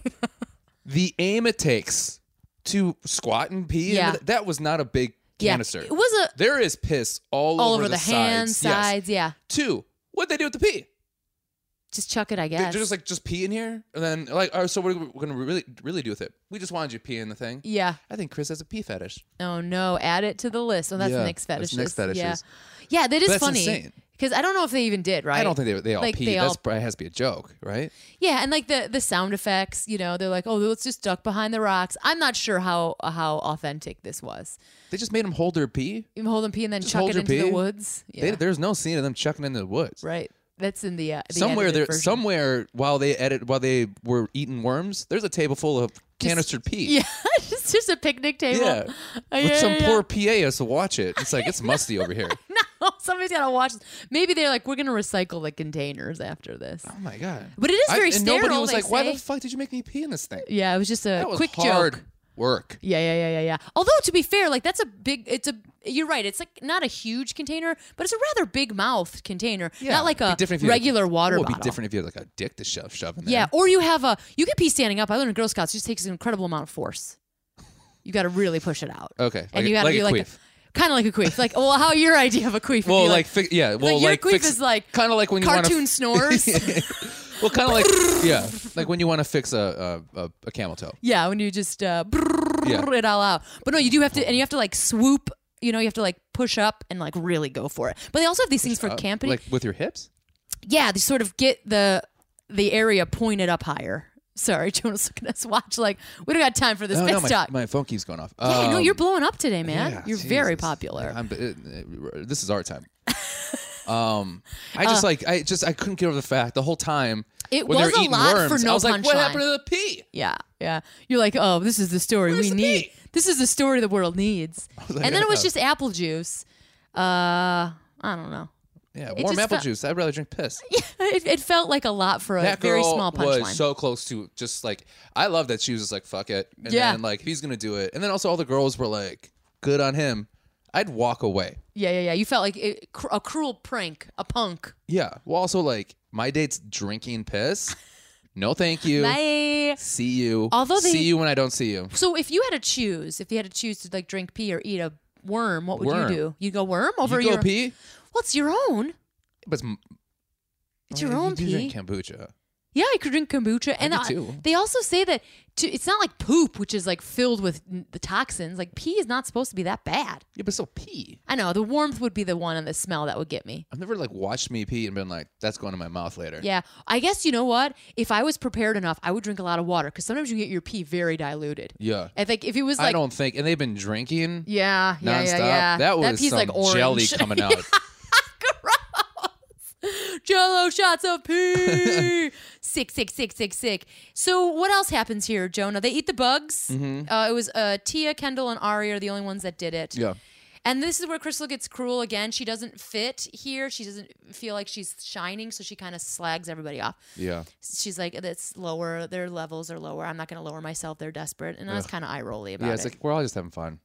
Speaker 1: the aim it takes to squat and pee. into
Speaker 2: Yeah.
Speaker 1: th- that was not a big
Speaker 2: yeah,
Speaker 1: canister.
Speaker 2: it was a
Speaker 1: there is piss all,
Speaker 2: all over, the, hands,
Speaker 1: sides. Yes.
Speaker 2: sides. Yeah,
Speaker 1: Two, what'd they do with the pee?
Speaker 2: just chuck it. I
Speaker 1: They're
Speaker 2: guess.
Speaker 1: just like just pee in here, and then like, oh, so what are we going to really really do with it? We just wanted you to pee in the thing.
Speaker 2: yeah.
Speaker 1: I think Chris has a pee fetish.
Speaker 2: Oh no, add it to the list. Oh, that's
Speaker 1: Yeah,
Speaker 2: Nick's
Speaker 1: that's
Speaker 2: fetishes.
Speaker 1: Nick's
Speaker 2: Yeah,
Speaker 1: fetishes.
Speaker 2: yeah. That is
Speaker 1: That's
Speaker 2: funny
Speaker 1: insane.
Speaker 2: because I don't know if they even did right.
Speaker 1: I don't think they they all
Speaker 2: Like,
Speaker 1: pee.
Speaker 2: they
Speaker 1: That's
Speaker 2: all-
Speaker 1: probably has to be a joke, right?
Speaker 2: Yeah, and like the the sound effects, you know, they're like, oh, let's just duck behind the rocks. I'm not sure how how authentic this was.
Speaker 1: They just made him hold their pee.
Speaker 2: You hold and pee and then
Speaker 1: Just
Speaker 2: chuck
Speaker 1: hold
Speaker 2: it
Speaker 1: your
Speaker 2: into the
Speaker 1: pee.
Speaker 2: woods. Yeah.
Speaker 1: They, there's no scene of them chucking into the woods.
Speaker 2: Right. That's in the, uh, the
Speaker 1: somewhere
Speaker 2: edited
Speaker 1: there,
Speaker 2: version.
Speaker 1: somewhere while they edit, while they were eating worms, there's a table full of canistered pee.
Speaker 2: Yeah, just just a picnic table.
Speaker 1: Yeah. Oh
Speaker 2: Uh,
Speaker 1: With
Speaker 2: yeah,
Speaker 1: some
Speaker 2: yeah,
Speaker 1: poor PA has to watch it. It's like it's musty over here.
Speaker 2: yeah. No, somebody's gotta watch. this. Maybe they're like, we're gonna recycle the containers after this.
Speaker 1: Oh my god!
Speaker 2: But it is
Speaker 1: I-
Speaker 2: very
Speaker 1: and
Speaker 2: sterile.
Speaker 1: Nobody was
Speaker 2: they
Speaker 1: like, "Why the
Speaker 2: say.
Speaker 1: fuck did you make me pee in this thing?"
Speaker 2: yeah, it was just a
Speaker 1: That was
Speaker 2: quick
Speaker 1: hard
Speaker 2: joke.
Speaker 1: work.
Speaker 2: Yeah, yeah, yeah, yeah, yeah. Although to be fair, like that's a big. It's a. You're right. It's like not a huge container, but it's a rather big mouth container. not like
Speaker 1: Be
Speaker 2: a
Speaker 1: different if you had-
Speaker 2: regular water
Speaker 1: Well, It'd
Speaker 2: bottle.
Speaker 1: be different if you had like a dick to shove, shove in there.
Speaker 2: Yeah, or you have a. You can pee standing up. I learned in Girl Scouts. It just takes an incredible amount of force. You got to really push it out.
Speaker 1: Okay, like
Speaker 2: and
Speaker 1: a-
Speaker 2: you got to
Speaker 1: like
Speaker 2: be
Speaker 1: a
Speaker 2: like.
Speaker 1: queef.
Speaker 2: Kind of like a queef, like well, how your idea of a queef? would
Speaker 1: Well,
Speaker 2: be
Speaker 1: like, fi- yeah. Well,
Speaker 2: your
Speaker 1: like
Speaker 2: queef
Speaker 1: fix,
Speaker 2: is like
Speaker 1: kind of like when you
Speaker 2: cartoon
Speaker 1: want
Speaker 2: snores.
Speaker 1: to. Well, kind of like yeah, like when you want to fix a a, a, a camel toe.
Speaker 2: yeah, when you just uh, brrrr
Speaker 1: Yeah.
Speaker 2: it all out. But no, you do have to, and you have to like swoop. You know, you have to like push up and like really go for it. But they also have these things for
Speaker 1: Uh,
Speaker 2: camping.
Speaker 1: like with your hips.
Speaker 2: yeah, they sort of get the the area pointed up higher. Sorry, Jonas looking at his watch. Like we don't got time for this
Speaker 1: No,
Speaker 2: piss
Speaker 1: Oh, no, my,
Speaker 2: talk.
Speaker 1: my phone keeps going off.
Speaker 2: yeah, no,
Speaker 1: Um,
Speaker 2: you're blowing up today, man.
Speaker 1: Yeah,
Speaker 2: you're very
Speaker 1: Jesus.
Speaker 2: popular.
Speaker 1: I'm, uh, uh, this is our time. um, I just like I just I couldn't get over the fact the whole time
Speaker 2: Uh. It
Speaker 1: when they
Speaker 2: was
Speaker 1: were
Speaker 2: a
Speaker 1: eating
Speaker 2: lot for
Speaker 1: worms,
Speaker 2: no
Speaker 1: I was like, what
Speaker 2: punchline.
Speaker 1: happened to the pee?
Speaker 2: Yeah, yeah. You're like, oh, this is the story we
Speaker 1: the
Speaker 2: need.
Speaker 1: meat?
Speaker 2: This is the story the world needs.
Speaker 1: like,
Speaker 2: and then it was
Speaker 1: uh,
Speaker 2: just apple juice. Uh, I don't know.
Speaker 1: Yeah,
Speaker 2: It
Speaker 1: warm
Speaker 2: just
Speaker 1: apple
Speaker 2: felt-
Speaker 1: juice. I'd rather drink piss.
Speaker 2: It, it felt like a lot for a
Speaker 1: that
Speaker 2: very
Speaker 1: girl
Speaker 2: small
Speaker 1: was
Speaker 2: punchline.
Speaker 1: so close to just like I love that she was just like fuck it, and
Speaker 2: Yeah.
Speaker 1: then like he's gonna do it, and then also all the girls were like good on him. I'd walk away.
Speaker 2: yeah, yeah, yeah. You felt like it, cr- a cruel prank, a punk.
Speaker 1: Yeah. Well, also like my date's drinking piss. No, thank you.
Speaker 2: Bye.
Speaker 1: See you.
Speaker 2: Although they-
Speaker 1: see you when I don't see you.
Speaker 2: So if you had to choose, if you had to choose to like drink pee or eat a worm, what would
Speaker 1: Worm.
Speaker 2: you do? You go worm over
Speaker 1: you go
Speaker 2: your
Speaker 1: pee,
Speaker 2: Well, it's your own.
Speaker 1: but it's, m-
Speaker 2: It's
Speaker 1: Oh,
Speaker 2: your
Speaker 1: yeah, you
Speaker 2: own
Speaker 1: do
Speaker 2: pee.
Speaker 1: Drink kombucha.
Speaker 2: Yeah, I could drink kombucha, and
Speaker 1: do
Speaker 2: uh,
Speaker 1: too.
Speaker 2: they also say that to, it's not like poop, which is like filled with n- the toxins. Like pee is not supposed to be that bad.
Speaker 1: Yeah, but still pee.
Speaker 2: I know the warmth would be the one and the smell that would get me.
Speaker 1: I've never like watched me pee and been like, that's going to my mouth later.
Speaker 2: Yeah, I guess you know what? If I was prepared enough, I would drink a lot of water because sometimes you get your pee very diluted.
Speaker 1: Yeah.
Speaker 2: I think if it was like,
Speaker 1: I don't think, and they've been drinking
Speaker 2: yeah, yeah,
Speaker 1: nonstop.
Speaker 2: yeah, yeah,
Speaker 1: That was
Speaker 2: pee's
Speaker 1: some
Speaker 2: like orange.
Speaker 1: jelly coming out.
Speaker 2: Jello shots of pee. sick, sick, sick, sick, sick. So what else happens here, Jonah? They eat the bugs.
Speaker 1: Mm-hmm.
Speaker 2: Uh, it was uh, Tia, Kendall, and Ari are the only ones that did it.
Speaker 1: Yeah.
Speaker 2: And this is where Crystal gets cruel again. She doesn't fit here. She doesn't feel like she's shining, so she kind of slags everybody off.
Speaker 1: Yeah.
Speaker 2: She's like, "It's lower. Their levels are lower. I'm not going to lower myself. They're desperate." And I was kind of eye rolly about
Speaker 1: Yeah. It's
Speaker 2: it.
Speaker 1: like, we're all just having fun.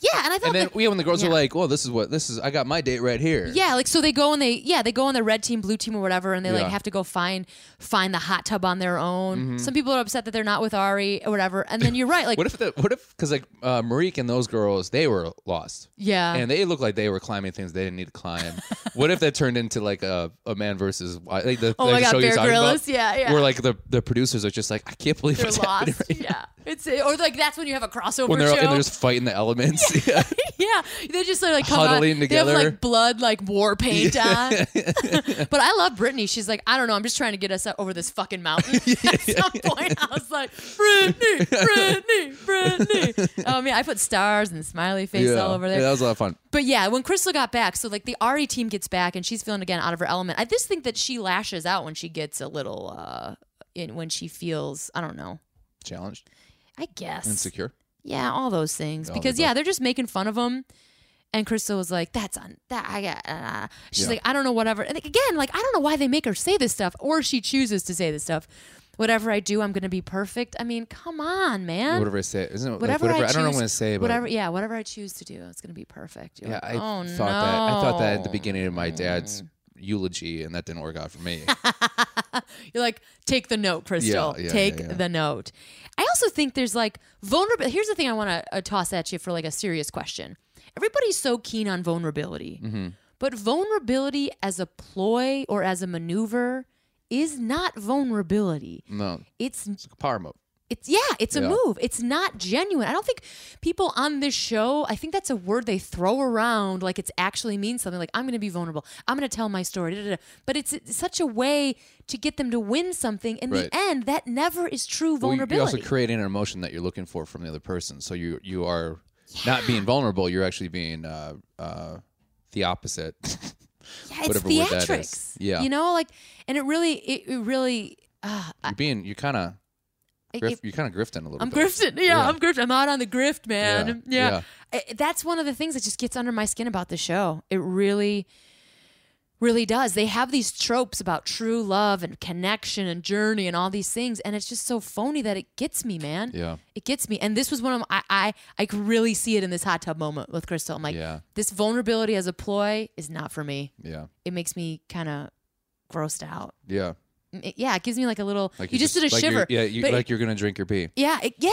Speaker 2: yeah, and I thought
Speaker 1: And then
Speaker 2: that-
Speaker 1: yeah, when the girls
Speaker 2: yeah.
Speaker 1: are like, well, this is what, this is, I got my date right here.
Speaker 2: Yeah, like so they go and they yeah they go on the red team, blue team, or whatever, and they like
Speaker 1: Yeah. Mm-hmm.
Speaker 2: have to go find find the hot tub on their own. Some people are upset that they're not with Ari or whatever. And then you're right, like
Speaker 1: What if the, what if, cause like uh, Marique and those girls, they were lost.
Speaker 2: yeah,
Speaker 1: and they looked like they were climbing things they didn't need to climb. what if that turned into like a, a man versus wi- like the,
Speaker 2: Oh
Speaker 1: like
Speaker 2: my
Speaker 1: the
Speaker 2: God,
Speaker 1: show you're
Speaker 2: Bear
Speaker 1: talking
Speaker 2: Grylls?
Speaker 1: about?
Speaker 2: Yeah, yeah.
Speaker 1: Where like the, the producers are just like, I can't believe
Speaker 2: they're
Speaker 1: what's happening
Speaker 2: lost.
Speaker 1: right now."
Speaker 2: yeah, it's or like that's when you have a crossover
Speaker 1: When they're
Speaker 2: show.
Speaker 1: and they're just fighting the elements. Yeah.
Speaker 2: yeah, they just like come
Speaker 1: Huddling
Speaker 2: on. They have
Speaker 1: together.
Speaker 2: like blood, like war paint on. but I love Brittany. She's like, I don't know. I'm just trying to get us out over this fucking mountain. At some point, I was like, Brittany, Brittany, Brittany. Oh man, I put stars and smiley face all over there.
Speaker 1: Yeah, that was a lot of fun.
Speaker 2: But yeah, when Crystal got back, so like the Ari team gets back and she's feeling again out of her element. I just think that she lashes out when she gets a little uh in when she feels I don't know.
Speaker 1: Challenged,
Speaker 2: I guess.
Speaker 1: insecure.
Speaker 2: Yeah, all those things.
Speaker 1: All the
Speaker 2: because
Speaker 1: above.
Speaker 2: yeah, they're just making fun of him. And Crystal was like, "That's on that." I got. Uh. She's
Speaker 1: Yeah.
Speaker 2: like, "I don't know, whatever." And again, like, I don't know why they make her say this stuff, or she chooses to say this stuff. Whatever I do, I'm gonna be perfect. I mean, come on, man.
Speaker 1: Whatever I say, isn't it? like,
Speaker 2: Whatever,
Speaker 1: whatever
Speaker 2: I,
Speaker 1: I,
Speaker 2: choose,
Speaker 1: don't know what to say, but
Speaker 2: whatever, yeah, whatever I choose to do, it's gonna be perfect. You're
Speaker 1: yeah, I
Speaker 2: like, oh,
Speaker 1: thought that. I thought that at the
Speaker 2: no.
Speaker 1: beginning of my dad's eulogy, and that didn't work out for me.
Speaker 2: You're like, take the note, Crystal.
Speaker 1: Yeah, yeah,
Speaker 2: take
Speaker 1: yeah, yeah.
Speaker 2: the note. I also think there's like vulnerability. Here's the thing I want to uh, toss at you for like a serious question. Everybody's so keen on vulnerability,
Speaker 1: Mm-hmm.
Speaker 2: but vulnerability as a ploy or as a maneuver is not vulnerability.
Speaker 1: no,
Speaker 2: It's
Speaker 1: power move.
Speaker 2: it's yeah, it's a
Speaker 1: Yeah.
Speaker 2: move. It's not genuine. I don't think people on this show, I think that's a word they throw around like it's actually means something like I'm going to be vulnerable. I'm going to tell my story. Da, da, da. But it's it's such a way to get them to win something in
Speaker 1: Right.
Speaker 2: the end that never is true
Speaker 1: Well, you-
Speaker 2: vulnerability.
Speaker 1: You're also creating an emotion that you're looking for from the other person. So you you are not being vulnerable. You're actually being uh, uh, the opposite.
Speaker 2: yeah, it's
Speaker 1: whatever word that
Speaker 2: theatrics.
Speaker 1: is. Yeah.
Speaker 2: You know like and it really it, it really uh,
Speaker 1: you're being you're kind of
Speaker 2: it,
Speaker 1: grif- you're kind of grifting a little.
Speaker 2: I'm
Speaker 1: bit.
Speaker 2: grifting. Yeah,
Speaker 1: Yeah.
Speaker 2: I'm grifting. I'm out on the grift, man.
Speaker 1: Yeah,
Speaker 2: Yeah. I- that's one of the things that just gets under my skin about the show. It really, really does. They have these tropes about true love and connection and journey and all these things, and it's just so phony that it gets me, man.
Speaker 1: Yeah.
Speaker 2: It gets me. And this was one of my, I, I, I could really see it in this hot tub moment with Crystal. I'm like,
Speaker 1: Yeah.
Speaker 2: this vulnerability as a ploy is not for me.
Speaker 1: Yeah,
Speaker 2: It makes me kind of grossed out.
Speaker 1: yeah.
Speaker 2: It- yeah, it gives me like a little.
Speaker 1: Like
Speaker 2: you, just, did a
Speaker 1: like
Speaker 2: shiver.
Speaker 1: you're- Yeah, you,
Speaker 2: but it-
Speaker 1: like you're gonna drink your pee.
Speaker 2: yeah, it, yeah.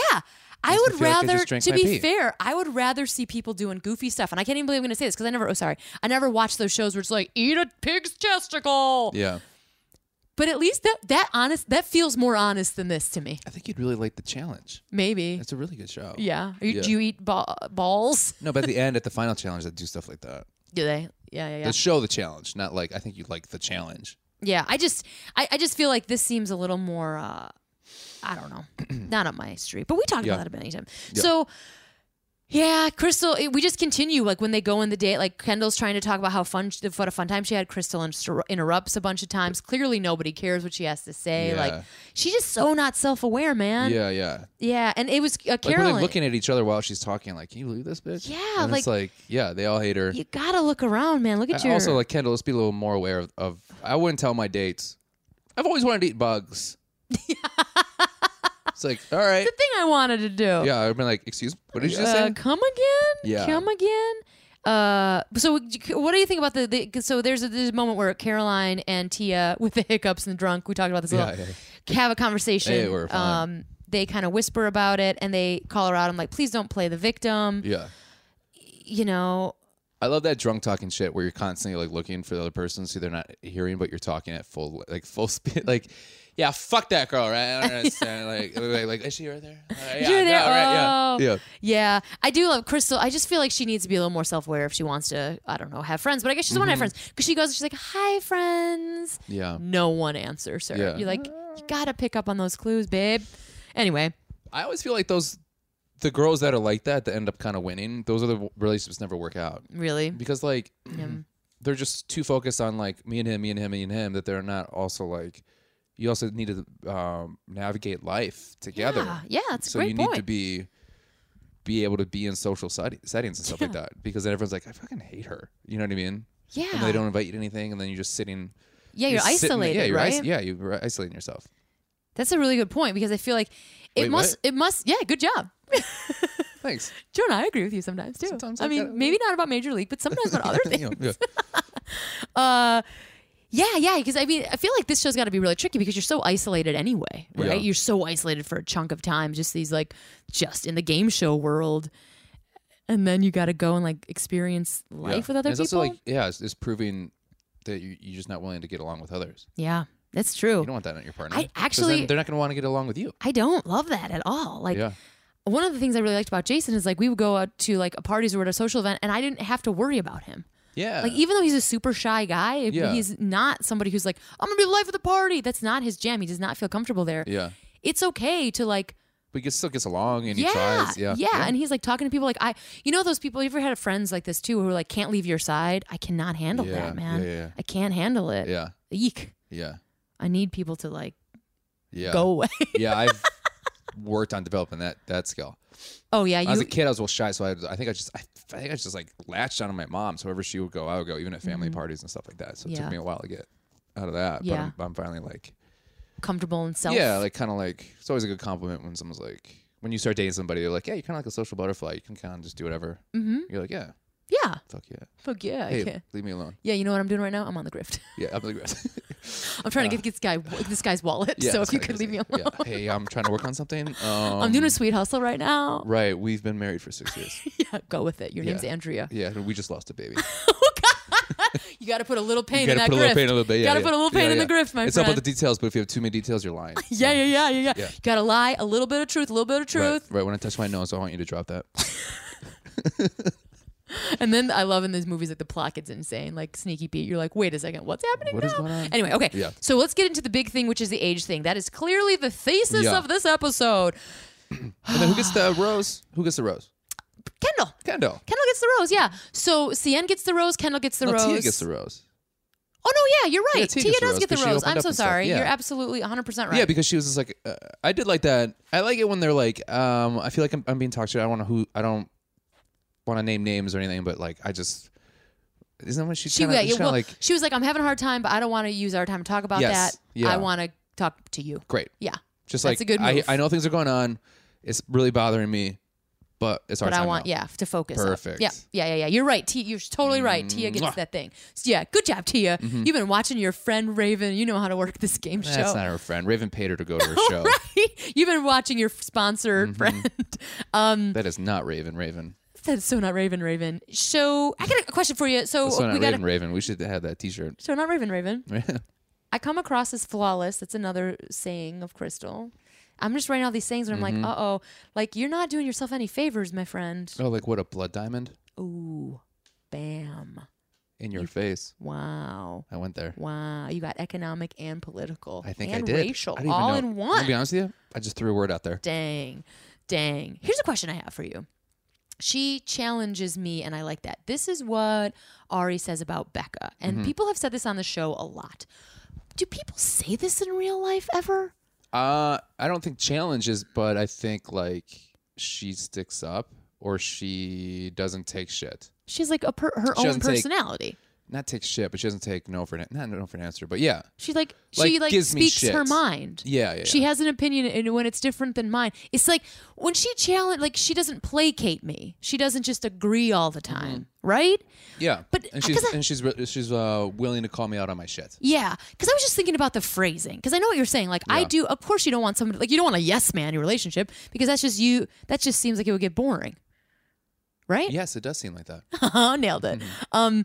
Speaker 2: I
Speaker 1: Makes me
Speaker 2: would
Speaker 1: feel like I
Speaker 2: rather,
Speaker 1: just drank
Speaker 2: to
Speaker 1: my
Speaker 2: be
Speaker 1: pee.
Speaker 2: fair, I would rather see people doing goofy stuff. And I can't even believe I'm going to say this because I never, oh, sorry, I never watched those shows where it's like, eat a pig's testicle.
Speaker 1: Yeah,
Speaker 2: But at least that, that honest, that feels more honest than this to me.
Speaker 1: I think you'd really like the challenge.
Speaker 2: Maybe.
Speaker 1: It's a really good show.
Speaker 2: yeah. Are you,
Speaker 1: Yeah.
Speaker 2: Do you eat ba- balls?
Speaker 1: No, but at the end, at the final challenge, they do stuff like that.
Speaker 2: Do they? Yeah, yeah, yeah.
Speaker 1: They show the challenge, not like I think you'd like the challenge.
Speaker 2: yeah. I just, I, I just feel like this seems a little more, uh, I don't know, not up my street. But we talked
Speaker 1: Yeah.
Speaker 2: about that a many times.
Speaker 1: Yeah.
Speaker 2: So Yeah, Crystal. It, we just continue like when they go in the date. Like Kendall's trying to talk about how fun she- what a fun time she had. Crystal inter- interrupts a bunch of times. Clearly, nobody cares what she has to say.
Speaker 1: Yeah.
Speaker 2: Like she's just so not self aware, man. Yeah.
Speaker 1: Yeah, yeah.
Speaker 2: and it was uh,
Speaker 1: Like when
Speaker 2: Carolyn.
Speaker 1: they're looking at each other while she's talking, like, can you believe this bitch?
Speaker 2: Yeah,
Speaker 1: and
Speaker 2: like-
Speaker 1: it's like, yeah, they all hate her.
Speaker 2: you gotta look around, man. Look at
Speaker 1: I-
Speaker 2: your
Speaker 1: Also, like Kendall, let's be a little more aware of. of I wouldn't tell my dates. I've always wanted to eat bugs. it's like, all right,
Speaker 2: the thing I wanted to do.
Speaker 1: yeah. I've been like, excuse me, what did you just
Speaker 2: Uh,
Speaker 1: say?
Speaker 2: come again?
Speaker 1: Yeah.
Speaker 2: Come again? Uh, so what do you think about the, the so there's a, there's a moment where Caroline and Tia with the hiccups and the drunk we talked about this a
Speaker 1: Yeah,
Speaker 2: little have a conversation.
Speaker 1: They were fine.
Speaker 2: Um, they kind of whisper about it and they call her out. I'm like, please don't play the victim.
Speaker 1: Yeah,
Speaker 2: You know,
Speaker 1: I love that drunk talking shit where you're constantly like looking for the other person so they're not hearing, but you're talking at full like full speed. Like, yeah, fuck that girl, right? I don't understand. like, like, like, is she right there? All right, yeah,
Speaker 2: You're there.
Speaker 1: no, right, yeah,
Speaker 2: Oh.
Speaker 1: yeah.
Speaker 2: Yeah, I do love Crystal. I just feel like she needs to be a little more self-aware if she wants to. I don't know, have friends, but I guess she doesn't want to
Speaker 1: Mm-hmm.
Speaker 2: have friends because she goes, she's like, "Hi, friends."
Speaker 1: Yeah.
Speaker 2: No one answers her.
Speaker 1: Yeah.
Speaker 2: You're like, you gotta pick up on those clues, babe. Anyway,
Speaker 1: I always feel like those the girls that are like that that end up kind of winning. Those are the relationships never work out
Speaker 2: really,
Speaker 1: because like they're just too focused on like me and him, me and him, me and him that they're not also like you also need to um, navigate life together.
Speaker 2: Ah, yeah, that's
Speaker 1: so
Speaker 2: a great
Speaker 1: you need
Speaker 2: point.
Speaker 1: to be be able to be in social seti- settings and stuff like that because then everyone's like, I fucking hate her. You know what I mean?
Speaker 2: yeah,
Speaker 1: And they don't invite you to anything, and then you're just sitting.
Speaker 2: yeah, you're,
Speaker 1: sitting-
Speaker 2: isolated,
Speaker 1: yeah, you're
Speaker 2: right?
Speaker 1: is- yeah, you're isolating yourself.
Speaker 2: That's a really good point because I feel like it
Speaker 1: Wait,
Speaker 2: must.
Speaker 1: what?
Speaker 2: It must. Yeah, good job.
Speaker 1: Thanks.
Speaker 2: Jonah, I agree with you sometimes too.
Speaker 1: Sometimes
Speaker 2: I
Speaker 1: I
Speaker 2: mean,
Speaker 1: gotta-
Speaker 2: maybe not about Major League, but sometimes about other things.
Speaker 1: Yeah, yeah.
Speaker 2: Uh, yeah, yeah. Because I mean, I feel like this show's got to be really tricky because you're so isolated anyway, right?
Speaker 1: Yeah.
Speaker 2: You're so isolated for a chunk of time. Just these like, just in the game show world, and then you got to go and like experience life
Speaker 1: Yeah.
Speaker 2: with other
Speaker 1: And it's
Speaker 2: people.
Speaker 1: also like, yeah, it's, it's proving that you, you're just not willing to get along with others.
Speaker 2: yeah, that's true.
Speaker 1: You don't want that in your partner.
Speaker 2: Oh. I
Speaker 1: 'Cause then
Speaker 2: actually-
Speaker 1: they're not going to want to get along with you.
Speaker 2: I don't love that at all. Like.
Speaker 1: Yeah,
Speaker 2: One of the things I really liked about Jason is like we would go out to like a parties or at a social event, and I didn't have to worry about him.
Speaker 1: yeah.
Speaker 2: Like even though he's a super shy guy, if
Speaker 1: Yeah.
Speaker 2: he's not somebody who's like, I'm gonna be the life of the party. That's not his jam. He does not feel comfortable there.
Speaker 1: yeah,
Speaker 2: It's okay to like
Speaker 1: but he still gets along and he
Speaker 2: yeah,
Speaker 1: tries. Yeah,
Speaker 2: And he's like talking to people like I you know those people you ever had friends like this too who are like can't leave your side? I cannot handle
Speaker 1: Yeah,
Speaker 2: that, man.
Speaker 1: yeah, yeah.
Speaker 2: I can't handle it.
Speaker 1: yeah,
Speaker 2: Eek.
Speaker 1: yeah,
Speaker 2: I need people to like
Speaker 1: yeah.
Speaker 2: go away.
Speaker 1: Yeah, I've worked on developing that that skill.
Speaker 2: oh yeah,
Speaker 1: When I was
Speaker 2: you
Speaker 1: a kid, I was real shy, so I, I think I just I, I think I just like latched onto my mom. So wherever she would go, I would go, even at family parties and stuff like that. So it
Speaker 2: Mm-hmm. Yeah.
Speaker 1: took me a while to get out of that.
Speaker 2: Yeah.
Speaker 1: But I'm, I'm finally like,
Speaker 2: comfortable and self.
Speaker 1: yeah, like kind of like it's always a good compliment when someone's like when you start dating somebody, they're like, yeah, you're kind of like a social butterfly. You can kind of just do whatever. Mm-hmm. You're like, yeah,
Speaker 2: yeah.
Speaker 1: fuck yeah.
Speaker 2: Fuck yeah, I
Speaker 1: Hey,
Speaker 2: can't.
Speaker 1: leave me alone.
Speaker 2: Yeah, you know what I'm doing right now? I'm on the grift.
Speaker 1: Yeah, I'm like,
Speaker 2: I'm trying to get this guy this guy's wallet.
Speaker 1: Ah. yeah,
Speaker 2: so if
Speaker 1: that's
Speaker 2: you
Speaker 1: kinda
Speaker 2: could leave me
Speaker 1: crazy.
Speaker 2: alone.
Speaker 1: Yeah. Hey, I'm trying to work on something. Um,
Speaker 2: I'm doing a sweet hustle right now.
Speaker 1: right. We've been married for six years.
Speaker 2: Yeah, go with it. Your name's
Speaker 1: Yeah.
Speaker 2: Andrea.
Speaker 1: Yeah, we just lost a baby.
Speaker 2: You got to put a little pain
Speaker 1: You
Speaker 2: in that
Speaker 1: gotta put a little
Speaker 2: grift.
Speaker 1: pain in the bit. Yeah,
Speaker 2: gotta
Speaker 1: yeah.
Speaker 2: put a little pain
Speaker 1: Yeah,
Speaker 2: in the
Speaker 1: yeah.
Speaker 2: grift, my
Speaker 1: It's all
Speaker 2: friend.
Speaker 1: about the details, but if you have too many details, you're lying.
Speaker 2: yeah, yeah, yeah, yeah, yeah,
Speaker 1: Yeah.
Speaker 2: You gotta lie a little bit of truth, a little bit of
Speaker 1: Right,
Speaker 2: truth,
Speaker 1: right. When I touch my nose, I want you to drop that.
Speaker 2: and then I love in these movies like the plot gets insane, like Sneaky Pete. You're like, wait a second, what's happening
Speaker 1: What
Speaker 2: now?
Speaker 1: is going on?
Speaker 2: Anyway, okay,
Speaker 1: Yeah.
Speaker 2: so let's get into the big thing, which is the age thing. That is clearly the thesis
Speaker 1: Yeah.
Speaker 2: of this episode.
Speaker 1: And then who gets the rose? Who gets the rose?
Speaker 2: Kendall,
Speaker 1: Kendall.
Speaker 2: Kendall gets the rose. Yeah, so Cien gets the rose. Kendall gets the
Speaker 1: No,
Speaker 2: rose.
Speaker 1: Tia gets the rose.
Speaker 2: Oh no, yeah, you're right.
Speaker 1: Yeah,
Speaker 2: Tia,
Speaker 1: Tia gets the
Speaker 2: does
Speaker 1: rose
Speaker 2: get the
Speaker 1: 'cause she
Speaker 2: rose.
Speaker 1: opened
Speaker 2: I'm
Speaker 1: up
Speaker 2: so
Speaker 1: and stuff.
Speaker 2: sorry.
Speaker 1: Yeah.
Speaker 2: You're absolutely 100 percent right.
Speaker 1: Yeah, because she was just like, uh, I did like that. I like it when they're like, um, I feel like I'm, I'm being talked to. I want to who I don't want to name names or anything, but like I just isn't that what she's
Speaker 2: she,
Speaker 1: kind of
Speaker 2: yeah, yeah, well,
Speaker 1: like
Speaker 2: she was like, I'm having a hard time, but I don't want to use our time to talk about
Speaker 1: Yes,
Speaker 2: that.
Speaker 1: yeah.
Speaker 2: I want to talk to you.
Speaker 1: great.
Speaker 2: Yeah,
Speaker 1: Just
Speaker 2: That's
Speaker 1: like
Speaker 2: a good
Speaker 1: I
Speaker 2: move.
Speaker 1: I know things are going on. It's really bothering me, but it's our
Speaker 2: but
Speaker 1: time
Speaker 2: I want
Speaker 1: now.
Speaker 2: yeah to focus. on-
Speaker 1: Perfect.
Speaker 2: Yeah, yeah, yeah, yeah. You're right. T- you're totally right. Tia gets
Speaker 1: Mwah. Mm-hmm.
Speaker 2: that thing. So, yeah, good job, Tia. You've been watching your friend Raven. You know how to work this game show.
Speaker 1: That's not her friend. Raven paid her to go to her show.
Speaker 2: You've been watching your sponsor
Speaker 1: Mm-hmm.
Speaker 2: friend. Um,
Speaker 1: That is not Raven. Raven.
Speaker 2: That's so not Raven. Raven. So I got a question for you. So
Speaker 1: That's not
Speaker 2: we
Speaker 1: Raven.
Speaker 2: got a,
Speaker 1: Raven. We should have that T-shirt.
Speaker 2: so not Raven. Raven. I come across as flawless. That's another saying of Crystal. I'm just writing all these things, and I'm
Speaker 1: Mm-hmm.
Speaker 2: like, uh oh, like you're not doing yourself any favors, my friend.
Speaker 1: oh, like what a blood diamond
Speaker 2: Ooh, bam,
Speaker 1: in your face.
Speaker 2: wow,
Speaker 1: I went there.
Speaker 2: wow. You got economic and political,
Speaker 1: I think
Speaker 2: and
Speaker 1: I did.
Speaker 2: racial,
Speaker 1: I didn't even
Speaker 2: all
Speaker 1: know.
Speaker 2: in
Speaker 1: I'm gonna
Speaker 2: one.
Speaker 1: be honest with you. I just threw a word out there.
Speaker 2: dang, dang. Here's a question I have for you. she challenges me and i like that this is what ari says about becca and
Speaker 1: Mm-hmm.
Speaker 2: people have said this on the show a lot do people say this in real life ever
Speaker 1: Uh, I don't think challenges, but I think like she sticks up or she doesn't take shit.
Speaker 2: she's like a per- her
Speaker 1: She
Speaker 2: own
Speaker 1: doesn't take-
Speaker 2: personality
Speaker 1: Not take shit, but she doesn't take no for an not no for an answer. But yeah,
Speaker 2: she like, she
Speaker 1: Like,
Speaker 2: like
Speaker 1: gives me
Speaker 2: speaks
Speaker 1: shit.
Speaker 2: her mind
Speaker 1: yeah, yeah.
Speaker 2: She
Speaker 1: yeah.
Speaker 2: has an opinion, and when it's different than mine, it's like when she challenge, like she doesn't placate me. She doesn't just agree all the time,
Speaker 1: Mm-hmm.
Speaker 2: right?
Speaker 1: yeah.
Speaker 2: but-
Speaker 1: and she's
Speaker 2: 'cause I-
Speaker 1: and she's re- she's uh, willing to call me out on my shit.
Speaker 2: Yeah, because I was just thinking about the phrasing. Because I know what you're saying. Like I do. Of course, you don't want somebody like you don't want a yes man in your relationship because that's just you. That just seems like it would get boring, right? Uh-huh,
Speaker 1: Yes, it does seem like that.
Speaker 2: Oh, Nailed it.
Speaker 1: Mm-hmm.
Speaker 2: Um,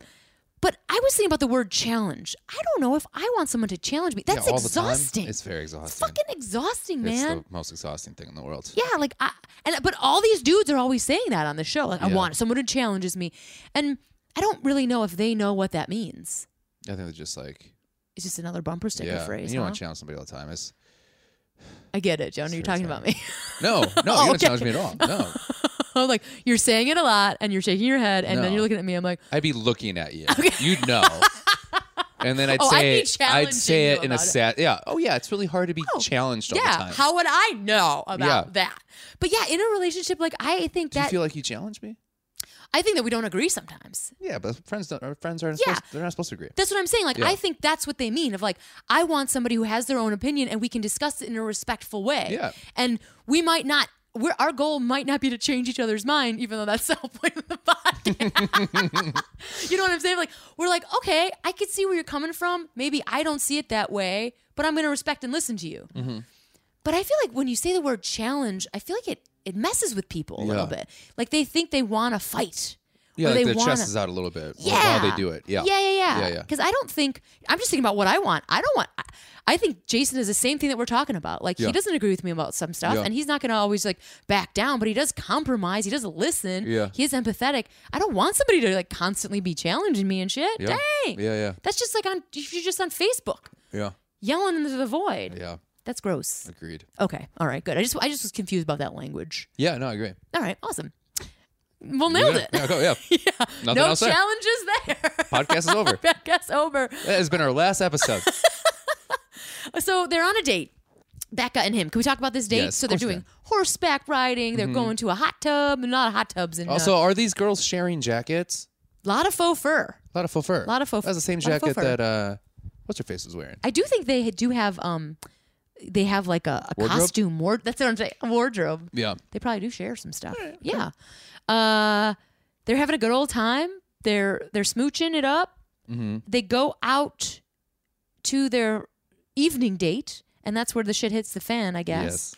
Speaker 2: but I was thinking about the word challenge. I don't know if I want someone to challenge me. That's
Speaker 1: yeah, all
Speaker 2: exhausting.
Speaker 1: the time. It's very
Speaker 2: It's
Speaker 1: exhausting.
Speaker 2: fucking exhausting,
Speaker 1: It's
Speaker 2: man.
Speaker 1: the most exhausting thing in the world.
Speaker 2: Yeah, like I and but all these dudes are always saying that on the show. Like I
Speaker 1: Yeah.
Speaker 2: want someone who challenges me, and I don't really know if they know what that means.
Speaker 1: I think it's just like
Speaker 2: It's just another bumper sticker
Speaker 1: yeah,
Speaker 2: phrase.
Speaker 1: you don't
Speaker 2: huh?
Speaker 1: want to challenge somebody all the time. It's
Speaker 2: I get it, Jonah. You're talking about me.
Speaker 1: no, no, you
Speaker 2: Oh,
Speaker 1: don't
Speaker 2: okay.
Speaker 1: challenge me at all. No,
Speaker 2: I'm like you're saying it a lot, and you're shaking your head, and then
Speaker 1: No.
Speaker 2: you're looking at me. I'm like,
Speaker 1: I'd be looking at you. You'd know. And then I'd
Speaker 2: Oh, I'd be
Speaker 1: say it- I'd,
Speaker 2: challenging
Speaker 1: say
Speaker 2: you
Speaker 1: it in a
Speaker 2: about it.
Speaker 1: sad yeah. Oh yeah, it's really hard to be challenged all the
Speaker 2: yeah.
Speaker 1: time.
Speaker 2: How would I know about
Speaker 1: Yeah.
Speaker 2: that? But yeah, in a relationship, like I think
Speaker 1: Do you
Speaker 2: that
Speaker 1: feel like you challenge me?
Speaker 2: I think that we don't agree sometimes.
Speaker 1: Yeah, but friends don't our friends aren't
Speaker 2: Yeah.
Speaker 1: supposed they're not supposed to agree.
Speaker 2: That's what I'm saying. Like,
Speaker 1: Yeah.
Speaker 2: I think that's what they mean of like, I want somebody who has their own opinion and we can discuss it in a respectful way.
Speaker 1: Yeah.
Speaker 2: And we might not, we're, our goal might not be to change each other's mind, even though that's the whole point of the podcast. you know what I'm saying? Like, we're like, okay, I could see where you're coming from. Maybe I don't see it that way, but I'm going to respect and listen to you.
Speaker 1: Mm-hmm.
Speaker 2: But I feel like when you say the word challenge, I feel like it, it messes with people a little
Speaker 1: Yeah.
Speaker 2: bit. Like, they think they want to fight.
Speaker 1: Yeah,
Speaker 2: or
Speaker 1: like
Speaker 2: they
Speaker 1: their
Speaker 2: wanna-
Speaker 1: chest is out a little bit
Speaker 2: yeah.
Speaker 1: while they do it. Yeah.
Speaker 2: Yeah, yeah, yeah.
Speaker 1: Yeah, yeah.
Speaker 2: Because I don't think I'm just thinking about what I want. I don't want. I, I think Jason is the same thing that we're talking about. Like
Speaker 1: Yeah.
Speaker 2: he doesn't agree with me about some stuff,
Speaker 1: Yeah.
Speaker 2: and he's not going to always like back down, but he does compromise. He does listen.
Speaker 1: Yeah.
Speaker 2: He is empathetic. I don't want somebody to like constantly be challenging me and shit.
Speaker 1: Yeah.
Speaker 2: Dang.
Speaker 1: Yeah, yeah.
Speaker 2: That's just like on. You're just on Facebook
Speaker 1: Yeah.
Speaker 2: yelling into the void.
Speaker 1: Yeah.
Speaker 2: That's gross.
Speaker 1: Agreed.
Speaker 2: Okay. All right. Good. I just I just was confused about that language.
Speaker 1: Yeah, no, I agree.
Speaker 2: All right. Awesome. Well, nailed
Speaker 1: yeah.
Speaker 2: it.
Speaker 1: Yeah, go, yeah.
Speaker 2: yeah.
Speaker 1: Nothing
Speaker 2: no
Speaker 1: else there.
Speaker 2: challenges there.
Speaker 1: Podcast is over.
Speaker 2: Podcast over.
Speaker 1: That has been our last episode.
Speaker 2: So they're on a date. Becca and him. Can we talk about this date?
Speaker 1: Yes,
Speaker 2: so
Speaker 1: of
Speaker 2: they're
Speaker 1: course we
Speaker 2: doing
Speaker 1: can. Mm-hmm.
Speaker 2: horseback riding. They're going to a hot tub. A lot of hot tubs and
Speaker 1: also, are these girls sharing jackets?
Speaker 2: a lot of faux fur.
Speaker 1: A lot of faux fur. A
Speaker 2: Lot of faux-
Speaker 1: That's the same
Speaker 2: lot of faux
Speaker 1: jacket
Speaker 2: fur.
Speaker 1: that uh what's her face was wearing.
Speaker 2: I do think they do have um, they have like a, a
Speaker 1: Wardrobe?
Speaker 2: costume ward. That's what I'm saying. A wardrobe.
Speaker 1: Yeah.
Speaker 2: They probably do share some stuff. Yeah. Uh, they're having a good old time. They're they're smooching it up.
Speaker 1: Mm-hmm.
Speaker 2: They go out to their evening date, and that's where the shit hits the fan, I guess.
Speaker 1: Yes.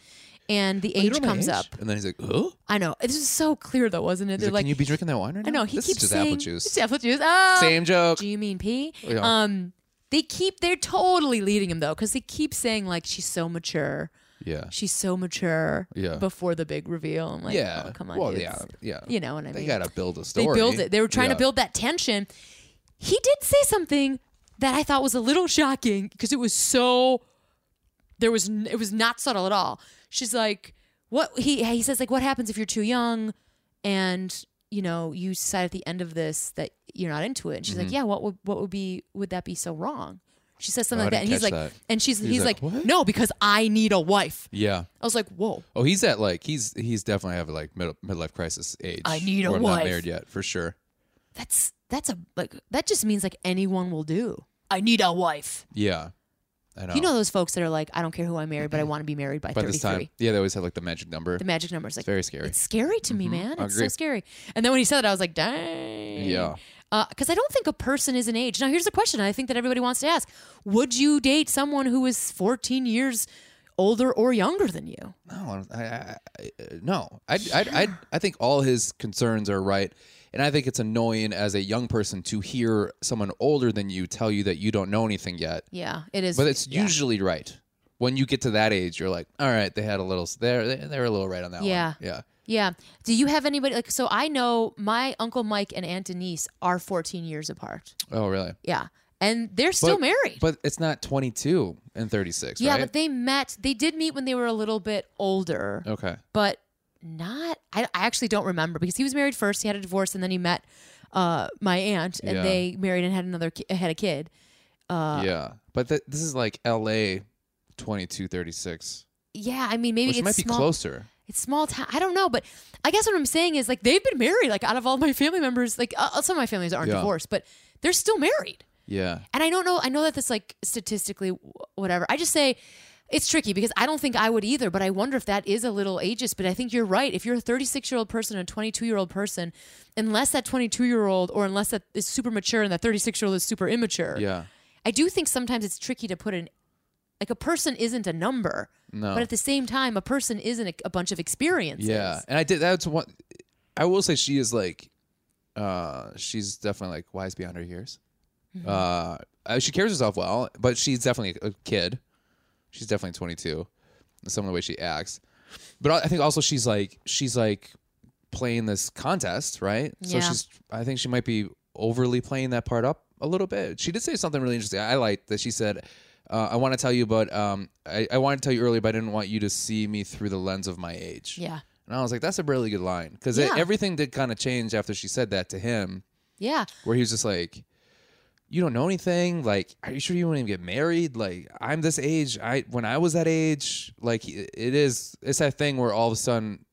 Speaker 2: And the
Speaker 1: You
Speaker 2: age
Speaker 1: know my
Speaker 2: comes
Speaker 1: age?
Speaker 2: up.
Speaker 1: And then he's like, "Huh?"
Speaker 2: I know. This is so clear, though, wasn't it?
Speaker 1: He's
Speaker 2: They're
Speaker 1: like,
Speaker 2: like,
Speaker 1: "Can you be drinking that wine right
Speaker 2: I
Speaker 1: now?"
Speaker 2: know. He
Speaker 1: this
Speaker 2: keeps
Speaker 1: is just
Speaker 2: saying,
Speaker 1: apple juice.
Speaker 2: It's apple juice. Oh,
Speaker 1: Same joke.
Speaker 2: Do you mean pee?
Speaker 1: Yeah.
Speaker 2: Um, they keep. They're totally leading him though, because they keep saying like she's so mature.
Speaker 1: Yeah.
Speaker 2: She's so mature.
Speaker 1: Yeah.
Speaker 2: Before the big reveal, I'm like,
Speaker 1: Yeah.
Speaker 2: oh, come on.
Speaker 1: Well,
Speaker 2: dudes.
Speaker 1: yeah, yeah.
Speaker 2: You know what I
Speaker 1: They
Speaker 2: mean?
Speaker 1: gotta build a
Speaker 2: They
Speaker 1: story.
Speaker 2: build it. They were trying
Speaker 1: Yeah.
Speaker 2: to build that tension. He did say something that I thought was a little shocking because it was so there was n- it was not subtle at all. She's like, "What?" He he says like, "What happens if you're too young, and you know you decide at the end of this that you're not into it?" And she's like,
Speaker 1: Mm-hmm.
Speaker 2: "Yeah, what would what would be would that be so wrong?" She says something
Speaker 1: Oh, I
Speaker 2: like that,
Speaker 1: didn't
Speaker 2: and he's
Speaker 1: catch
Speaker 2: like,
Speaker 1: that.
Speaker 2: and she's he's,
Speaker 1: like,
Speaker 2: like,
Speaker 1: "What?"
Speaker 2: "No, because I need a wife."
Speaker 1: Yeah.
Speaker 2: I was like, "Whoa."
Speaker 1: Oh, he's at like he's he's definitely have like middle midlife crisis age.
Speaker 2: I need a
Speaker 1: where I'm
Speaker 2: wife.
Speaker 1: Not married yet, for sure.
Speaker 2: that's that's a like that just means like anyone will do. I need a wife.
Speaker 1: Yeah, I know.
Speaker 2: You know those folks that are like, I don't care who I marry, but I want to be married by,
Speaker 1: Mm-hmm. by this
Speaker 2: 33.
Speaker 1: time, yeah, they always have like the magic number.
Speaker 2: The magic number is like
Speaker 1: very scary. Mm-hmm.
Speaker 2: It's scary to me, man.
Speaker 1: I
Speaker 2: It's so
Speaker 1: agree.
Speaker 2: scary. And then when he said that, I was like, dang.
Speaker 1: Yeah.
Speaker 2: Because I don't think a person is an age. Now here's the question I think that everybody wants to ask: Would you date someone who is 14 years older or younger than you?
Speaker 1: no, I, I, I, no. I, I, I, I think all his concerns are right, and I think it's annoying as a young person to hear someone older than you tell you that you don't know anything yet.
Speaker 2: Yeah, it is.
Speaker 1: But it's
Speaker 2: yeah.
Speaker 1: usually right. When you get to that age, you're like, all right, they had a little, they're they- they're a little right on that
Speaker 2: Yeah.
Speaker 1: one. Yeah,
Speaker 2: Yeah. Do you have anybody like? So I know my uncle Mike and aunt Denise are 14 years apart.
Speaker 1: Oh, really?
Speaker 2: Yeah. And they're still
Speaker 1: But-
Speaker 2: married.
Speaker 1: But it's not 22 and 36,
Speaker 2: yeah,
Speaker 1: right?
Speaker 2: but they met, they did meet when they were a little bit older,
Speaker 1: okay.
Speaker 2: but not I, I actually don't remember because he was married first he had a divorce and then he met uh my aunt and
Speaker 1: Yeah.
Speaker 2: they married and had another ki- had a kid Uh,
Speaker 1: yeah, but th- this is like L.A. twenty two thirty six,
Speaker 2: yeah i mean maybe
Speaker 1: which
Speaker 2: it's
Speaker 1: might be
Speaker 2: small
Speaker 1: closer.
Speaker 2: it's small town i don't know but i guess what i'm saying is like they've been married like out of all my family members like uh, some of my families aren't
Speaker 1: Yeah.
Speaker 2: divorced but they're still married
Speaker 1: Yeah,
Speaker 2: and I don't know. I know that this like statistically, wh- whatever. I just say it's tricky because I don't think I would either. But I wonder if that is a little ageist. But I think you're right. If you're a 36 year old person and a 22 year old person, unless that 22 year old or unless that is super mature and that 36 year old is super immature,
Speaker 1: yeah.
Speaker 2: I do think sometimes it's tricky to put an like a person isn't a number.
Speaker 1: Mm, No.
Speaker 2: But at the same time, a person isn't a, a bunch of experiences.
Speaker 1: Yeah, and I did. That's one. I will say she is like, uh, she's definitely like wise beyond her years.
Speaker 2: Mm-hmm.
Speaker 1: Uh, Uh, she carries herself well, but she's definitely a kid. She's definitely 22. in Some of the way she acts, but I I think also she's like she's like playing this contest, right? So
Speaker 2: Yeah.
Speaker 1: she's. I think she might be overly playing that part up a little bit. She did say something really interesting. I liked that she said. Uh, I want to tell you, but um, I, I wanted to tell you earlier, but I didn't want you to see me through the lens of my age.
Speaker 2: Yeah.
Speaker 1: And I was like, that's a really good line because
Speaker 2: Yeah.
Speaker 1: everything did kind of change after she said that to him,
Speaker 2: Yeah.
Speaker 1: where he was just like, "You don't know anything. Like, are you sure you want to get married? Like, I'm this age. I when I was that age, like, it it is. It's that thing where all of a sudden,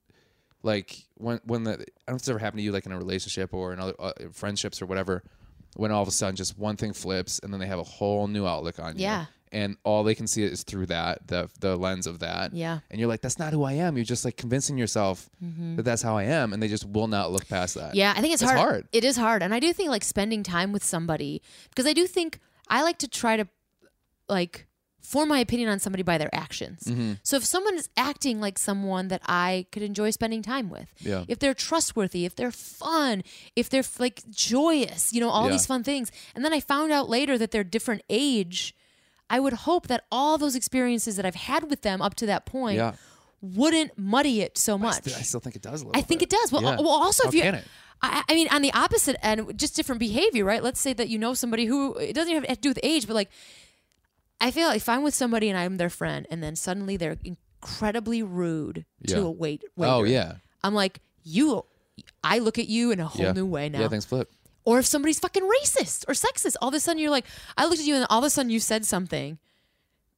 Speaker 1: like, when when the I don't know if it's ever happened to you, like in a relationship or in other uh, friendships or whatever, when all of a sudden just one thing flips and then they have a whole new outlook on you.
Speaker 2: Yeah.
Speaker 1: And all they can see is through that, the the lens of that
Speaker 2: Yeah.
Speaker 1: and you're like, that's not who I am. You're just like convincing yourself that that's how I am, and they just will not look past that.
Speaker 2: Mm-hmm. Yeah, I think it's
Speaker 1: It's
Speaker 2: hard.
Speaker 1: hard.
Speaker 2: It is hard, and I do think like spending time with somebody because I do think I like to try to like form my opinion on somebody by their actions.
Speaker 1: Mm-hmm.
Speaker 2: So if someone is acting like someone that I could enjoy spending time with,
Speaker 1: Yeah.
Speaker 2: if they're trustworthy, if they're fun, if they're like joyous, you know, all
Speaker 1: Yeah.
Speaker 2: these fun things, and then I found out later that they're different age. I would hope that all those experiences that I've had with them up to that point
Speaker 1: Yeah.
Speaker 2: wouldn't muddy it so much.
Speaker 1: I still think it does a little.
Speaker 2: I think
Speaker 1: bit.
Speaker 2: it does. Well,
Speaker 1: Yeah.
Speaker 2: well also
Speaker 1: How
Speaker 2: if you,
Speaker 1: can it?
Speaker 2: I, I mean, on the opposite end, just different behavior, right? Let's say that you know somebody who it doesn't even have to do with age, but like, I feel like if I'm with somebody and I'm their friend, and then suddenly they're incredibly rude
Speaker 1: Yeah.
Speaker 2: to a wait, waiter,
Speaker 1: Oh yeah,
Speaker 2: I'm like, you, I look at you in a whole
Speaker 1: yeah.
Speaker 2: new way now
Speaker 1: Yeah, thanks, Flip.
Speaker 2: or if somebody's fucking racist or sexist, all of a sudden you're like, I looked at you and all of a sudden you said something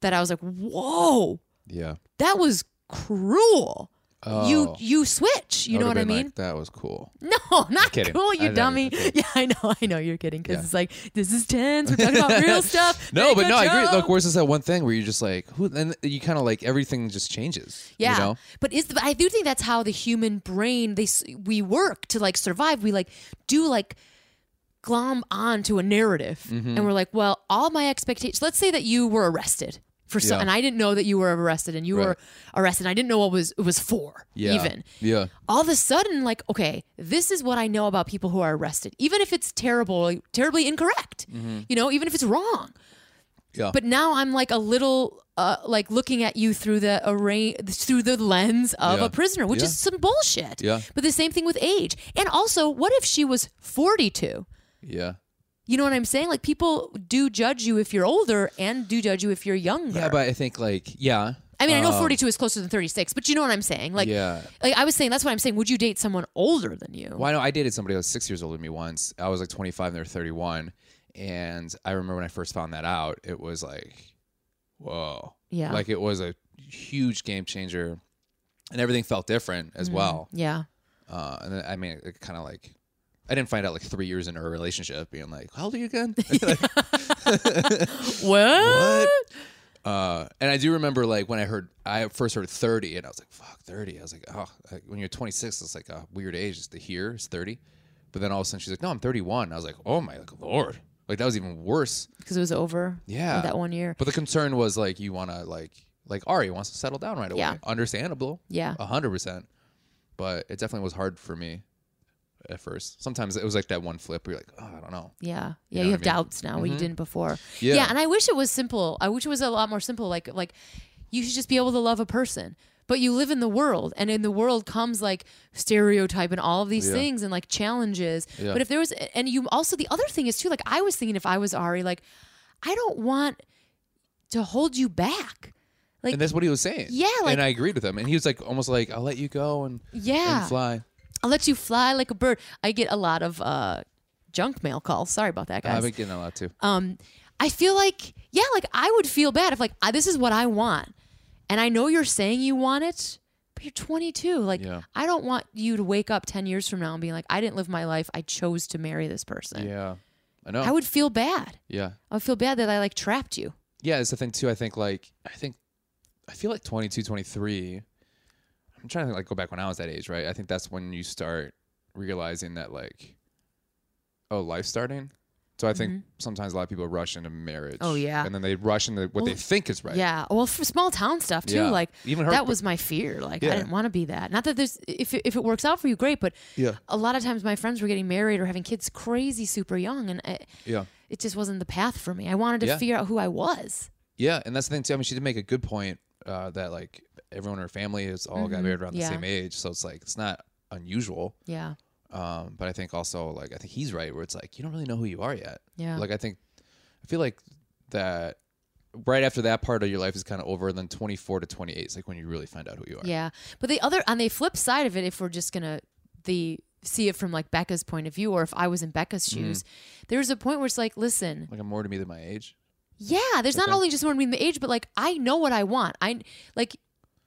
Speaker 2: that I was like, whoa,
Speaker 1: Yeah,
Speaker 2: that was cruel. You
Speaker 1: Oh.
Speaker 2: you switch. You know
Speaker 1: would've
Speaker 2: what I
Speaker 1: been
Speaker 2: mean?
Speaker 1: Like, that was cool.
Speaker 2: no, not
Speaker 1: kidding.
Speaker 2: cool,
Speaker 1: I
Speaker 2: you
Speaker 1: know,
Speaker 2: dummy.
Speaker 1: I'm kidding.
Speaker 2: Yeah, I know, I know you're kidding because
Speaker 1: Yeah.
Speaker 2: it's like this is tense. We're talking about real stuff.
Speaker 1: No,
Speaker 2: Make
Speaker 1: but
Speaker 2: a
Speaker 1: no, I agree.
Speaker 2: joke.
Speaker 1: Look, where's just that one thing where you're just like, who? And you kind of like everything just changes.
Speaker 2: Yeah,
Speaker 1: You know?
Speaker 2: but is the, I do think that's how the human brain they s- we work to like survive. We like do like glom on to a narrative,
Speaker 1: Mm-hmm.
Speaker 2: and we're like, well, all my expectations. Let's say that you were arrested for some,
Speaker 1: Yeah.
Speaker 2: and I didn't know that you were arrested, and you were
Speaker 1: Right.
Speaker 2: arrested. And I didn't know what was it was for
Speaker 1: Yeah.
Speaker 2: even.
Speaker 1: Yeah.
Speaker 2: All of a sudden, like, okay, this is what I know about people who are arrested, even if it's terrible, terribly incorrect. You know, even if it's wrong
Speaker 1: Mm-hmm. Yeah.
Speaker 2: but now I'm like a little uh, like looking at you through the array through the lens of
Speaker 1: Yeah.
Speaker 2: a prisoner, which
Speaker 1: Yeah.
Speaker 2: is some bullshit.
Speaker 1: Yeah.
Speaker 2: But the same thing with age. And also, what if she was 42?
Speaker 1: yeah.
Speaker 2: You know what I'm saying? Like people do judge you if you're older and do judge you if you're younger.
Speaker 1: Yeah, but I think like yeah.
Speaker 2: I mean, I know 42 is closer than 36, but you know what I'm saying? Like
Speaker 1: yeah.
Speaker 2: like I was saying that's what I'm saying. Would you date someone older than you?
Speaker 1: Well, I know I dated somebody that was six years older than me once. I was like 25 and they were 31. And I remember when I first found that out, it was like, whoa.
Speaker 2: Yeah.
Speaker 1: Like it was a huge game changer and everything felt different as well.
Speaker 2: Yeah.
Speaker 1: Uh, and then, I mean, it kind of like, I didn't find out like three years into a relationship being like, how old are you again?
Speaker 2: What?
Speaker 1: Uh, and I do remember like when I heard I first heard 30 and I was like fuck 30 I was like oh like, when you're 26 it's like a weird age it's the here it's 30 but then all of a sudden she's like no I'm 31 I was like oh my lord like that was even worse
Speaker 2: Because it was over.
Speaker 1: Yeah.
Speaker 2: That one year.
Speaker 1: but the concern was like you want to like like Ari wants to settle down right away
Speaker 2: Yeah.
Speaker 1: understandable
Speaker 2: Yeah.
Speaker 1: 100% but it definitely was hard for me at first sometimes it was like that one flip where you're like oh I don't know
Speaker 2: Yeah. Yeah, you,
Speaker 1: know what I
Speaker 2: have
Speaker 1: mean? mm-hmm.
Speaker 2: doubts now where you didn't before. Yeah.
Speaker 1: Yeah.
Speaker 2: and I wish it was simple. I wish it was a lot more simple like like you should just be able to love a person. But you live in the world and in the world comes like stereotype and all of these
Speaker 1: Yeah.
Speaker 2: things and like challenges.
Speaker 1: Yeah.
Speaker 2: But if there was and you also the other thing is too like I was thinking if I was Ari like I don't want to hold you back. Like,
Speaker 1: and that's what he was saying.
Speaker 2: Yeah, like-
Speaker 1: and I agreed with him. And he was like, almost like, "I'll let you go and
Speaker 2: Yeah.
Speaker 1: and fly."
Speaker 2: I'll let you fly like a bird. I get a lot of uh, junk mail calls. Sorry about that, guys.
Speaker 1: I've been getting a lot too.
Speaker 2: um, I feel like, yeah, like I would feel bad if, like, I, this is what I want. And I know you're saying you want it, but you're 22. Like,
Speaker 1: Yeah.
Speaker 2: I don't want you to wake up 10 years from now and be like, I didn't live my life. I chose to marry this person.
Speaker 1: yeah, I know.
Speaker 2: I would feel bad.
Speaker 1: yeah,
Speaker 2: I would feel bad that I, like, trapped you.
Speaker 1: yeah. It's the thing too. I think like I think I feel like 22, 23. I'm trying to like go back when I was that age, right? I think that's when you start realizing that like, oh, life's starting. So I think sometimes a lot of people rush into marriage.
Speaker 2: Mm-hmm. Oh, yeah.
Speaker 1: and then they rush into what they think is right.
Speaker 2: Yeah. Well, for small town stuff too.
Speaker 1: Yeah.
Speaker 2: Like
Speaker 1: Even her-
Speaker 2: that was my fear. Like I
Speaker 1: Yeah.
Speaker 2: didn't want to be that. Not that there's if it, if it works out for you, great. But
Speaker 1: Yeah.
Speaker 2: a lot of times my friends were getting married or having kids crazy super young, and I,
Speaker 1: yeah.
Speaker 2: it just wasn't the path for me. I wanted to
Speaker 1: Yeah.
Speaker 2: figure out who I was.
Speaker 1: Yeah, and that's the thing too. I mean, she did make a good point uh, that like everyone in her family is all got married around
Speaker 2: Mm-hmm. Yeah.
Speaker 1: the same age, so it's like it's not unusual.
Speaker 2: Yeah.
Speaker 1: Um, but I think also like I think he's right where it's like you don't really know who you are yet.
Speaker 2: Yeah.
Speaker 1: Like I think I feel like that right after that part of your life is kind of over, and then 24 to 28 is like when you really find out who you are.
Speaker 2: Yeah. But the other on the flip side of it, if we're just gonna the see it from like Becca's point of view, or if I was in Becca's
Speaker 1: Mm-hmm.
Speaker 2: shoes, there's a point where it's like, listen,
Speaker 1: Like I'm more to me than my age.
Speaker 2: Yeah, there's not
Speaker 1: Okay.
Speaker 2: only just one being the age, but like I know what I want. I like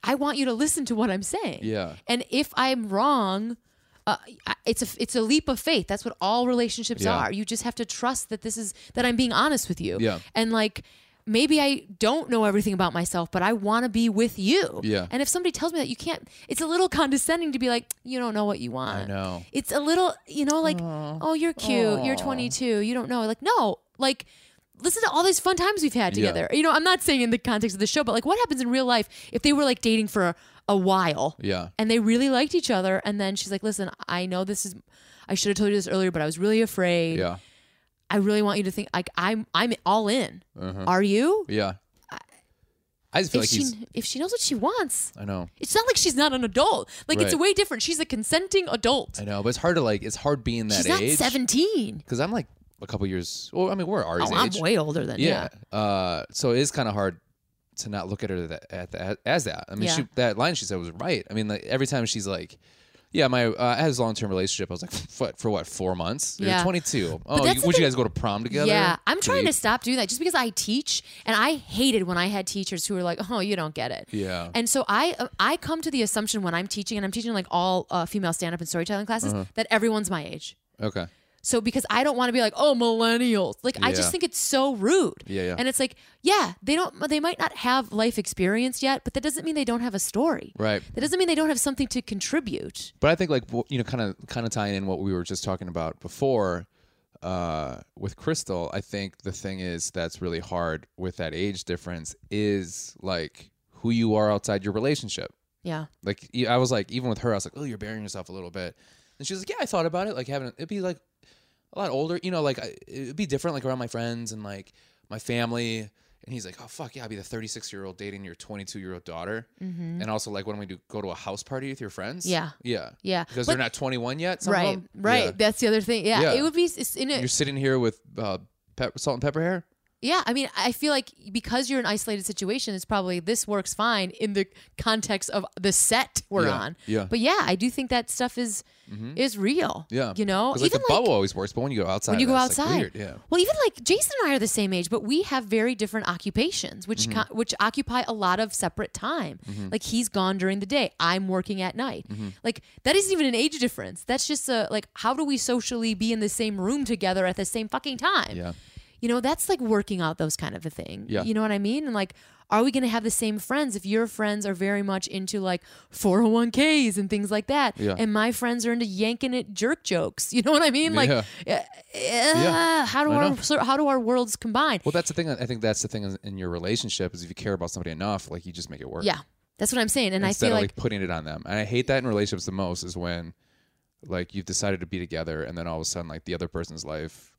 Speaker 2: I want you to listen to what I'm saying.
Speaker 1: Yeah.
Speaker 2: And if I'm wrong, uh, I- it's a it's a leap of faith. That's what all relationships
Speaker 1: Yeah.
Speaker 2: are. You just have to trust that this is that I'm being honest with you.
Speaker 1: Yeah.
Speaker 2: And like maybe I don't know everything about myself, but I want to be with you.
Speaker 1: Yeah.
Speaker 2: And if somebody tells me that you can't, it's a little condescending to be like, you don't know what you want.
Speaker 1: know.
Speaker 2: It's a little, you know, like, oh, you're cute. You're 22. You don't know. Like, no, like, listen to all these fun times we've had
Speaker 1: Yeah.
Speaker 2: together. You know, I'm not saying in the context of the show, but like, what happens in real life if they were like dating for a, a while?
Speaker 1: Yeah.
Speaker 2: And they really liked each other. And then she's like, listen, I know this is, I should have told you this earlier, but I was really afraid.
Speaker 1: Yeah.
Speaker 2: I really want you to think, like, I'm, I'm all in. Are you?
Speaker 1: Uh-huh. Yeah. I just feel
Speaker 2: If
Speaker 1: like
Speaker 2: she,
Speaker 1: he's.
Speaker 2: if she knows what she wants,
Speaker 1: I know.
Speaker 2: it's not like she's not an adult. Like, it's
Speaker 1: Right.
Speaker 2: way different. She's a consenting adult.
Speaker 1: I know, but it's hard to like. It's hard being that
Speaker 2: She's not
Speaker 1: age.
Speaker 2: 17.
Speaker 1: Because I'm like a couple years. Well, I mean, we're Ari's
Speaker 2: Oh,
Speaker 1: age.
Speaker 2: I'm way older than yeah.
Speaker 1: Yeah. Uh, so it is kind of hard to not look at her that, at that, as that. I mean,
Speaker 2: Yeah.
Speaker 1: she, that line she said was right. I mean, like every time she's like, "Yeah, my uh, I had this long term relationship." I was like, "What for? What? Four months?
Speaker 2: Yeah.
Speaker 1: You're 22. Oh,
Speaker 2: that's
Speaker 1: you,
Speaker 2: the
Speaker 1: would
Speaker 2: thing-
Speaker 1: you guys go to prom together?
Speaker 2: Yeah, I'm trying to
Speaker 1: Sweet.
Speaker 2: stop doing that just because I teach, and I hated when I had teachers who were like, "Oh, you don't get it."
Speaker 1: Yeah.
Speaker 2: And so I uh, I come to the assumption when I'm teaching, and I'm teaching like all uh, female stand up and storytelling classes,
Speaker 1: Uh-huh.
Speaker 2: that everyone's my age.
Speaker 1: Okay.
Speaker 2: So because I don't want to be like, oh, millennials. Like I
Speaker 1: Yeah.
Speaker 2: just think it's so rude.
Speaker 1: Yeah, yeah.
Speaker 2: And it's like, yeah, they don't they might not have life experience yet, but that doesn't mean they don't have a story.
Speaker 1: Right.
Speaker 2: That doesn't mean they don't have something to contribute.
Speaker 1: But I think like w- you know, kind of kind of tying in what we were just talking about before uh, with Crystal. I think the thing is that's really hard with that age difference is like who you are outside your relationship.
Speaker 2: Yeah.
Speaker 1: Like e- I was like, even with her, I was like, oh, you're burying yourself a little bit. And she was like, yeah, I thought about it. Like having it'd be like a lot older, you know, like I- it'd be different, like around my friends and like my family. And he's like, oh fuck yeah, I'll be the 36 year old dating your 22 year old daughter,
Speaker 2: Mm-hmm.
Speaker 1: and also like when we do go to a house party with your friends.
Speaker 2: Yeah.
Speaker 1: yeah,
Speaker 2: Yeah.
Speaker 1: because
Speaker 2: But-
Speaker 1: they're not 21 yet. some of
Speaker 2: Right.
Speaker 1: them.
Speaker 2: Right.
Speaker 1: Yeah.
Speaker 2: That's the other thing. Yeah.
Speaker 1: Yeah.
Speaker 2: It would be it's in it.
Speaker 1: You're sitting here with uh, pep- salt and pepper hair.
Speaker 2: Yeah, I mean, I feel like because you're in an isolated situation, it's probably this works fine in the context of the set we're
Speaker 1: Yeah,
Speaker 2: on.
Speaker 1: yeah. Mm-hmm.
Speaker 2: But yeah, I do think that stuff is is real.
Speaker 1: Yeah,
Speaker 2: You know,
Speaker 1: 'Cause, like the bubble always works, but when you go outside,
Speaker 2: when you
Speaker 1: of
Speaker 2: go
Speaker 1: that, it's, like,
Speaker 2: outside.
Speaker 1: weird. yeah.
Speaker 2: Well, even like Jason and I are the same age, but we have very different occupations, which
Speaker 1: Mm-hmm.
Speaker 2: co- which occupy a lot of separate time. Like he's gone during the day, I'm working at night.
Speaker 1: Mm-hmm.
Speaker 2: Like that isn't even an age difference. That's just a like how do we socially be in the same room together at the same fucking time?
Speaker 1: Yeah.
Speaker 2: You know, that's like working out those kind of a thing.
Speaker 1: Yeah.
Speaker 2: You know what I mean? And like are we going to have the same friends if your friends are very much into like 401ks and things like that
Speaker 1: Yeah.
Speaker 2: and my friends are into yanking it jerk jokes you know what i mean like
Speaker 1: Yeah.
Speaker 2: yeah. How do
Speaker 1: I
Speaker 2: our
Speaker 1: know.
Speaker 2: so how do our worlds combine?
Speaker 1: Well, that's the thing. I think that's the thing is- in your relationship is if you care about somebody enough, like you just make it work.
Speaker 2: yeah, that's what I'm saying, and
Speaker 1: Instead
Speaker 2: I feel
Speaker 1: of
Speaker 2: like,
Speaker 1: like, putting it on them, and I hate that in relationships the most is when, like, you've decided to be together, and then all of a sudden, like, the other person's life,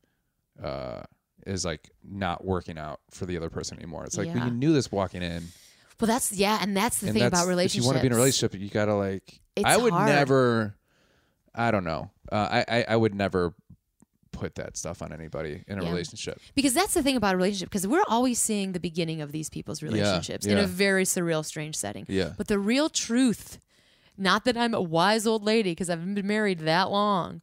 Speaker 1: uh, is like not working out for the other person anymore. It's like
Speaker 2: Yeah.
Speaker 1: well, you knew this walking in,
Speaker 2: well, that's yeah, and that's the
Speaker 1: and
Speaker 2: thing
Speaker 1: that's
Speaker 2: about
Speaker 1: if you
Speaker 2: relationships.
Speaker 1: want to be in a relationship, you gotta like.
Speaker 2: It's
Speaker 1: I would
Speaker 2: hard.
Speaker 1: never. I don't know. Uh, I, I I would never put that stuff on anybody in a
Speaker 2: Yeah.
Speaker 1: relationship.
Speaker 2: Because that's the thing about a relationship, because we're always seeing the beginning of these people's relationships in
Speaker 1: yeah.
Speaker 2: a very surreal, strange setting.
Speaker 1: Yeah.
Speaker 2: But the real truth, not that I'm a wise old lady because I haven't been married that long,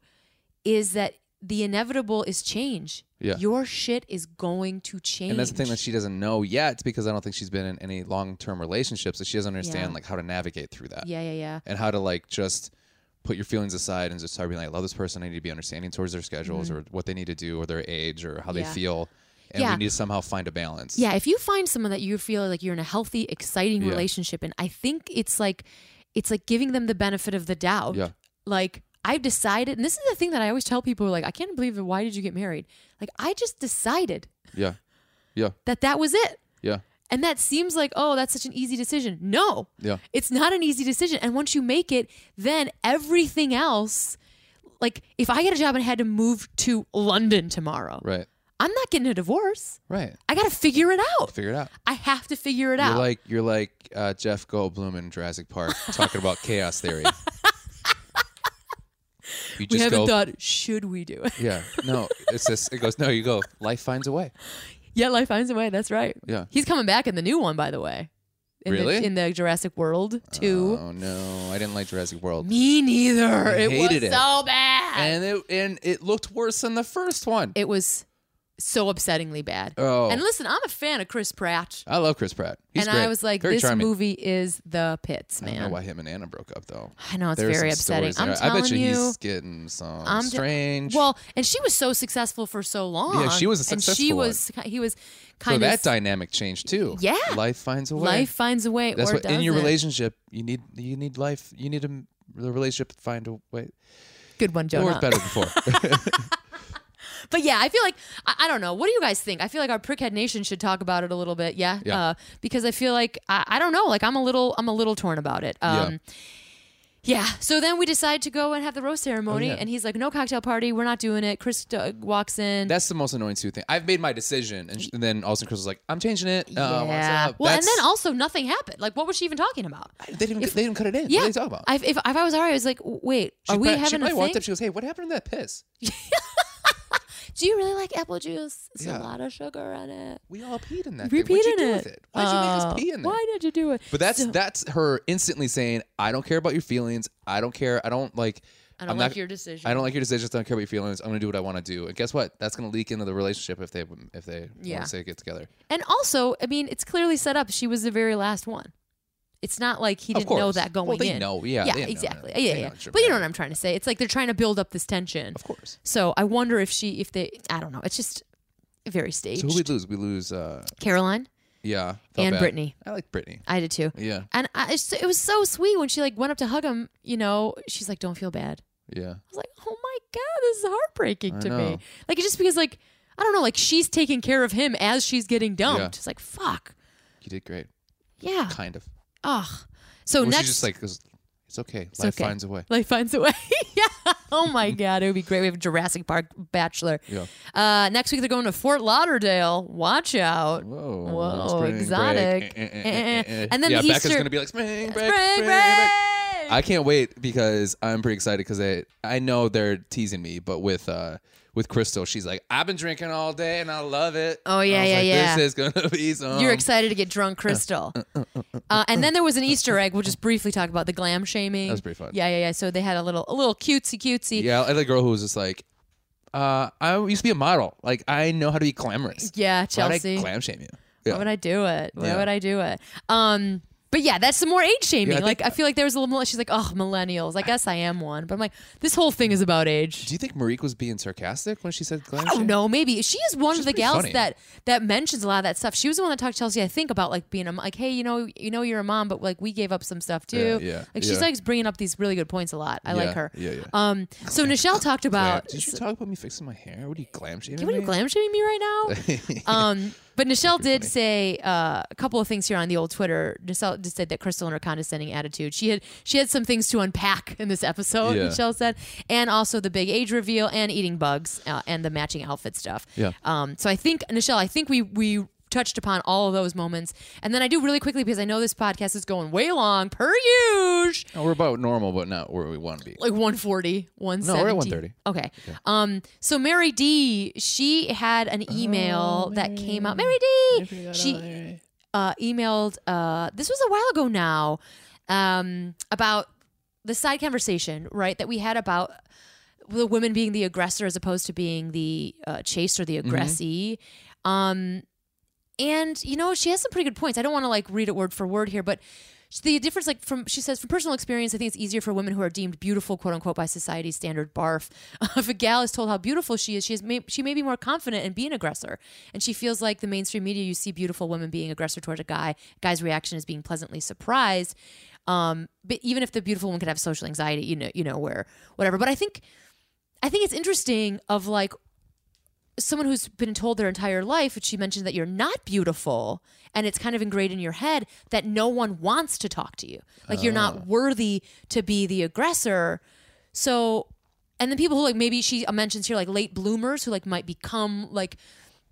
Speaker 2: is that the inevitable is change.
Speaker 1: Yeah.
Speaker 2: Your shit is going to change.
Speaker 1: And that's the thing that she doesn't know yet because I don't think she's been in any long term relationships. So she doesn't understand
Speaker 2: Yeah.
Speaker 1: like how to navigate through that
Speaker 2: Yeah, yeah, yeah.
Speaker 1: and how to like just put your feelings aside and just start being like, I love this person. I need to be understanding towards their schedules or what they need to do or their age or how
Speaker 2: Mm-hmm. Yeah.
Speaker 1: they feel. And
Speaker 2: Yeah.
Speaker 1: we need to somehow find a balance.
Speaker 2: Yeah, if you find someone that you feel like you're in a healthy, exciting
Speaker 1: Yeah.
Speaker 2: relationship in, I think it's like it's like giving them the benefit of the doubt.
Speaker 1: Yeah.
Speaker 2: Like I've decided, and this is the thing that I always tell people like I can't believe it. Why did you get married? Like I just decided
Speaker 1: Yeah. Yeah.
Speaker 2: that that was it.
Speaker 1: Yeah.
Speaker 2: And that seems like, oh, that's such an easy decision. No.
Speaker 1: Yeah.
Speaker 2: It's not an easy decision. And once you make it, then everything else like if I get a job and had to move to London tomorrow,
Speaker 1: Right.
Speaker 2: I'm not getting a divorce.
Speaker 1: Right.
Speaker 2: I got to figure it out.
Speaker 1: Figure it out.
Speaker 2: I have to figure it out.
Speaker 1: You're like you're like uh, Jeff Goldblum in Jurassic Park talking about chaos theory. You
Speaker 2: we
Speaker 1: just
Speaker 2: haven't
Speaker 1: go,
Speaker 2: thought, should we do it?
Speaker 1: yeah. No, it's just it goes. No, you go. Life finds a way.
Speaker 2: yeah, life finds a way. That's right.
Speaker 1: Yeah.
Speaker 2: He's coming back in the new one, by the way. In
Speaker 1: Really?
Speaker 2: The, in the Jurassic World 2.
Speaker 1: Oh no, I didn't like Jurassic World.
Speaker 2: Me neither.
Speaker 1: I
Speaker 2: It
Speaker 1: hated
Speaker 2: was
Speaker 1: it.
Speaker 2: so bad.
Speaker 1: And it and it looked worse than the first one.
Speaker 2: it was so upsettingly bad.
Speaker 1: oh,
Speaker 2: And listen, I'm a fan of Chris Pratt.
Speaker 1: I love Chris Pratt. He's
Speaker 2: and
Speaker 1: great.
Speaker 2: I was like,
Speaker 1: very
Speaker 2: this
Speaker 1: charming.
Speaker 2: movie is the pits,
Speaker 1: I
Speaker 2: man.
Speaker 1: don't know why him and Anna broke up though.
Speaker 2: I know, it's
Speaker 1: There's
Speaker 2: very
Speaker 1: some
Speaker 2: upsetting.
Speaker 1: stories
Speaker 2: I'm
Speaker 1: there.
Speaker 2: telling
Speaker 1: I bet you,
Speaker 2: you.
Speaker 1: he's getting some
Speaker 2: I'm t-
Speaker 1: strange.
Speaker 2: well, and she was so successful for so long.
Speaker 1: Yeah, she was a
Speaker 2: And she
Speaker 1: successful one.
Speaker 2: was, he was
Speaker 1: so
Speaker 2: kind of.
Speaker 1: that dynamic changed too.
Speaker 2: Yeah.
Speaker 1: life finds a way.
Speaker 2: life finds a way.
Speaker 1: That's
Speaker 2: or
Speaker 1: what in your
Speaker 2: doesn't.
Speaker 1: relationship you need. You need life. You need a the relationship to find a way.
Speaker 2: Good one,
Speaker 1: Or
Speaker 2: Jonah.
Speaker 1: better before.
Speaker 2: But yeah, I feel like I, I don't know. What do you guys think? I feel like our prickhead nation should talk about it a little bit. Yeah,
Speaker 1: Yeah.
Speaker 2: Uh, because I feel like I, I don't know. Like I'm a little I'm a little torn about it. Um, yeah. So then we decide to go and have the roast ceremony,
Speaker 1: Oh, yeah.
Speaker 2: and he's like, "No cocktail party. We're not doing it." Chris uh, walks in.
Speaker 1: That's the most annoying two thing. I've made my decision, and, sh- and then Austin Chris was like, "I'm changing it." Uh, what's
Speaker 2: yeah.
Speaker 1: up?
Speaker 2: Well, and
Speaker 1: That's-
Speaker 2: then also nothing happened. Like, what was she even talking about?
Speaker 1: they didn't. they didn't cut it in.
Speaker 2: Yeah.
Speaker 1: What are they talking about?
Speaker 2: I, if, if I was alright, I was like, "Wait,
Speaker 1: she
Speaker 2: are we
Speaker 1: prob- she
Speaker 2: having a
Speaker 1: probably
Speaker 2: thing?
Speaker 1: walked up. She goes, "Hey, what happened to that piss?
Speaker 2: Do you really like apple juice? It's
Speaker 1: Yeah.
Speaker 2: a lot of sugar in it.
Speaker 1: We all peed in that. thing. What'd you
Speaker 2: Repeating
Speaker 1: do
Speaker 2: it.
Speaker 1: with it? Why'd you make
Speaker 2: Uh,
Speaker 1: us pee in there?"
Speaker 2: Why did you do it?
Speaker 1: But that's that's her instantly saying, "I don't care about your feelings. I don't care. I don't like.
Speaker 2: I don't
Speaker 1: I'm
Speaker 2: like
Speaker 1: not-
Speaker 2: your decision.
Speaker 1: I don't like your decisions. I don't care about your feelings. I'm gonna do what I want to do. And guess what? That's gonna leak into the relationship if they if they
Speaker 2: Yeah.
Speaker 1: once they get together.
Speaker 2: And also, I mean, it's clearly set up. She was the very last one. It's not like he
Speaker 1: Of
Speaker 2: didn't know
Speaker 1: course.
Speaker 2: that going
Speaker 1: Well, they
Speaker 2: in.
Speaker 1: know. Yeah,
Speaker 2: yeah,
Speaker 1: they know.
Speaker 2: exactly.
Speaker 1: They
Speaker 2: Yeah,
Speaker 1: know
Speaker 2: yeah.
Speaker 1: it should
Speaker 2: But you know
Speaker 1: matter.
Speaker 2: what I'm trying to say. It's like they're trying to build up this tension.
Speaker 1: Of course.
Speaker 2: So I wonder if she, if they, I don't know. It's just very staged.
Speaker 1: So who we lose? We lose. uh
Speaker 2: Caroline
Speaker 1: Yeah. felt
Speaker 2: and
Speaker 1: bad.
Speaker 2: Brittany.
Speaker 1: I like Brittany.
Speaker 2: I did too.
Speaker 1: Yeah.
Speaker 2: And I, it's- it was so sweet when she like went up to hug him. You know, she's like, "Don't feel bad."
Speaker 1: Yeah.
Speaker 2: I was like, oh my God, this is heartbreaking
Speaker 1: I
Speaker 2: to me.
Speaker 1: know.
Speaker 2: Like, it's just because, like, I don't know, like, she's taking care of him as she's getting dumped.
Speaker 1: Yeah.
Speaker 2: It's like, fuck.
Speaker 1: You did great.
Speaker 2: Yeah.
Speaker 1: Kind of.
Speaker 2: Ugh. So
Speaker 1: Well, she
Speaker 2: Oh, next,
Speaker 1: just like goes, it's okay. Life
Speaker 2: okay."
Speaker 1: finds a way.
Speaker 2: life finds a way. yeah. Oh my God, it would be great. We have a Jurassic Park Bachelor.
Speaker 1: Yeah.
Speaker 2: Uh, next week, they're going to Fort Lauderdale. Watch out.
Speaker 1: Whoa.
Speaker 2: Whoa,
Speaker 1: spring break.
Speaker 2: exotic.
Speaker 1: Eh, eh, eh,
Speaker 2: Eh, eh,
Speaker 1: eh, eh.
Speaker 2: and then
Speaker 1: yeah,
Speaker 2: the
Speaker 1: Becca's
Speaker 2: Easter-
Speaker 1: gonna be like spring break,
Speaker 2: Break,
Speaker 1: spring
Speaker 2: break.
Speaker 1: break. I can't wait because I'm pretty excited because I I know they're teasing me, but with uh with Crystal, she's like, I've been drinking all day and I love it.
Speaker 2: Oh, yeah,
Speaker 1: I was
Speaker 2: yeah,
Speaker 1: like,
Speaker 2: yeah.
Speaker 1: This is gonna be some.
Speaker 2: You're excited to get drunk, Crystal. Uh, and then there was an Easter egg. We'll just briefly talk about the glam shaming.
Speaker 1: uh.
Speaker 2: That
Speaker 1: was pretty fun.
Speaker 2: Yeah, yeah, yeah. So they had a little, a little cutesy, cutesy.
Speaker 1: Yeah, I had a girl who was just like, uh, I used to be a model. Like I know how to be glamorous.
Speaker 2: Yeah,
Speaker 1: Why'd I
Speaker 2: Chelsea.
Speaker 1: clam shame you?
Speaker 2: Why
Speaker 1: Yeah.
Speaker 2: would I do it? Why
Speaker 1: Yeah.
Speaker 2: would I do it? Um, but yeah, that's some more age shaming.
Speaker 1: Yeah, I
Speaker 2: like
Speaker 1: think-
Speaker 2: I feel like there was a little. She's like, oh, millennials. I guess I am one. But I'm like, this whole thing is about age.
Speaker 1: Do you think Marique was being sarcastic when she said glam
Speaker 2: I don't
Speaker 1: shame?
Speaker 2: know. Maybe she is one
Speaker 1: She's
Speaker 2: of the
Speaker 1: pretty
Speaker 2: gals
Speaker 1: funny.
Speaker 2: that that mentions a lot of that stuff. She was the one that talked to Chelsea, I think, about like being a m- like, hey, you know, you know, you're a mom, but like we gave up some stuff too.
Speaker 1: Yeah, yeah,
Speaker 2: like she's
Speaker 1: yeah.
Speaker 2: like bringing up these really good points a lot. I
Speaker 1: Yeah,
Speaker 2: like her.
Speaker 1: yeah, yeah.
Speaker 2: Um. So Nichelle talked
Speaker 1: Glam-
Speaker 2: about.
Speaker 1: Did you talk about me fixing my hair? What are you glam shaming?
Speaker 2: What are you
Speaker 1: me?
Speaker 2: glam shaming me right now? um, but Nichelle did say uh, a couple of things here on the old Twitter. Nichelle just said that Crystal and her condescending attitude. She had she had some things to unpack in this episode.
Speaker 1: Yeah.
Speaker 2: Nichelle said, and also the big age reveal and eating bugs uh, and the matching outfit stuff.
Speaker 1: Yeah.
Speaker 2: Um, so I think Nichelle, I think we we touched upon all of those moments. And then I do really quickly because I know this podcast is going way long per huge.
Speaker 1: No, we're about normal, but not where we want to be.
Speaker 2: Like 140, 170.
Speaker 1: we're at 130.
Speaker 2: Okay. Um so Mary D, she had an email that came out. Mary D. She uh emailed uh this was a while ago now um about the side conversation, right, that we had about the women being the aggressor as opposed to being the uh, chaser, the
Speaker 1: Mm-hmm.
Speaker 2: aggressee. Um, and you know, she has some pretty good points. I don't want to like read it word for word here, but the difference, like from she says, from personal experience, I think it's easier for women who are deemed beautiful, quote unquote, by society's standard. Barf. if a gal is told how beautiful she is, she is may, she may be more confident and be an aggressor, and she feels like the mainstream media you see beautiful women being aggressor towards a guy. Guy's reaction is being pleasantly surprised. Um, but even if the beautiful woman could have social anxiety, you know, you know, where whatever. But I think I think it's interesting of like someone who's been told their entire life, which she mentioned that you're not beautiful and it's kind of ingrained in your head that no one wants to talk to you. Like you're not worthy to be the aggressor. So and then people who like maybe she mentions here like late bloomers who like might become like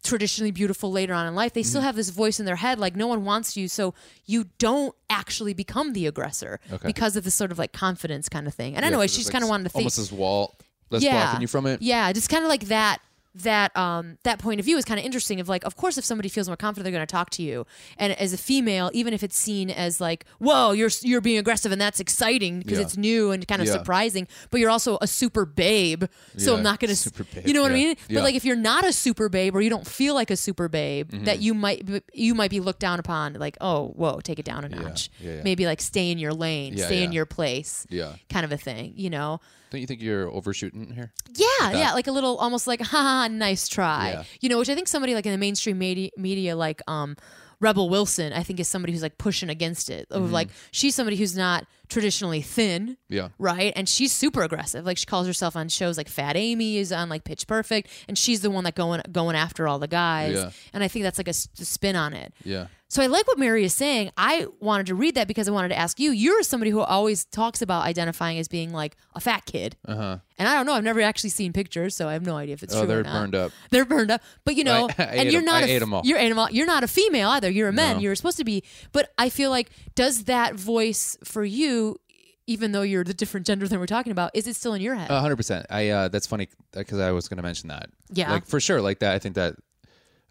Speaker 2: traditionally beautiful later on in life they still have this voice in their head like no one wants you so you don't actually become the aggressor because of this sort of like confidence kind of thing and anyway she's kind of wanted to think
Speaker 1: almost this wall that's blocking you from it.
Speaker 2: yeah, just kind of like that that um that point of view is kind of interesting of like of course if somebody feels more confident they're going to talk to you and as a female even if it's seen as like whoa you're you're being aggressive and that's exciting because
Speaker 1: Yeah.
Speaker 2: it's new and kind of
Speaker 1: Yeah.
Speaker 2: surprising but you're also a super babe so
Speaker 1: Yeah,
Speaker 2: i'm not going to
Speaker 1: super babe,
Speaker 2: you know what i
Speaker 1: yeah,
Speaker 2: mean
Speaker 1: yeah.
Speaker 2: but like if you're not a super babe or you don't feel like a super babe
Speaker 1: Mm-hmm.
Speaker 2: that you might be- you might be looked down upon like oh whoa take it down a notch
Speaker 1: yeah, yeah.
Speaker 2: maybe like stay in your lane
Speaker 1: Yeah,
Speaker 2: stay in
Speaker 1: yeah.
Speaker 2: your place
Speaker 1: Yeah.
Speaker 2: kind of a thing you know
Speaker 1: Don't you think you're overshooting here?
Speaker 2: yeah, yeah, like a little almost like ha, ha ha, nice try.
Speaker 1: Yeah.
Speaker 2: You know, which I think somebody like in the mainstream media, media like um Rebel Wilson, I think is somebody who's like pushing against it. Of Like she's somebody who's not traditionally thin.
Speaker 1: Mm-hmm. Yeah.
Speaker 2: Right? And she's super aggressive. Like she calls herself on shows like Fat Amy is on like Pitch Perfect and she's the one that going going after all the guys.
Speaker 1: Yeah.
Speaker 2: And I think that's like a s- spin on it.
Speaker 1: Yeah.
Speaker 2: So I like what Mary is saying. I wanted to read that because I wanted to ask you. You're somebody who always talks about identifying as being like a fat kid. Uh-huh. And I don't know. I've never actually seen pictures, so I have no idea if it's
Speaker 1: Oh,
Speaker 2: true or
Speaker 1: they're
Speaker 2: not.
Speaker 1: burned up.
Speaker 2: They're burned up. But you know,
Speaker 1: I ate
Speaker 2: and you're
Speaker 1: 'em.
Speaker 2: not
Speaker 1: I
Speaker 2: a
Speaker 1: ate 'em all.
Speaker 2: You're animal. You're not a female either. You're a man.
Speaker 1: No.
Speaker 2: You're supposed to be. But I feel like does that voice for you, even though you're the different gender than we're talking about, is it still in your head?
Speaker 1: A hundred percent. I uh, that's funny because I was going to mention that.
Speaker 2: Yeah.
Speaker 1: like for sure. Like that. I think that.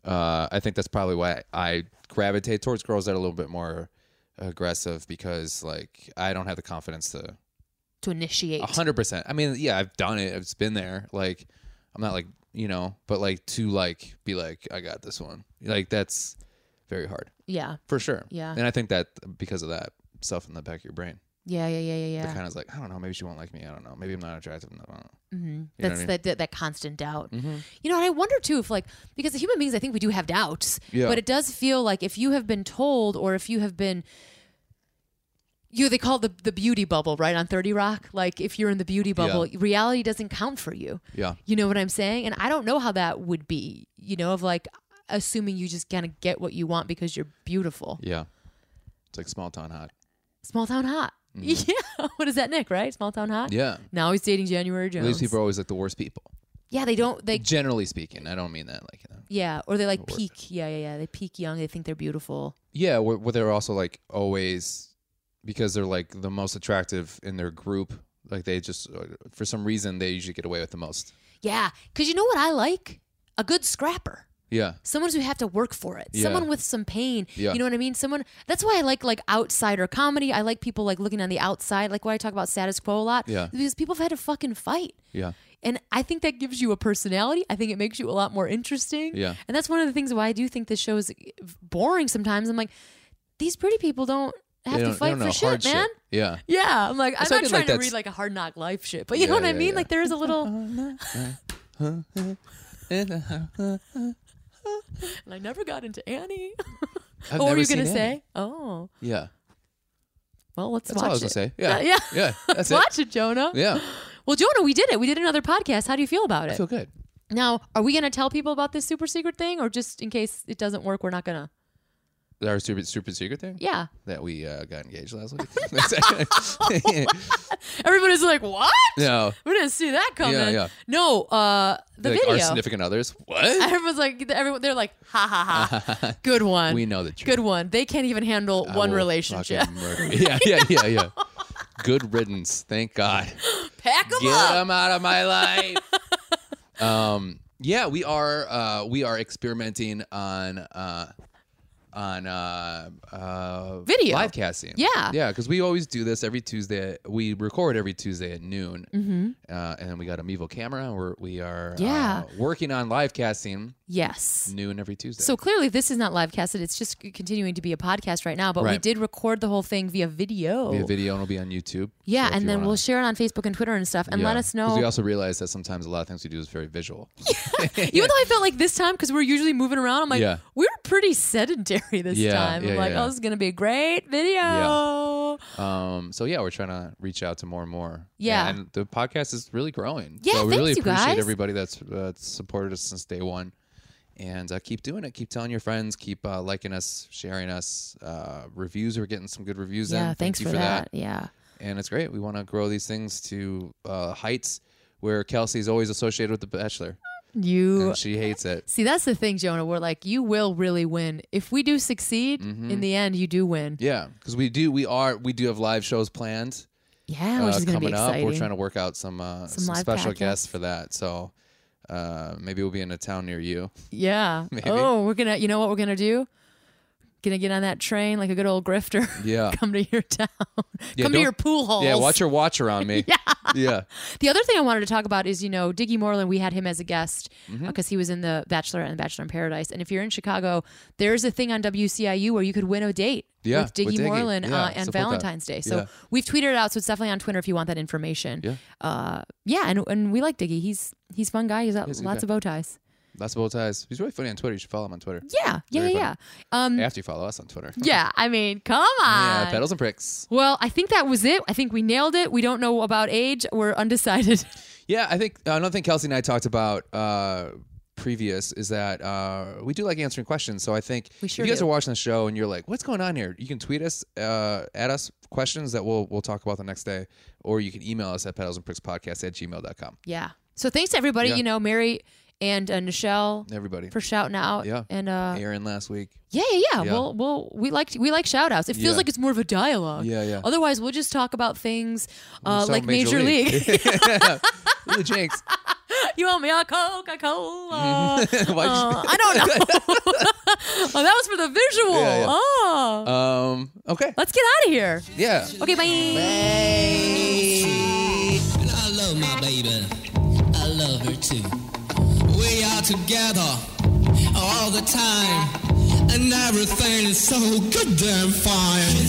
Speaker 1: Uh, I think that's probably why I gravitate towards girls that are a little bit more aggressive because like I don't have the confidence to.
Speaker 2: to initiate.
Speaker 1: A hundred percent. I mean, yeah, I've done it. It's been there. Like I'm not like you know, but like to like be like I got this one. Like that's very hard
Speaker 2: Yeah.
Speaker 1: for sure.
Speaker 2: Yeah.
Speaker 1: and I think that because of that stuff in the back of your brain.
Speaker 2: Yeah. Yeah. Yeah. Yeah. Yeah.
Speaker 1: kind of like, I don't know, maybe she won't like me. I don't know. Maybe I'm not attractive. I don't know. know what
Speaker 2: Mm-hmm. That's
Speaker 1: I mean? Mm-hmm.
Speaker 2: that, that that constant doubt. You know, and I wonder too if like because human beings, I think we do have doubts.
Speaker 1: Yeah.
Speaker 2: But it does feel like if you have been told or if you have been you they call it the the beauty bubble right on Thirty Rock. Like if you're in the beauty bubble, reality doesn't count for you.
Speaker 1: Yeah.
Speaker 2: You know what I'm saying? And I don't know how that would be. You know, of like assuming you just kind of get what you want because you're beautiful.
Speaker 1: Yeah. It's like small town hot.
Speaker 2: Small town hot. Yeah. What is that, Nick? Right? Small town hot.
Speaker 1: Mm-hmm. Yeah.
Speaker 2: Now he's dating January Jones.
Speaker 1: These people are always like the worst people.
Speaker 2: yeah, they don't. They
Speaker 1: Generally speaking, I don't mean that like, you know.
Speaker 2: Yeah, or they like
Speaker 1: Or-
Speaker 2: peak. Yeah, yeah, yeah. They peak young. They think they're beautiful.
Speaker 1: Yeah, where, where they're also like always because they're like the most attractive in their group. Like they just, uh, for some reason, they usually get away with the most.
Speaker 2: Yeah, because you know what I like? A good scrapper.
Speaker 1: Yeah.
Speaker 2: Someone who have to work for it.
Speaker 1: Yeah.
Speaker 2: Someone with some pain.
Speaker 1: Yeah.
Speaker 2: You know what I mean? Someone. That's why I like like outsider comedy. I like people like looking on the outside. Like why I talk about status quo a lot.
Speaker 1: Yeah.
Speaker 2: Because people have had to fucking fight.
Speaker 1: Yeah.
Speaker 2: And I think that gives you a personality. I think it makes you a lot more interesting.
Speaker 1: Yeah.
Speaker 2: And that's one of the things why I do think this show is boring sometimes. I'm like, these pretty people don't have
Speaker 1: They
Speaker 2: to
Speaker 1: don't- they
Speaker 2: fight
Speaker 1: don't
Speaker 2: for
Speaker 1: know
Speaker 2: shit,
Speaker 1: hard
Speaker 2: man.
Speaker 1: Yeah.
Speaker 2: Yeah, I'm like, I'm
Speaker 1: So I
Speaker 2: not
Speaker 1: did
Speaker 2: trying
Speaker 1: like
Speaker 2: to
Speaker 1: that
Speaker 2: read
Speaker 1: s-
Speaker 2: like a hard knock life shit, but you know
Speaker 1: Yeah,
Speaker 2: what I
Speaker 1: yeah,
Speaker 2: mean?
Speaker 1: yeah. Uh-huh.
Speaker 2: Like, there is a little. and I never got into Annie.
Speaker 1: I've
Speaker 2: what
Speaker 1: never
Speaker 2: were you
Speaker 1: seen
Speaker 2: gonna
Speaker 1: Annie.
Speaker 2: say? Oh,
Speaker 1: Yeah.
Speaker 2: well, let's
Speaker 1: That's
Speaker 2: watch
Speaker 1: all I was going to
Speaker 2: it.
Speaker 1: say. Yeah.
Speaker 2: Uh, yeah.
Speaker 1: Yeah. That's
Speaker 2: Let's
Speaker 1: it.
Speaker 2: watch it, Jonah.
Speaker 1: Yeah.
Speaker 2: Well, Jonah, we did it. We did another podcast. How do you feel about
Speaker 1: I
Speaker 2: it?
Speaker 1: feel good.
Speaker 2: now, are we gonna tell people about this super secret thing, or just in case it doesn't work, we're not gonna?
Speaker 1: Our super, super secret thing?
Speaker 2: Yeah.
Speaker 1: That we uh, got engaged last week?
Speaker 2: Everybody's like, what?
Speaker 1: no.
Speaker 2: We didn't see that coming.
Speaker 1: yeah.
Speaker 2: No, uh, the
Speaker 1: like our
Speaker 2: video.
Speaker 1: significant others. What?
Speaker 2: Everyone's like, everyone, they're like, ha ha ha. Good one.
Speaker 1: We know the truth.
Speaker 2: Good one. They can't even handle
Speaker 1: I
Speaker 2: one
Speaker 1: will
Speaker 2: relationship.
Speaker 1: fucking murder you. Yeah, yeah, yeah, yeah. Good riddance. Thank God.
Speaker 2: Pack them
Speaker 1: Get
Speaker 2: up.
Speaker 1: them out of my life. um, yeah, we are uh, we are experimenting on uh, on uh, uh,
Speaker 2: Video.
Speaker 1: live casting.
Speaker 2: Yeah.
Speaker 1: yeah, because we always do this every Tuesday. We record every Tuesday at noon, uh, and we got a Mevo camera. And we're, we are
Speaker 2: Mm-hmm. Yeah.
Speaker 1: uh, working on live casting
Speaker 2: Yes.
Speaker 1: noon every Tuesday.
Speaker 2: So clearly, this is not live casted. It's just continuing to be a podcast right now. But we
Speaker 1: Right.
Speaker 2: did record the whole thing via video.
Speaker 1: Be a video and it'll be on YouTube.
Speaker 2: Yeah,
Speaker 1: So if
Speaker 2: and
Speaker 1: you
Speaker 2: then
Speaker 1: wanna-
Speaker 2: we'll share it on Facebook and Twitter and stuff, and let
Speaker 1: Yeah.
Speaker 2: us
Speaker 1: 'Cause We
Speaker 2: know.
Speaker 1: also realize that sometimes a lot of things we do is very visual.
Speaker 2: Even though I felt like this time, because we're usually moving around, I'm like,
Speaker 1: Yeah.
Speaker 2: we were pretty sedentary this
Speaker 1: Yeah,
Speaker 2: time. I'm
Speaker 1: yeah,
Speaker 2: like,
Speaker 1: yeah.
Speaker 2: oh, this is gonna be a great video. Yeah,
Speaker 1: Um, so yeah, we're trying to reach out to more and more.
Speaker 2: Yeah.
Speaker 1: and the podcast is really growing.
Speaker 2: Yeah,
Speaker 1: so we
Speaker 2: thanks,
Speaker 1: really
Speaker 2: you
Speaker 1: appreciate
Speaker 2: guys.
Speaker 1: everybody that's uh, supported us since day one, and uh, keep doing it. Keep telling your friends. Keep uh, liking us, sharing us. Uh, reviews, we're getting some good reviews. in. Thank
Speaker 2: thanks
Speaker 1: you
Speaker 2: for, that. Yeah,
Speaker 1: And it's great. We want to grow these things to uh, heights where Kelsey's always associated with The Bachelor,
Speaker 2: you
Speaker 1: and she hates it.
Speaker 2: see, that's the thing, Jonah. We're like, you will really win if we do succeed. In the end, you do win.
Speaker 1: Mm-hmm. Yeah, because we do. We are. We do have live shows planned.
Speaker 2: Yeah,
Speaker 1: uh,
Speaker 2: which is gonna be
Speaker 1: coming up.
Speaker 2: exciting.
Speaker 1: We're trying to work out some uh,
Speaker 2: Some
Speaker 1: some,
Speaker 2: live
Speaker 1: special
Speaker 2: podcasts.
Speaker 1: guests for that. So uh, maybe we'll be in a town near you.
Speaker 2: yeah.
Speaker 1: Maybe.
Speaker 2: Oh, we're gonna. You know what we're gonna do? Gonna get on that train like a good old grifter.
Speaker 1: Yeah.
Speaker 2: Come to your town.
Speaker 1: Yeah,
Speaker 2: Come to
Speaker 1: don't-
Speaker 2: your pool halls.
Speaker 1: Yeah, watch your watch around me. yeah. Yeah.
Speaker 2: The other thing I wanted to talk about is, you know, Diggy Moreland, we had him as a guest because
Speaker 1: Mm-hmm.
Speaker 2: he was in The Bachelor and Bachelor in Paradise. And if you're in Chicago, there's a thing on WCIU where you could win a date
Speaker 1: Yeah,
Speaker 2: with Diggy
Speaker 1: with Diggy.
Speaker 2: Moreland
Speaker 1: Yeah,
Speaker 2: uh, and
Speaker 1: support that.
Speaker 2: Valentine's Day. So
Speaker 1: Yeah.
Speaker 2: we've tweeted it out. So it's definitely on Twitter if you want that information.
Speaker 1: Yeah.
Speaker 2: Uh, yeah. And, and we like Diggy. He's he's a fun guy. He's got
Speaker 1: He's a good
Speaker 2: lots
Speaker 1: guy.
Speaker 2: of bow ties.
Speaker 1: That's bow ties. He's really funny on Twitter. You should follow him on Twitter.
Speaker 2: Yeah. Yeah.
Speaker 1: Very
Speaker 2: Yeah. yeah. Um,
Speaker 1: After you follow us on Twitter.
Speaker 2: yeah. I mean, come on.
Speaker 1: Yeah, pedals and pricks.
Speaker 2: well, I think that was it. I think we nailed it. We don't know about age. We're undecided.
Speaker 1: Yeah, I think uh, another thing Kelsey and I talked about uh, previous is that uh, we do like answering questions. So I think
Speaker 2: We sure
Speaker 1: if you guys
Speaker 2: do.
Speaker 1: are watching the show and you're like, "What's going on here?" You can tweet us uh, at us questions that we'll we'll talk about the next day, or you can email us at pedals and pricks podcast at gmail.com.
Speaker 2: Yeah. So thanks to everybody,
Speaker 1: Yeah.
Speaker 2: you know, Mary and uh, Nichelle
Speaker 1: Everybody.
Speaker 2: for shouting out.
Speaker 1: Yeah.
Speaker 2: And uh, yeah,
Speaker 1: Aaron last week.
Speaker 2: yeah, yeah.
Speaker 1: Yeah.
Speaker 2: Well, well, we like we like shout outs. It feels
Speaker 1: Yeah.
Speaker 2: like it's more of a dialogue.
Speaker 1: Yeah, yeah.
Speaker 2: Otherwise, we'll just talk about things uh,
Speaker 1: Sound
Speaker 2: like Major, League.
Speaker 1: Ooh, jinx.
Speaker 2: you owe me a Coca Cola.
Speaker 1: Why'd you-
Speaker 2: Uh, I don't know. oh, that was for the visual.
Speaker 1: Yeah, yeah.
Speaker 2: Oh,
Speaker 1: um. Okay.
Speaker 2: let's get out of here.
Speaker 1: Yeah.
Speaker 2: Okay, bye.
Speaker 4: And I love my baby. I love her too. We are together all the time. And everything is so goddamn fine.